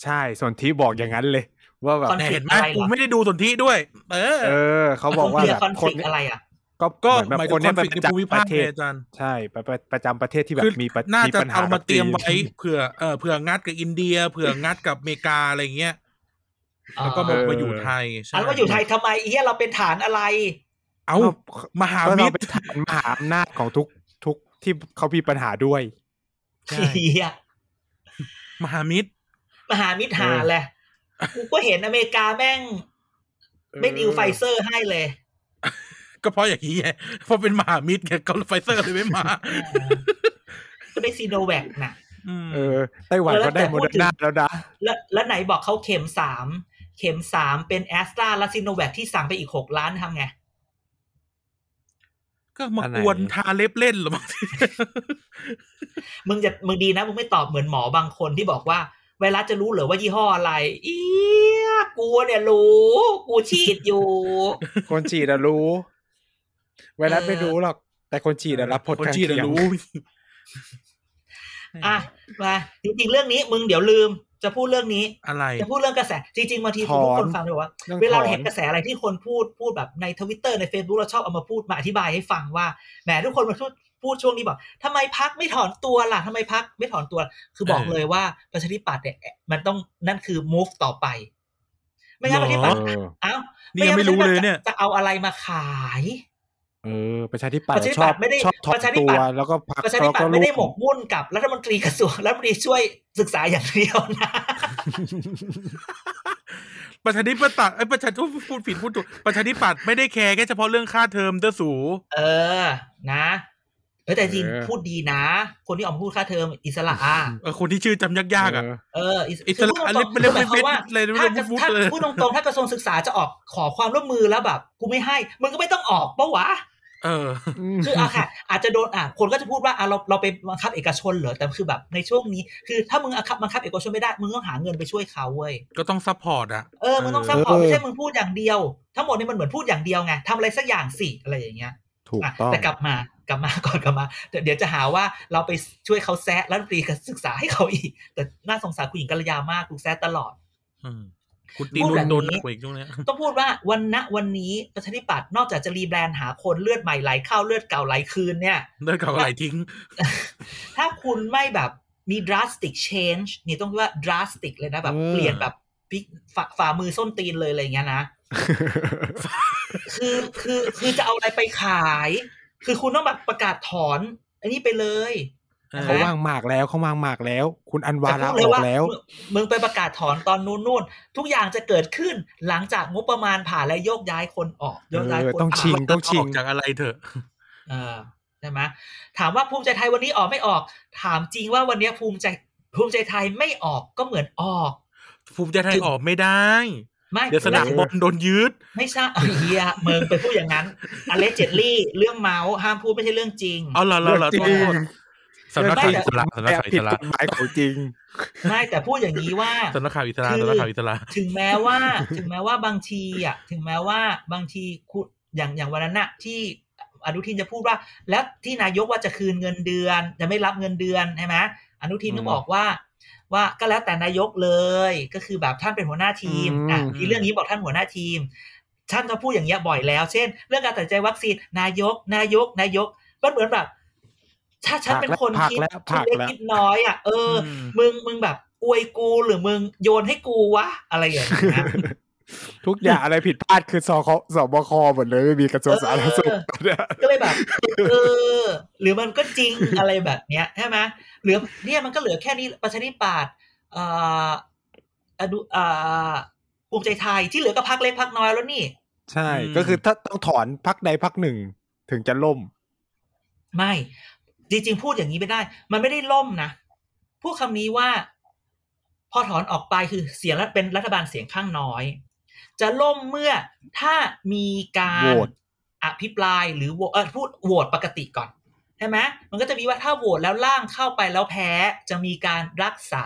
Speaker 2: ใช่ส่วนที่บอกอย่างนั้นเลย ว่าแบบ
Speaker 3: คอน
Speaker 1: แต่
Speaker 3: conflict
Speaker 1: เห็นไหม
Speaker 3: อะไรเหรอ
Speaker 1: กูไม่ได้ดูสนธิด้วย เออ
Speaker 2: เออเขาบอกว่าแบบ
Speaker 3: คอน
Speaker 2: ค
Speaker 3: ฟ
Speaker 2: น
Speaker 3: lict อะไรอ่ะ
Speaker 2: ก็
Speaker 1: ก็
Speaker 2: ก็เหมือน
Speaker 1: ห
Speaker 2: แบ
Speaker 1: มาย
Speaker 2: บ
Speaker 1: ถึ
Speaker 2: คน
Speaker 1: งค
Speaker 2: เนี้
Speaker 1: อน
Speaker 2: ย
Speaker 1: ฟ lict ใน
Speaker 2: แบบป
Speaker 1: ภูมิ
Speaker 2: ระจำป
Speaker 1: ภาค
Speaker 2: ระเท
Speaker 1: เลย
Speaker 2: ศ
Speaker 1: อาจารย์
Speaker 2: ใช่ไปไปประจำประเทศที่แบ
Speaker 1: คื
Speaker 2: บมีปัญ
Speaker 1: น่าจะ
Speaker 2: ปัญห
Speaker 1: เอามา
Speaker 2: บ
Speaker 1: เตรียม
Speaker 2: จีน
Speaker 1: ไว้เผื่อเออเผื่องัดกับอินเดีย เผื่องัดกับอเมริกาอะไรเงี้ยแล้วก็มามาอยู่ไทยใช่
Speaker 3: อันว่าอยู่ไทยทำไมเอี้ยเราเป็นฐานอะไร
Speaker 1: เอ้า
Speaker 2: ก็
Speaker 1: มหา
Speaker 2: ก็
Speaker 1: มิ
Speaker 2: เรา
Speaker 1: ตร
Speaker 2: เป็นฐานมหาอำนาจของทุกทุกที่เขามีปัญหาด้วย
Speaker 1: ใช่
Speaker 3: เหี้ย
Speaker 1: มหามิตร
Speaker 3: มหามิตรหา
Speaker 2: เออ
Speaker 3: แหละกูก็เห็นอเมริกาแม่ง ไม่ดิวไฟเซอร์ให้เลย
Speaker 1: ก็เพราะอย่างนี้ไงเพราะเป็นมหามิตรไงเขาไฟเซอร์เลยไม่มา
Speaker 3: ก็ได้ซีโนแวคน่ะ
Speaker 1: ม
Speaker 2: เออไต้หวัน
Speaker 3: เออ
Speaker 2: ก็ได้
Speaker 3: แต่
Speaker 2: โม
Speaker 3: พูด
Speaker 2: เดอ
Speaker 3: ถึง
Speaker 2: ร์นาแล้วนะ
Speaker 3: แล้วแล้วไหนบอกเขาเข็มสามเข็มสามเป็นแอสตราและซีโนแวคที่สั่งไปอีกหกล้านทำไง
Speaker 1: ก็มากวนทาเล็บเล่นเหรือมั้ง
Speaker 3: มึงจะมึงดีนะ มึงไม่ตอบเหมือนหมอบางคนที่บอกว่า ไวรัสจะรู้เหรือว่ายี่ห้ออะไร เอี้ยกูเนี่ยรู้ กูฉีดอยู่
Speaker 2: คนจีนอะรู้ ไวรัส
Speaker 3: เออ
Speaker 2: ไม่รู้หรอก แต่คนจีนอะรับผล
Speaker 1: คน
Speaker 2: ข้าง
Speaker 1: จีน
Speaker 2: เคีย
Speaker 1: อะ
Speaker 2: ง
Speaker 1: รู้
Speaker 3: อ่ะมาจริงๆเรื่องนี้ มึงเดี๋ยวลืมจะพูดเรื่องนี้
Speaker 1: อะไร
Speaker 3: จะพูดเรื่องกระแส จริงๆบางทีคุณผู้คนฟังเลยบอกว่า
Speaker 2: รื่อง
Speaker 3: เวลา
Speaker 2: ถ
Speaker 3: เรา
Speaker 2: อน
Speaker 3: เห็นกระแสอะไรที่คนพูดพูดแบบในทวิตเตอร์ใน Facebook เราชอบเอามาพูดมาอธิบายให้ฟังว่าแหมทุกคนมาพูดพูดช่วงนี้บอกทำไมพักไม่ถอนตัวล่ะทำไมพักไม่ถอนตัว คือบอก
Speaker 1: เออ
Speaker 3: เลยว่าประชาธิปัตย์เนี่ยมันต้องนั่นคือ move ต่อไป ไม่งั้น
Speaker 1: หร
Speaker 3: ป
Speaker 1: อ
Speaker 3: ระชาธิปัตย์
Speaker 2: เออ
Speaker 3: อ้าว
Speaker 1: นี่ยังไม่รู้เลยเนี่ย
Speaker 3: จะจะเอาอะไรมาขาย
Speaker 2: เออ ประชาธิปัต
Speaker 3: ป
Speaker 2: ย์
Speaker 3: ระชาธิ
Speaker 2: ช
Speaker 3: ปั
Speaker 2: อ
Speaker 3: ต
Speaker 2: บ
Speaker 3: ย์ไม่ได้
Speaker 2: ชอบถอ
Speaker 3: ป
Speaker 2: น
Speaker 3: ระชาธิ
Speaker 2: ตั
Speaker 3: ปั
Speaker 2: ว
Speaker 3: ตย์
Speaker 2: แล้วก็พัก
Speaker 3: ประชาธิ
Speaker 2: แล้ว
Speaker 3: ปัต
Speaker 2: ก็
Speaker 3: ย์
Speaker 2: ลู
Speaker 3: ไม่ได้
Speaker 2: ก
Speaker 3: หมกมุ่นกับรัฐมนตรีกระทรวงรัฐมนตรีช่วยศึกษาอย่างเดียวนะ
Speaker 1: ประชาธิปไตยไอ้ยประชาธิพูดผิดพูดถูกประชาธิปัตย์ไม่ได้แคร์แค่เฉพาะเรื่องค่าเทอมเด้อสู
Speaker 3: เออ นะเออแต่จริงพูดดีนะ คนที่ออกมาพูดค่าเทอมอิสระอ่ะ
Speaker 1: เออคนที่ชื่อจำยากๆอ่ะ
Speaker 2: เออ
Speaker 3: เอออิส
Speaker 1: อิสระ
Speaker 3: คือพูดตรงๆ
Speaker 1: เล็บ
Speaker 3: คือหมายความว่า
Speaker 1: เล็บเล็บ
Speaker 3: ถ้า
Speaker 1: เล็บ
Speaker 3: ถ้า
Speaker 1: เล็บ
Speaker 3: พูดตรงๆถ้ากระทรวงศึกษาจะออกขอความร่วมมือแล้วแบบกูไม่ให้มึงก็ไม่ต้องออกปะวะ
Speaker 1: เออ
Speaker 3: คืออะค่ะ อาจจะโดนอ่ะคนก็จะพูดว่าอ่ะเราเราไปบังคับเอกชนเหรอแต่คือแบบในช่วงนี้คือถ้ามึงบังคับบังคับเอกชนไม่ได้มึงต้องหาเงินไปช่วยเขาเว้ย
Speaker 1: ก็ต้องซัพพอร์ตอ่ะ
Speaker 3: เออมึงต้องซัพพอร์ต
Speaker 2: เออ
Speaker 3: ไม่ใช่มึงพูดอย่างเดียว ทั้งหมดนี่มันเหมือนพูดอย่างเดียวไงทำอะไรสักอย่างสิอะไรอย่างเงี้ย
Speaker 2: ถูก
Speaker 3: อ่ะ
Speaker 2: ต้อง
Speaker 3: แต่กลับมากลับมา ก่อนกลับมาเดี๋ยวเดี๋ยวจะหาว่าเราไปช่วยเขาแซะแล้วรีกับศึกษาให้เขาอีก แต่น่าสงสารคุณหญิงกัลยามากถูกแซะตลอด
Speaker 1: อืมคุณตี
Speaker 3: พู
Speaker 1: นุ่
Speaker 3: ดแบ
Speaker 1: น
Speaker 3: บ
Speaker 1: โดน
Speaker 3: นี้
Speaker 1: กว่าอีกช่วงเนี้ย
Speaker 3: ต้องพูดว่าวันณวันนี้ประชาธิปัตย์นอกจากจะรีแบรนด์หาคนเลือดใหม่ไหลเข้าเลือดเก่าไหลคืนเนี่ย
Speaker 1: เลิกเก่าไหลทิ้ง
Speaker 3: ถ้าคุณไม่แบบมี drastic change นี่ต้องเรียกว่า drastic เลยนะแบบ
Speaker 2: เออ
Speaker 3: เปลี่ยนแบบพลิกฝาฝ่ามือส้นตีนเลยอะไรอย่างเงี้ยนะ คือคือคือจะเอาอะไรไปขาย คือคุณต้องแบบประกาศถอน อันนี้ไปเลย
Speaker 1: เออ
Speaker 2: เขาว่างมากแล้วเขาว่างมากแล้ว คุณอันวา
Speaker 3: แต่
Speaker 2: ลาอ
Speaker 3: พูดเลย
Speaker 2: อก
Speaker 3: ว่า
Speaker 2: แล้ว
Speaker 3: มึงมึงไปประกาศถอนตอนนู้นนู่นทุกอย่างจะเกิดขึ้นหลังจากงบประมาณผ่านและโยกย้ายคนออกโยกย้ายคน
Speaker 2: เออต้อง
Speaker 3: ก
Speaker 2: ชิง
Speaker 1: เราจะออกจากอะไรเถอะ
Speaker 3: เออใช่ไหมถามว่าภูมิใจไทยวันนี้ออกไม่ออก ถามจริงว่าวันนี้ภูมิใจภูมิใจไทยไม่ออกก็เหมือนออก
Speaker 1: ภูมิใจไทยออกไม่ได้
Speaker 3: ไม่
Speaker 1: เดี๋ยวสนามบอลโดนยืด
Speaker 3: ไม่ใช่ไอ้เฮียเมืองไปพูดอย่างนั้นอเล็กเจตลี่เรื่องเมาส์ห้ามพูดไม่ใช่เรื่องจริง
Speaker 1: เอาละละละ
Speaker 2: จ
Speaker 1: โทษ
Speaker 2: ริ
Speaker 1: โท
Speaker 2: ง
Speaker 1: ษสำนักข่าวอิสระสำนัก
Speaker 2: แต่
Speaker 1: ข่าวอิ
Speaker 2: ผิด
Speaker 1: สระ
Speaker 2: กฎหมายของจริง
Speaker 3: ไม่แต่พูดอย่างนี้ว่า
Speaker 1: สำนักข่าวอิสระ
Speaker 3: คือ
Speaker 1: สำนักข่าวอิสระ
Speaker 3: ถึงแม้ว่า ถึงแม้ว่าบางทีอ่ะ ถึงแม้ว่าบางทีคุณอย่างอย่างวันนั้นน่ะที่อนุทินจะพูดว่า แล้วที่นายกว่าจะคืนเงินเดือน จะไม่รับเงินเดือนใช่ไหมอนุทินก็
Speaker 2: อืม
Speaker 3: บอกว่า ว่าก็แล้วแต่นายกเลย ก็คือแบบท่านเป็นหัวหน้าทีม
Speaker 2: อืม
Speaker 3: อ่ะที่เรื่องนี้บอกท่านหัวหน้าทีมท่านก็พูดอย่างเงี้ยบ่อยแล้ว เช่น เรื่องการตัดสินใจวัคซีนนายก นายก นายกมันเหมือนแบบ ถ้าฉันเป็นคน
Speaker 2: ผลัก
Speaker 3: คิด
Speaker 2: แล้วผ
Speaker 3: คิ
Speaker 2: ลั
Speaker 3: ด
Speaker 2: ก
Speaker 3: เล็ก
Speaker 2: แล้ว
Speaker 3: คิดน้อยอ่ะเอออ
Speaker 1: ม
Speaker 3: มึงมึงแบบอวยกูหรือมึงโยนให้กูวะอะไรอย่างเงี้ย
Speaker 2: ทุกอย่างอะไรผิดพลาดคือสอคสบคหมดเลยไม่มีกระทรวงสาธารณสุข
Speaker 3: ก็เลยแบบเออหรือมันก็จริงอะไรแบบเนี้ยใช่ไหมเหลือเนี่ยมันก็เหลือแค่นี้ประชาธิปัตย์เอ่ออนุเอ่อภูมิใจไทยที่เหลือก็พักเล็กพักน้อยแล้วนี่
Speaker 2: ใช่
Speaker 1: อืม
Speaker 2: ก็คือถ้าต้องถอนพักใดพักหนึ่งถึงจะล่ม
Speaker 3: ไม่ จริงๆ พูดอย่างนี้ไม่ได้ มันไม่ได้ล่มนะพูดคำนี้ว่า พอถอนออกไปคือเสียงรัฐเป็นรัฐบาลเสียงข้างน้อย จะล่มเมื่อถ้ามีการ
Speaker 2: โหวต
Speaker 3: อภิปรายหรือโหวเออพูดโหวตปกติก่อนใช่ไหมมันก็จะมีว่าถ้าโหวตแล้วล่างเข้าไปแล้วแพ้จะมีการรักษา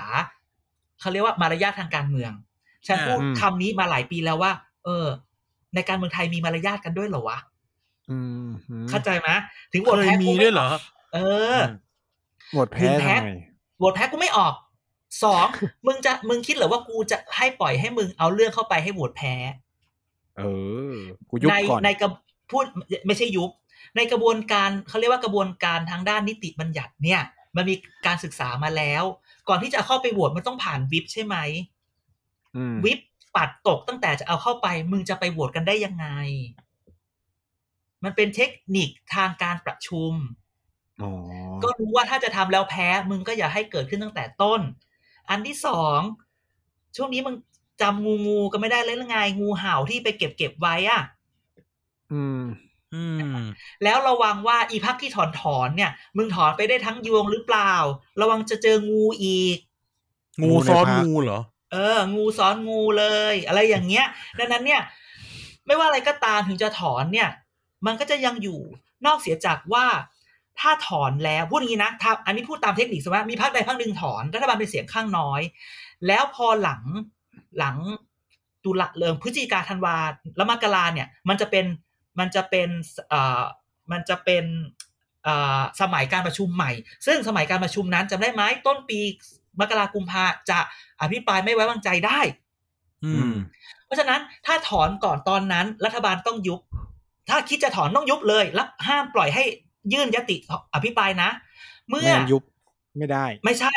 Speaker 3: เขาเรียกว่ามารยาททางการเมือง ฉันพูด
Speaker 2: อืม
Speaker 3: คำนี้มาหลายปีแล้วว่า เออ ในการเมืองไทยมีมารยาทกันด้วยเหรอวะ
Speaker 2: อืม
Speaker 3: เข้าใจไหมถึงโหวต
Speaker 1: เคย
Speaker 3: แพ้
Speaker 1: มี
Speaker 3: กูไ
Speaker 1: ด้วยเหรอ
Speaker 3: เออ
Speaker 2: หมดแพ้
Speaker 3: ถึงแพ้
Speaker 2: ทำไม
Speaker 3: โหวตแพ้กูไม่ออกสอง มึงจะมึงคิดเหรือว่ากูจะให้ปล่อยให้มึงเอาเรื่องเข้าไปให้โหวตแพ้
Speaker 2: เออ กูยุบ
Speaker 3: ใน
Speaker 2: ก่อน
Speaker 3: ในกระพูดไม่ใช่ยุบ ในกระบวนการเขาเรียกว่ากระบวนการทางด้านนิติบัญญัติเนี่ย มันมีการศึกษามาแล้ว ก่อนที่จะเอาเข้าไปโหวตมันต้องผ่านวิปใช่ไหม
Speaker 2: อืม
Speaker 3: วิปปัดตกตั้งแต่จะเอาเข้าไป มึงจะไปโหวตกันได้ยังไง มันเป็นเทคนิคทางการประชุม
Speaker 2: อ๋อ
Speaker 3: ก็รู้ว่าถ้าจะทำแล้วแพ้มึงก็อย่าให้เกิดขึ้นตั้งแต่ต้น อันที่สองช่วงนี้มึงจำงูงูก็ไม่ได้เลยหรือไงงูเห่าที่ไปเก็บเก็บไว้อะ
Speaker 2: อืม
Speaker 1: อืม
Speaker 3: แล้วระวังว่าอีพักที่ถอนถอนเนี่ย มึงถอนไปได้ทั้งยวงหรือเปล่า ระวังจะเจองูอีก
Speaker 1: งู
Speaker 2: งูใน
Speaker 1: ซ้อน
Speaker 2: พระ
Speaker 1: งูเหรอ
Speaker 3: เออ งูซ้อนงูเลย อะไรอย่างเงี้ย ดังนั้นเนี่ย ไม่ว่าอะไรก็ตามถึงจะถอนเนี่ย มันก็จะยังอยู่นอกเสียจากว่า ถ้าถอนแล้วพูดอย่างนี้นะถ้าอันนี้พูดตามเทคนิคสมมติว่ามีพรรคใดพรรคหนึ่งถอนรัฐบาลเป็นเสียงข้างน้อย แล้วพอหลังหลังตุลาเริงพฤศจิกาธันวาแล้วมกราเนี่ย มันจะเป็นมันจะเป็นเอ่อมันจะเป็นเอ่อสมัยการประชุมใหม่ ซึ่งสมัยการประชุมนั้นจำได้ไหมต้นปีมกรากุมภาจะอภิปรายไม่ไว้วางใจได้
Speaker 1: อื
Speaker 2: อื
Speaker 1: ม
Speaker 2: ม
Speaker 3: เพราะฉะนั้นถ้าถอนก่อนตอนนั้นรัฐบาลต้องยุบ ถ้าคิดจะถอนต้องยุบเลยรับห้ามปล่อยให้ยื่นยติอภิปรายนะ เมื่อ
Speaker 2: แม่งยุบไม่ได้
Speaker 3: ไม่ใช่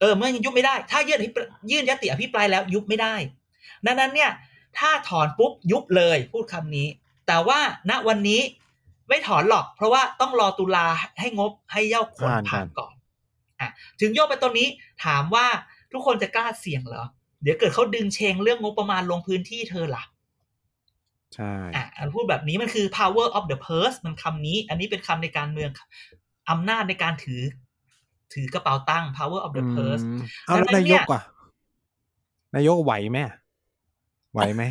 Speaker 3: เออ เมื่อยังยุบไม่ได้ ถ้ายื่นอภิปรยื่นยติอภิปรายแล้วยุบไม่ได้ดังนั้นเนี่ย ถ้าถอนปุ๊บยุบเลยพูดคำนี้ แต่ว่าณวันนี้ไม่ถอนหรอก เพราะว่าต้องรอตุลาให้งบให้เย้าขน
Speaker 2: ผ่าน
Speaker 3: ผ่าน
Speaker 2: ผ่าน
Speaker 3: ก่อนอ่ะถึงโยกไปตอนนี้ถามว่าทุกคนจะกล้าเสี่ยงเหรอเดี๋ยวเกิดเขาดึงเชงเรื่องงบประมาณลงพื้นที่เธอล่ะ
Speaker 2: ใช่
Speaker 3: อ่ะอันพูดแบบนี้มันคือ power of the purse มันคำนี้ อันนี้เป็นคำในการเมืองอำนาจในการถือ ถือกระเป๋าตังค์ power of the
Speaker 2: อื
Speaker 3: purse
Speaker 2: มเอาแล้
Speaker 3: ดังนั้น
Speaker 2: วาน ย
Speaker 3: เนี่ย
Speaker 2: กอ่ะนายกไหวไหมอะไหว ไหม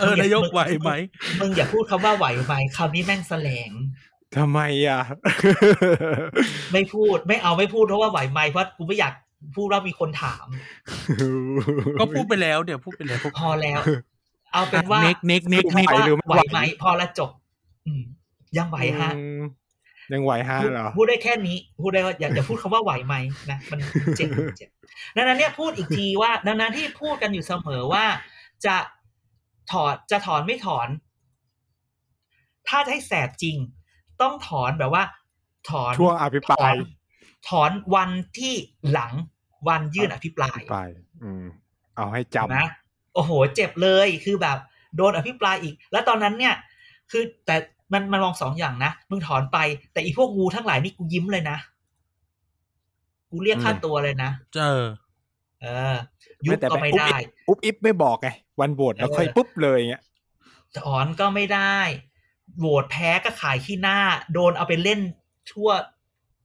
Speaker 1: เอ อนายกไหวไหม
Speaker 3: มึงอย่าพูดคำว่าไหวไหมคำนี้แม่งแสลง
Speaker 2: ทำไมอ่ะ
Speaker 3: ไม่พูดไม่เอาไม่พูดเพราะว่าไหวไหมเพราะกูไม่อยากพูดว่ามีคนถาม
Speaker 1: ก็พูดไปแล้วเดี๋ยวพูดไปแล้ว
Speaker 3: พอแล้ว เอาเป็นว่า
Speaker 1: เน็กเน็กเน็ก
Speaker 2: ไม่
Speaker 1: เน็ก
Speaker 2: ไหวหรือไม่ไหว
Speaker 3: ว่าไหม พอละจบ อืมยังไหวฮะ
Speaker 2: อืมยังไหวฮะ
Speaker 3: พูด
Speaker 2: เหรอ
Speaker 3: พูดได้แค่นี้ พูดได้ว่าอย่าอย่าพูดคำว่าไหวไหมนะมันเจ็บเจ็บ ดังนั้นเนี่ยพูดอีกทีว่าดังนั้นที่พูดกันอยู่เสมอว่า จะถอนจะถอนไม่ถอน ถ้าจะให้แสบจริง ต้องถอนแบบว่า ถอน
Speaker 2: ช่วงอภิป
Speaker 3: ถ
Speaker 2: รา
Speaker 3: อย นถอนวันที่หลังวันยื่นอภิปราย
Speaker 2: ไปรายอืม เอาให้จำ
Speaker 3: นะโอ้โห เจ็บเลยคือแบบ โดนอภิปรายอีก แล้วตอนนั้นเนี่ย คือแต่มันมันมองสองอย่างนะมึงถอนไป แต่อีพวกงูทั้งหลายนี่กูยิ้มเลยนะ กูเรียกค่าตัวเลยนะ
Speaker 1: เจอ
Speaker 3: เออ ยุบ
Speaker 2: แต่
Speaker 3: ก็
Speaker 2: ป
Speaker 3: ไม่
Speaker 2: อุ๊บ
Speaker 3: ได้
Speaker 2: อิ๊บอุ๊บอิ๊บไม่บอกไงวันโหวตแล้วค่อยปุ๊บเลยอย่างเงี้ย
Speaker 3: ถอนก็ไม่ได้โหวตแพ้ก็ขายขี้หน้า โดนเอาไปเล่นชั่ว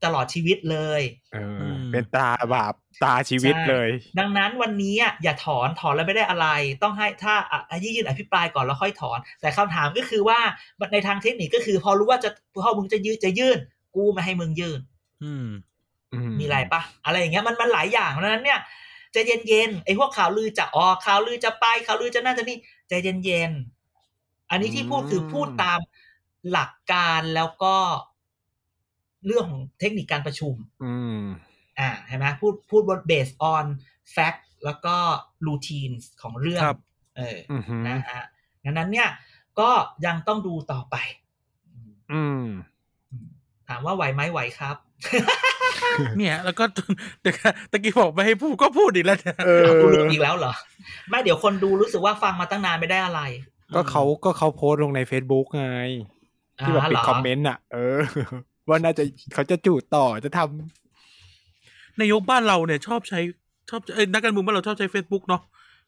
Speaker 3: ตลอดชีวิตเลย
Speaker 2: เอออ
Speaker 1: ม
Speaker 2: เป็นตาบาปตาชีวิตเลย
Speaker 3: ดังนั้นวันนี้อ่ะอย่าถอนถอนแล้วไม่ได้อะไร ต้องให้ถ้าอ่ะให้ยื่นอภิปรายก่อนแล้วค่อยถอน แต่คำถามก็คือว่าในทางเทคนิคก็คือ พอรู้ว่าจะพอมึงจะยืนจะยื่น กูไม่ให้มึงยื่น
Speaker 1: อืม
Speaker 2: อื
Speaker 3: มีอะไรปะอะไรอย่างเงี้ยมันมันหลายอย่างเพราะฉะนั้นเนี่ยใจเย็นๆไอ้พวกข่าวลือจะออกข่าวลือจะไปข่าวลือจะนั่นจะนี่ใจเย็นๆอันนี้ที่พูดคือพูดตามหลักการแล้วก็เรื่องของเทคนิคการประชุม
Speaker 2: อืม
Speaker 3: อ่าใช่ไหมพูดพูดบน based on fact แล้วก็ routines ของเรื่อง
Speaker 1: ครับ
Speaker 3: เออ
Speaker 2: อือหือ
Speaker 3: นะฮะดังนั้นเนี่ย ก็ยังต้องดูต่อไป
Speaker 2: อืม
Speaker 3: ถามว่าไหวไหมไหวครับ
Speaker 1: เนี่ย แล้วก็ ตะกี้ตะกี้บอกไม่ให้พูดก็พูดอีกแล้วเนี่ย
Speaker 2: เออ
Speaker 3: เอากูลืมอีกแล้วเหรอ ไม่เดี๋ยวคนดูรู้สึกว่าฟังมาตั้งนานไม่ได้อะไร
Speaker 2: ก็เขาก็เขาโพสต์ลงใน Facebook ไง ที่แบบปิด
Speaker 3: าหร
Speaker 2: คอมเมนต์อ่ะ เอ อ ว่าน่าจะเขาจะจูดต่อจะทำ
Speaker 1: นายกบ้านเราเนี่ย ชอบใช้ชอบเอ้ยนักการเมืองบ้านเราชอบใช้ Facebook เนาะ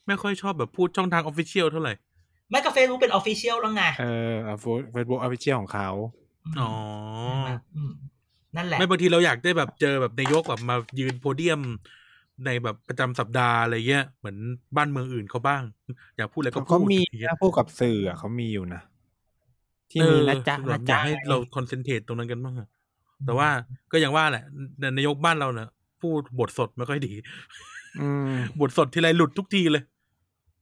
Speaker 1: ไม่ค่อยชอบแบบพูดช่องทางออฟฟิเชียลเท่าไหร่
Speaker 3: ไม่ก็เฟซบุ๊กเป็นออฟฟิเชียลแล้วไง
Speaker 2: เออเฟซบุ๊กออฟฟิเชียลของเขา
Speaker 1: อ๋อ
Speaker 3: มนั่นแหละ
Speaker 1: ไม่บางทีเราอยากได้แบบเจอแบบนายกแบบมายืนโพเดียม ในแบบประจำสัปดาห์อะไรเงี้ยเหมือนบ้านเมืองอื่นเขาบ้าง อยากพูดอะไรก็พู
Speaker 2: เขา
Speaker 1: ด
Speaker 2: มี
Speaker 1: อย่างเงี้ย
Speaker 2: นะพวกกับสื่ออะเขามีอยู่นะ ที่
Speaker 1: เอ
Speaker 2: มี
Speaker 1: อ
Speaker 2: นะจ๊ะ
Speaker 1: แบบอ
Speaker 2: นะ
Speaker 1: ยา
Speaker 2: จ๊ะ
Speaker 1: กให้เราคอนเซนเทรตตรงนั้นกันบ้างอะแต่ว่าก็อย่างว่าแหละนายกบ้านเราเนี่ยพูดบทสดไม่ค่อยดี
Speaker 2: อืม
Speaker 1: บทสดทีไรหลุดทุกทีเลย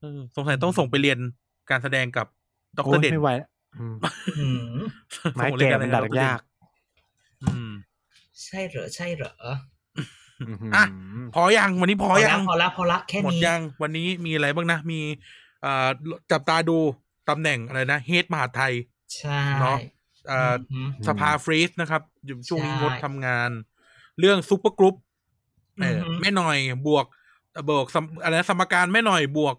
Speaker 1: เออสงสัยต้องส่งไปเรียนการแสดงกับด
Speaker 2: โอ้
Speaker 1: ร
Speaker 2: ย
Speaker 1: เด่น
Speaker 2: ไม่ไหวแล้วอืม
Speaker 3: อืม
Speaker 2: ไม้
Speaker 1: ส่ง
Speaker 2: แก่
Speaker 1: เรียน
Speaker 2: มัน
Speaker 1: บ
Speaker 2: ดัด
Speaker 1: รเด่
Speaker 2: ยาก
Speaker 1: อืม
Speaker 3: ใช่เหรอใช่เหรอ
Speaker 1: อ่ะ พอยังวันนี้พอ
Speaker 3: พอ
Speaker 1: ยั
Speaker 3: ละ
Speaker 1: ง
Speaker 3: พอละพอละแค่
Speaker 1: หมด
Speaker 3: นี้
Speaker 1: ยังวันนี้มีอะไรบ้างนะมีอ่าจับตาดูตำแหน่งอะไรนะเฮดมหาดไทย
Speaker 3: ใช่
Speaker 1: เนาะ อ่า
Speaker 3: อืม
Speaker 1: สภาฟรีสนะครับอยู่ช่วงนี้
Speaker 3: ใช่
Speaker 1: งดทำงาน เรื่องซุปเปอร์กรุ๊ปเออ
Speaker 3: อหือ
Speaker 1: แม่หน่อยบวกบวกสมอะไรนะสมการแม่หน่อยบวก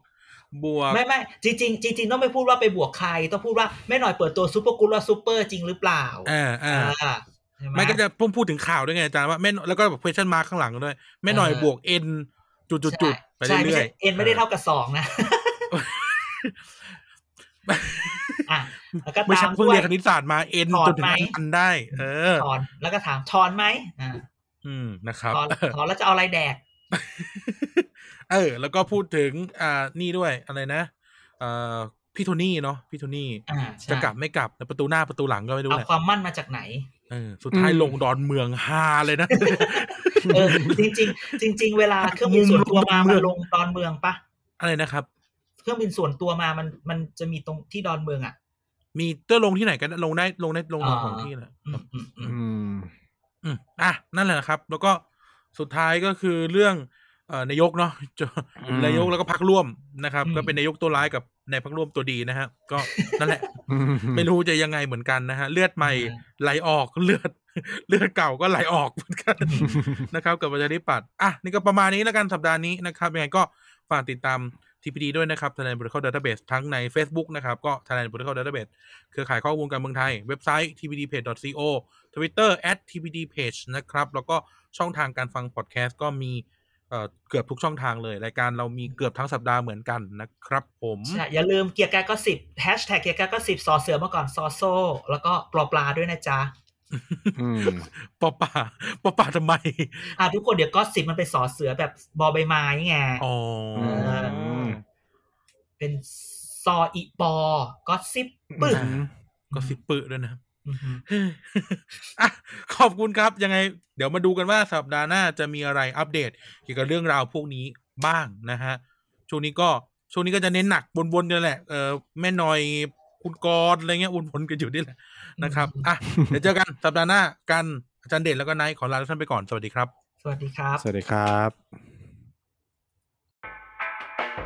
Speaker 1: บวก
Speaker 3: ไม่ไม่จริงจริงๆจริงๆต้องไม่พูดว่าไปบวกใคร ต้องพูดว่าแม่หน่อยเปิดตัวซูเปอร์กุลว่าซูเปอร์จริงหรือเปล่า
Speaker 1: เอ่าอ่า
Speaker 3: อ่าใช่ไห
Speaker 1: ไม่ก็จะพุ่งพูดถึงข่าวด้วยไงอาจารย์ว่าแม่นแล้วก็แบบ question mark ข้างหลังด้วย แม่หน่อย
Speaker 3: เออ
Speaker 1: บวก n จุดจุดจุดๆๆไป
Speaker 3: ใช่
Speaker 1: เรื่อ
Speaker 3: ใช่
Speaker 1: ย
Speaker 3: ไม่ใช่เอ็นไม่ได้เท่ากับสองนะ อ่ะแล้วก็
Speaker 1: ไม่
Speaker 3: ตา
Speaker 1: ใช่
Speaker 3: ม
Speaker 1: เพิ่ง
Speaker 3: ด้ว
Speaker 1: เรี
Speaker 3: ย
Speaker 1: ยนคณิตศาสตร์มา n
Speaker 3: ถอด
Speaker 1: จนถึง
Speaker 3: ไหม
Speaker 1: อันได้ เออ
Speaker 3: ถอนแล้วก็ถามถอนไหมอ่า
Speaker 1: อืมนะครับ
Speaker 3: ถอนถอนแล้วจะเอาอะไรแดก
Speaker 1: เออ แล้วก็พูดถึงอ่านี่ด้วยอะไรนะเอ่อพี่โทนี่เนาะพี่โทนี่
Speaker 3: อ่าใช่
Speaker 1: จะกลับไม่กลับแล้วประตูหน้าประตูหลังก็ไม่รู้
Speaker 3: เอา
Speaker 1: แหละ
Speaker 3: ความมั่นมาจากไหน
Speaker 1: เออสุดท้ายลงดอนเมืองฮาเลยนะ
Speaker 3: เออ จริงจริงๆจริง ๆ เวลาเครื่องบินส่วนตัวมามันลงดอนเมืองปะ
Speaker 1: อะไรนะครับ
Speaker 3: เครื่องบินส่วนตัวมามันมันจะมีตรงที่ดอนเมืองอ่ะ
Speaker 1: มีเตอร์ลงที่ไหนกันลงได้ลงได้ลงของที่แหละ
Speaker 3: อืมอืมอืม
Speaker 2: อืม
Speaker 1: อืมอ่ะ นั่นแหละครับ แล้วก็สุดท้ายก็คือเรื่องเอ่อนายกเนาะ จะ
Speaker 2: อืม
Speaker 1: นายกแล้วก็พักร่วมนะครับ
Speaker 3: อืม
Speaker 1: ก็เป็นนายกตัวร้ายกับนายพักร่วมตัวดีนะฮะ ก็นั่นแหละ
Speaker 2: อืม
Speaker 1: ไม่รู้จะยังไงเหมือนกันนะฮะ เลือดใหม่ไหลออก เลือด เลือดเก่าก็ไหลออกเหมือนกันนะครับ กับประชาธิปัตย์อ่ะ นี่ก็ประมาณนี้แล้วกันสัปดาห์นี้นะครับยังไงก็ฝากติดตาม TPD ด้วยนะครับ Thailand Political Database ทั้งใน Facebook นะครับก็ Thailand Political Database เครือข่ายข้อมูลการเมืองไทย เว็บไซต์ tpdpage.co Twitter at tpdpage นะครับ แล้วก็ช่องทางการฟังพอดแคสต์ก็มีเอ่อเกือบทุกช่องทางเลย รายการเรามีเกือบทั้งสัปดาห์เหมือนกันนะครับ ผม
Speaker 3: ใช่อย่าลืมเกียร์กายก็สิบแฮชแท็กเกียร์กายก็สิบซอเสือมาก่อนซอโซ แล้วก็ปลอปลาด้วยนะจ๊ะ
Speaker 2: อืม
Speaker 1: ปอป่าปอป่าทำไม
Speaker 3: อ่ะทุกคนเดี๋ยวก็สิบมันเป็นสอเสือแบบบอใบไม้ไง
Speaker 1: อ๋อ
Speaker 3: เป็นซออีปอก็สิบปึ๊บ
Speaker 1: ก็สิบปึด้วยนะครับ
Speaker 3: อือฮึ
Speaker 1: อ่ะขอบคุณครับ ยังไง เดี๋ยวมาดูกันว่าสัปดาห์หน้าจะมีอะไรอัปเดต เกี่ยวกับเรื่องราวพวกนี้บ้างนะฮะ ช่วงนี้ก็ช่วงนี้ก็จะเน้นหนักวนๆกันแหละเออแม่หน่อยคุณกรณ์อะไรเงี้ยวนๆกันอยู่นี่แหละนะครับอ่ะเดี๋ยวเจอกันสัปดาห์หน้ากันอาจารย์เดชแล้วก็นายขอลาทุกท่านไปก่อนสวัสดีครับ
Speaker 3: สวัสดีครับ
Speaker 2: สวัสดีครับ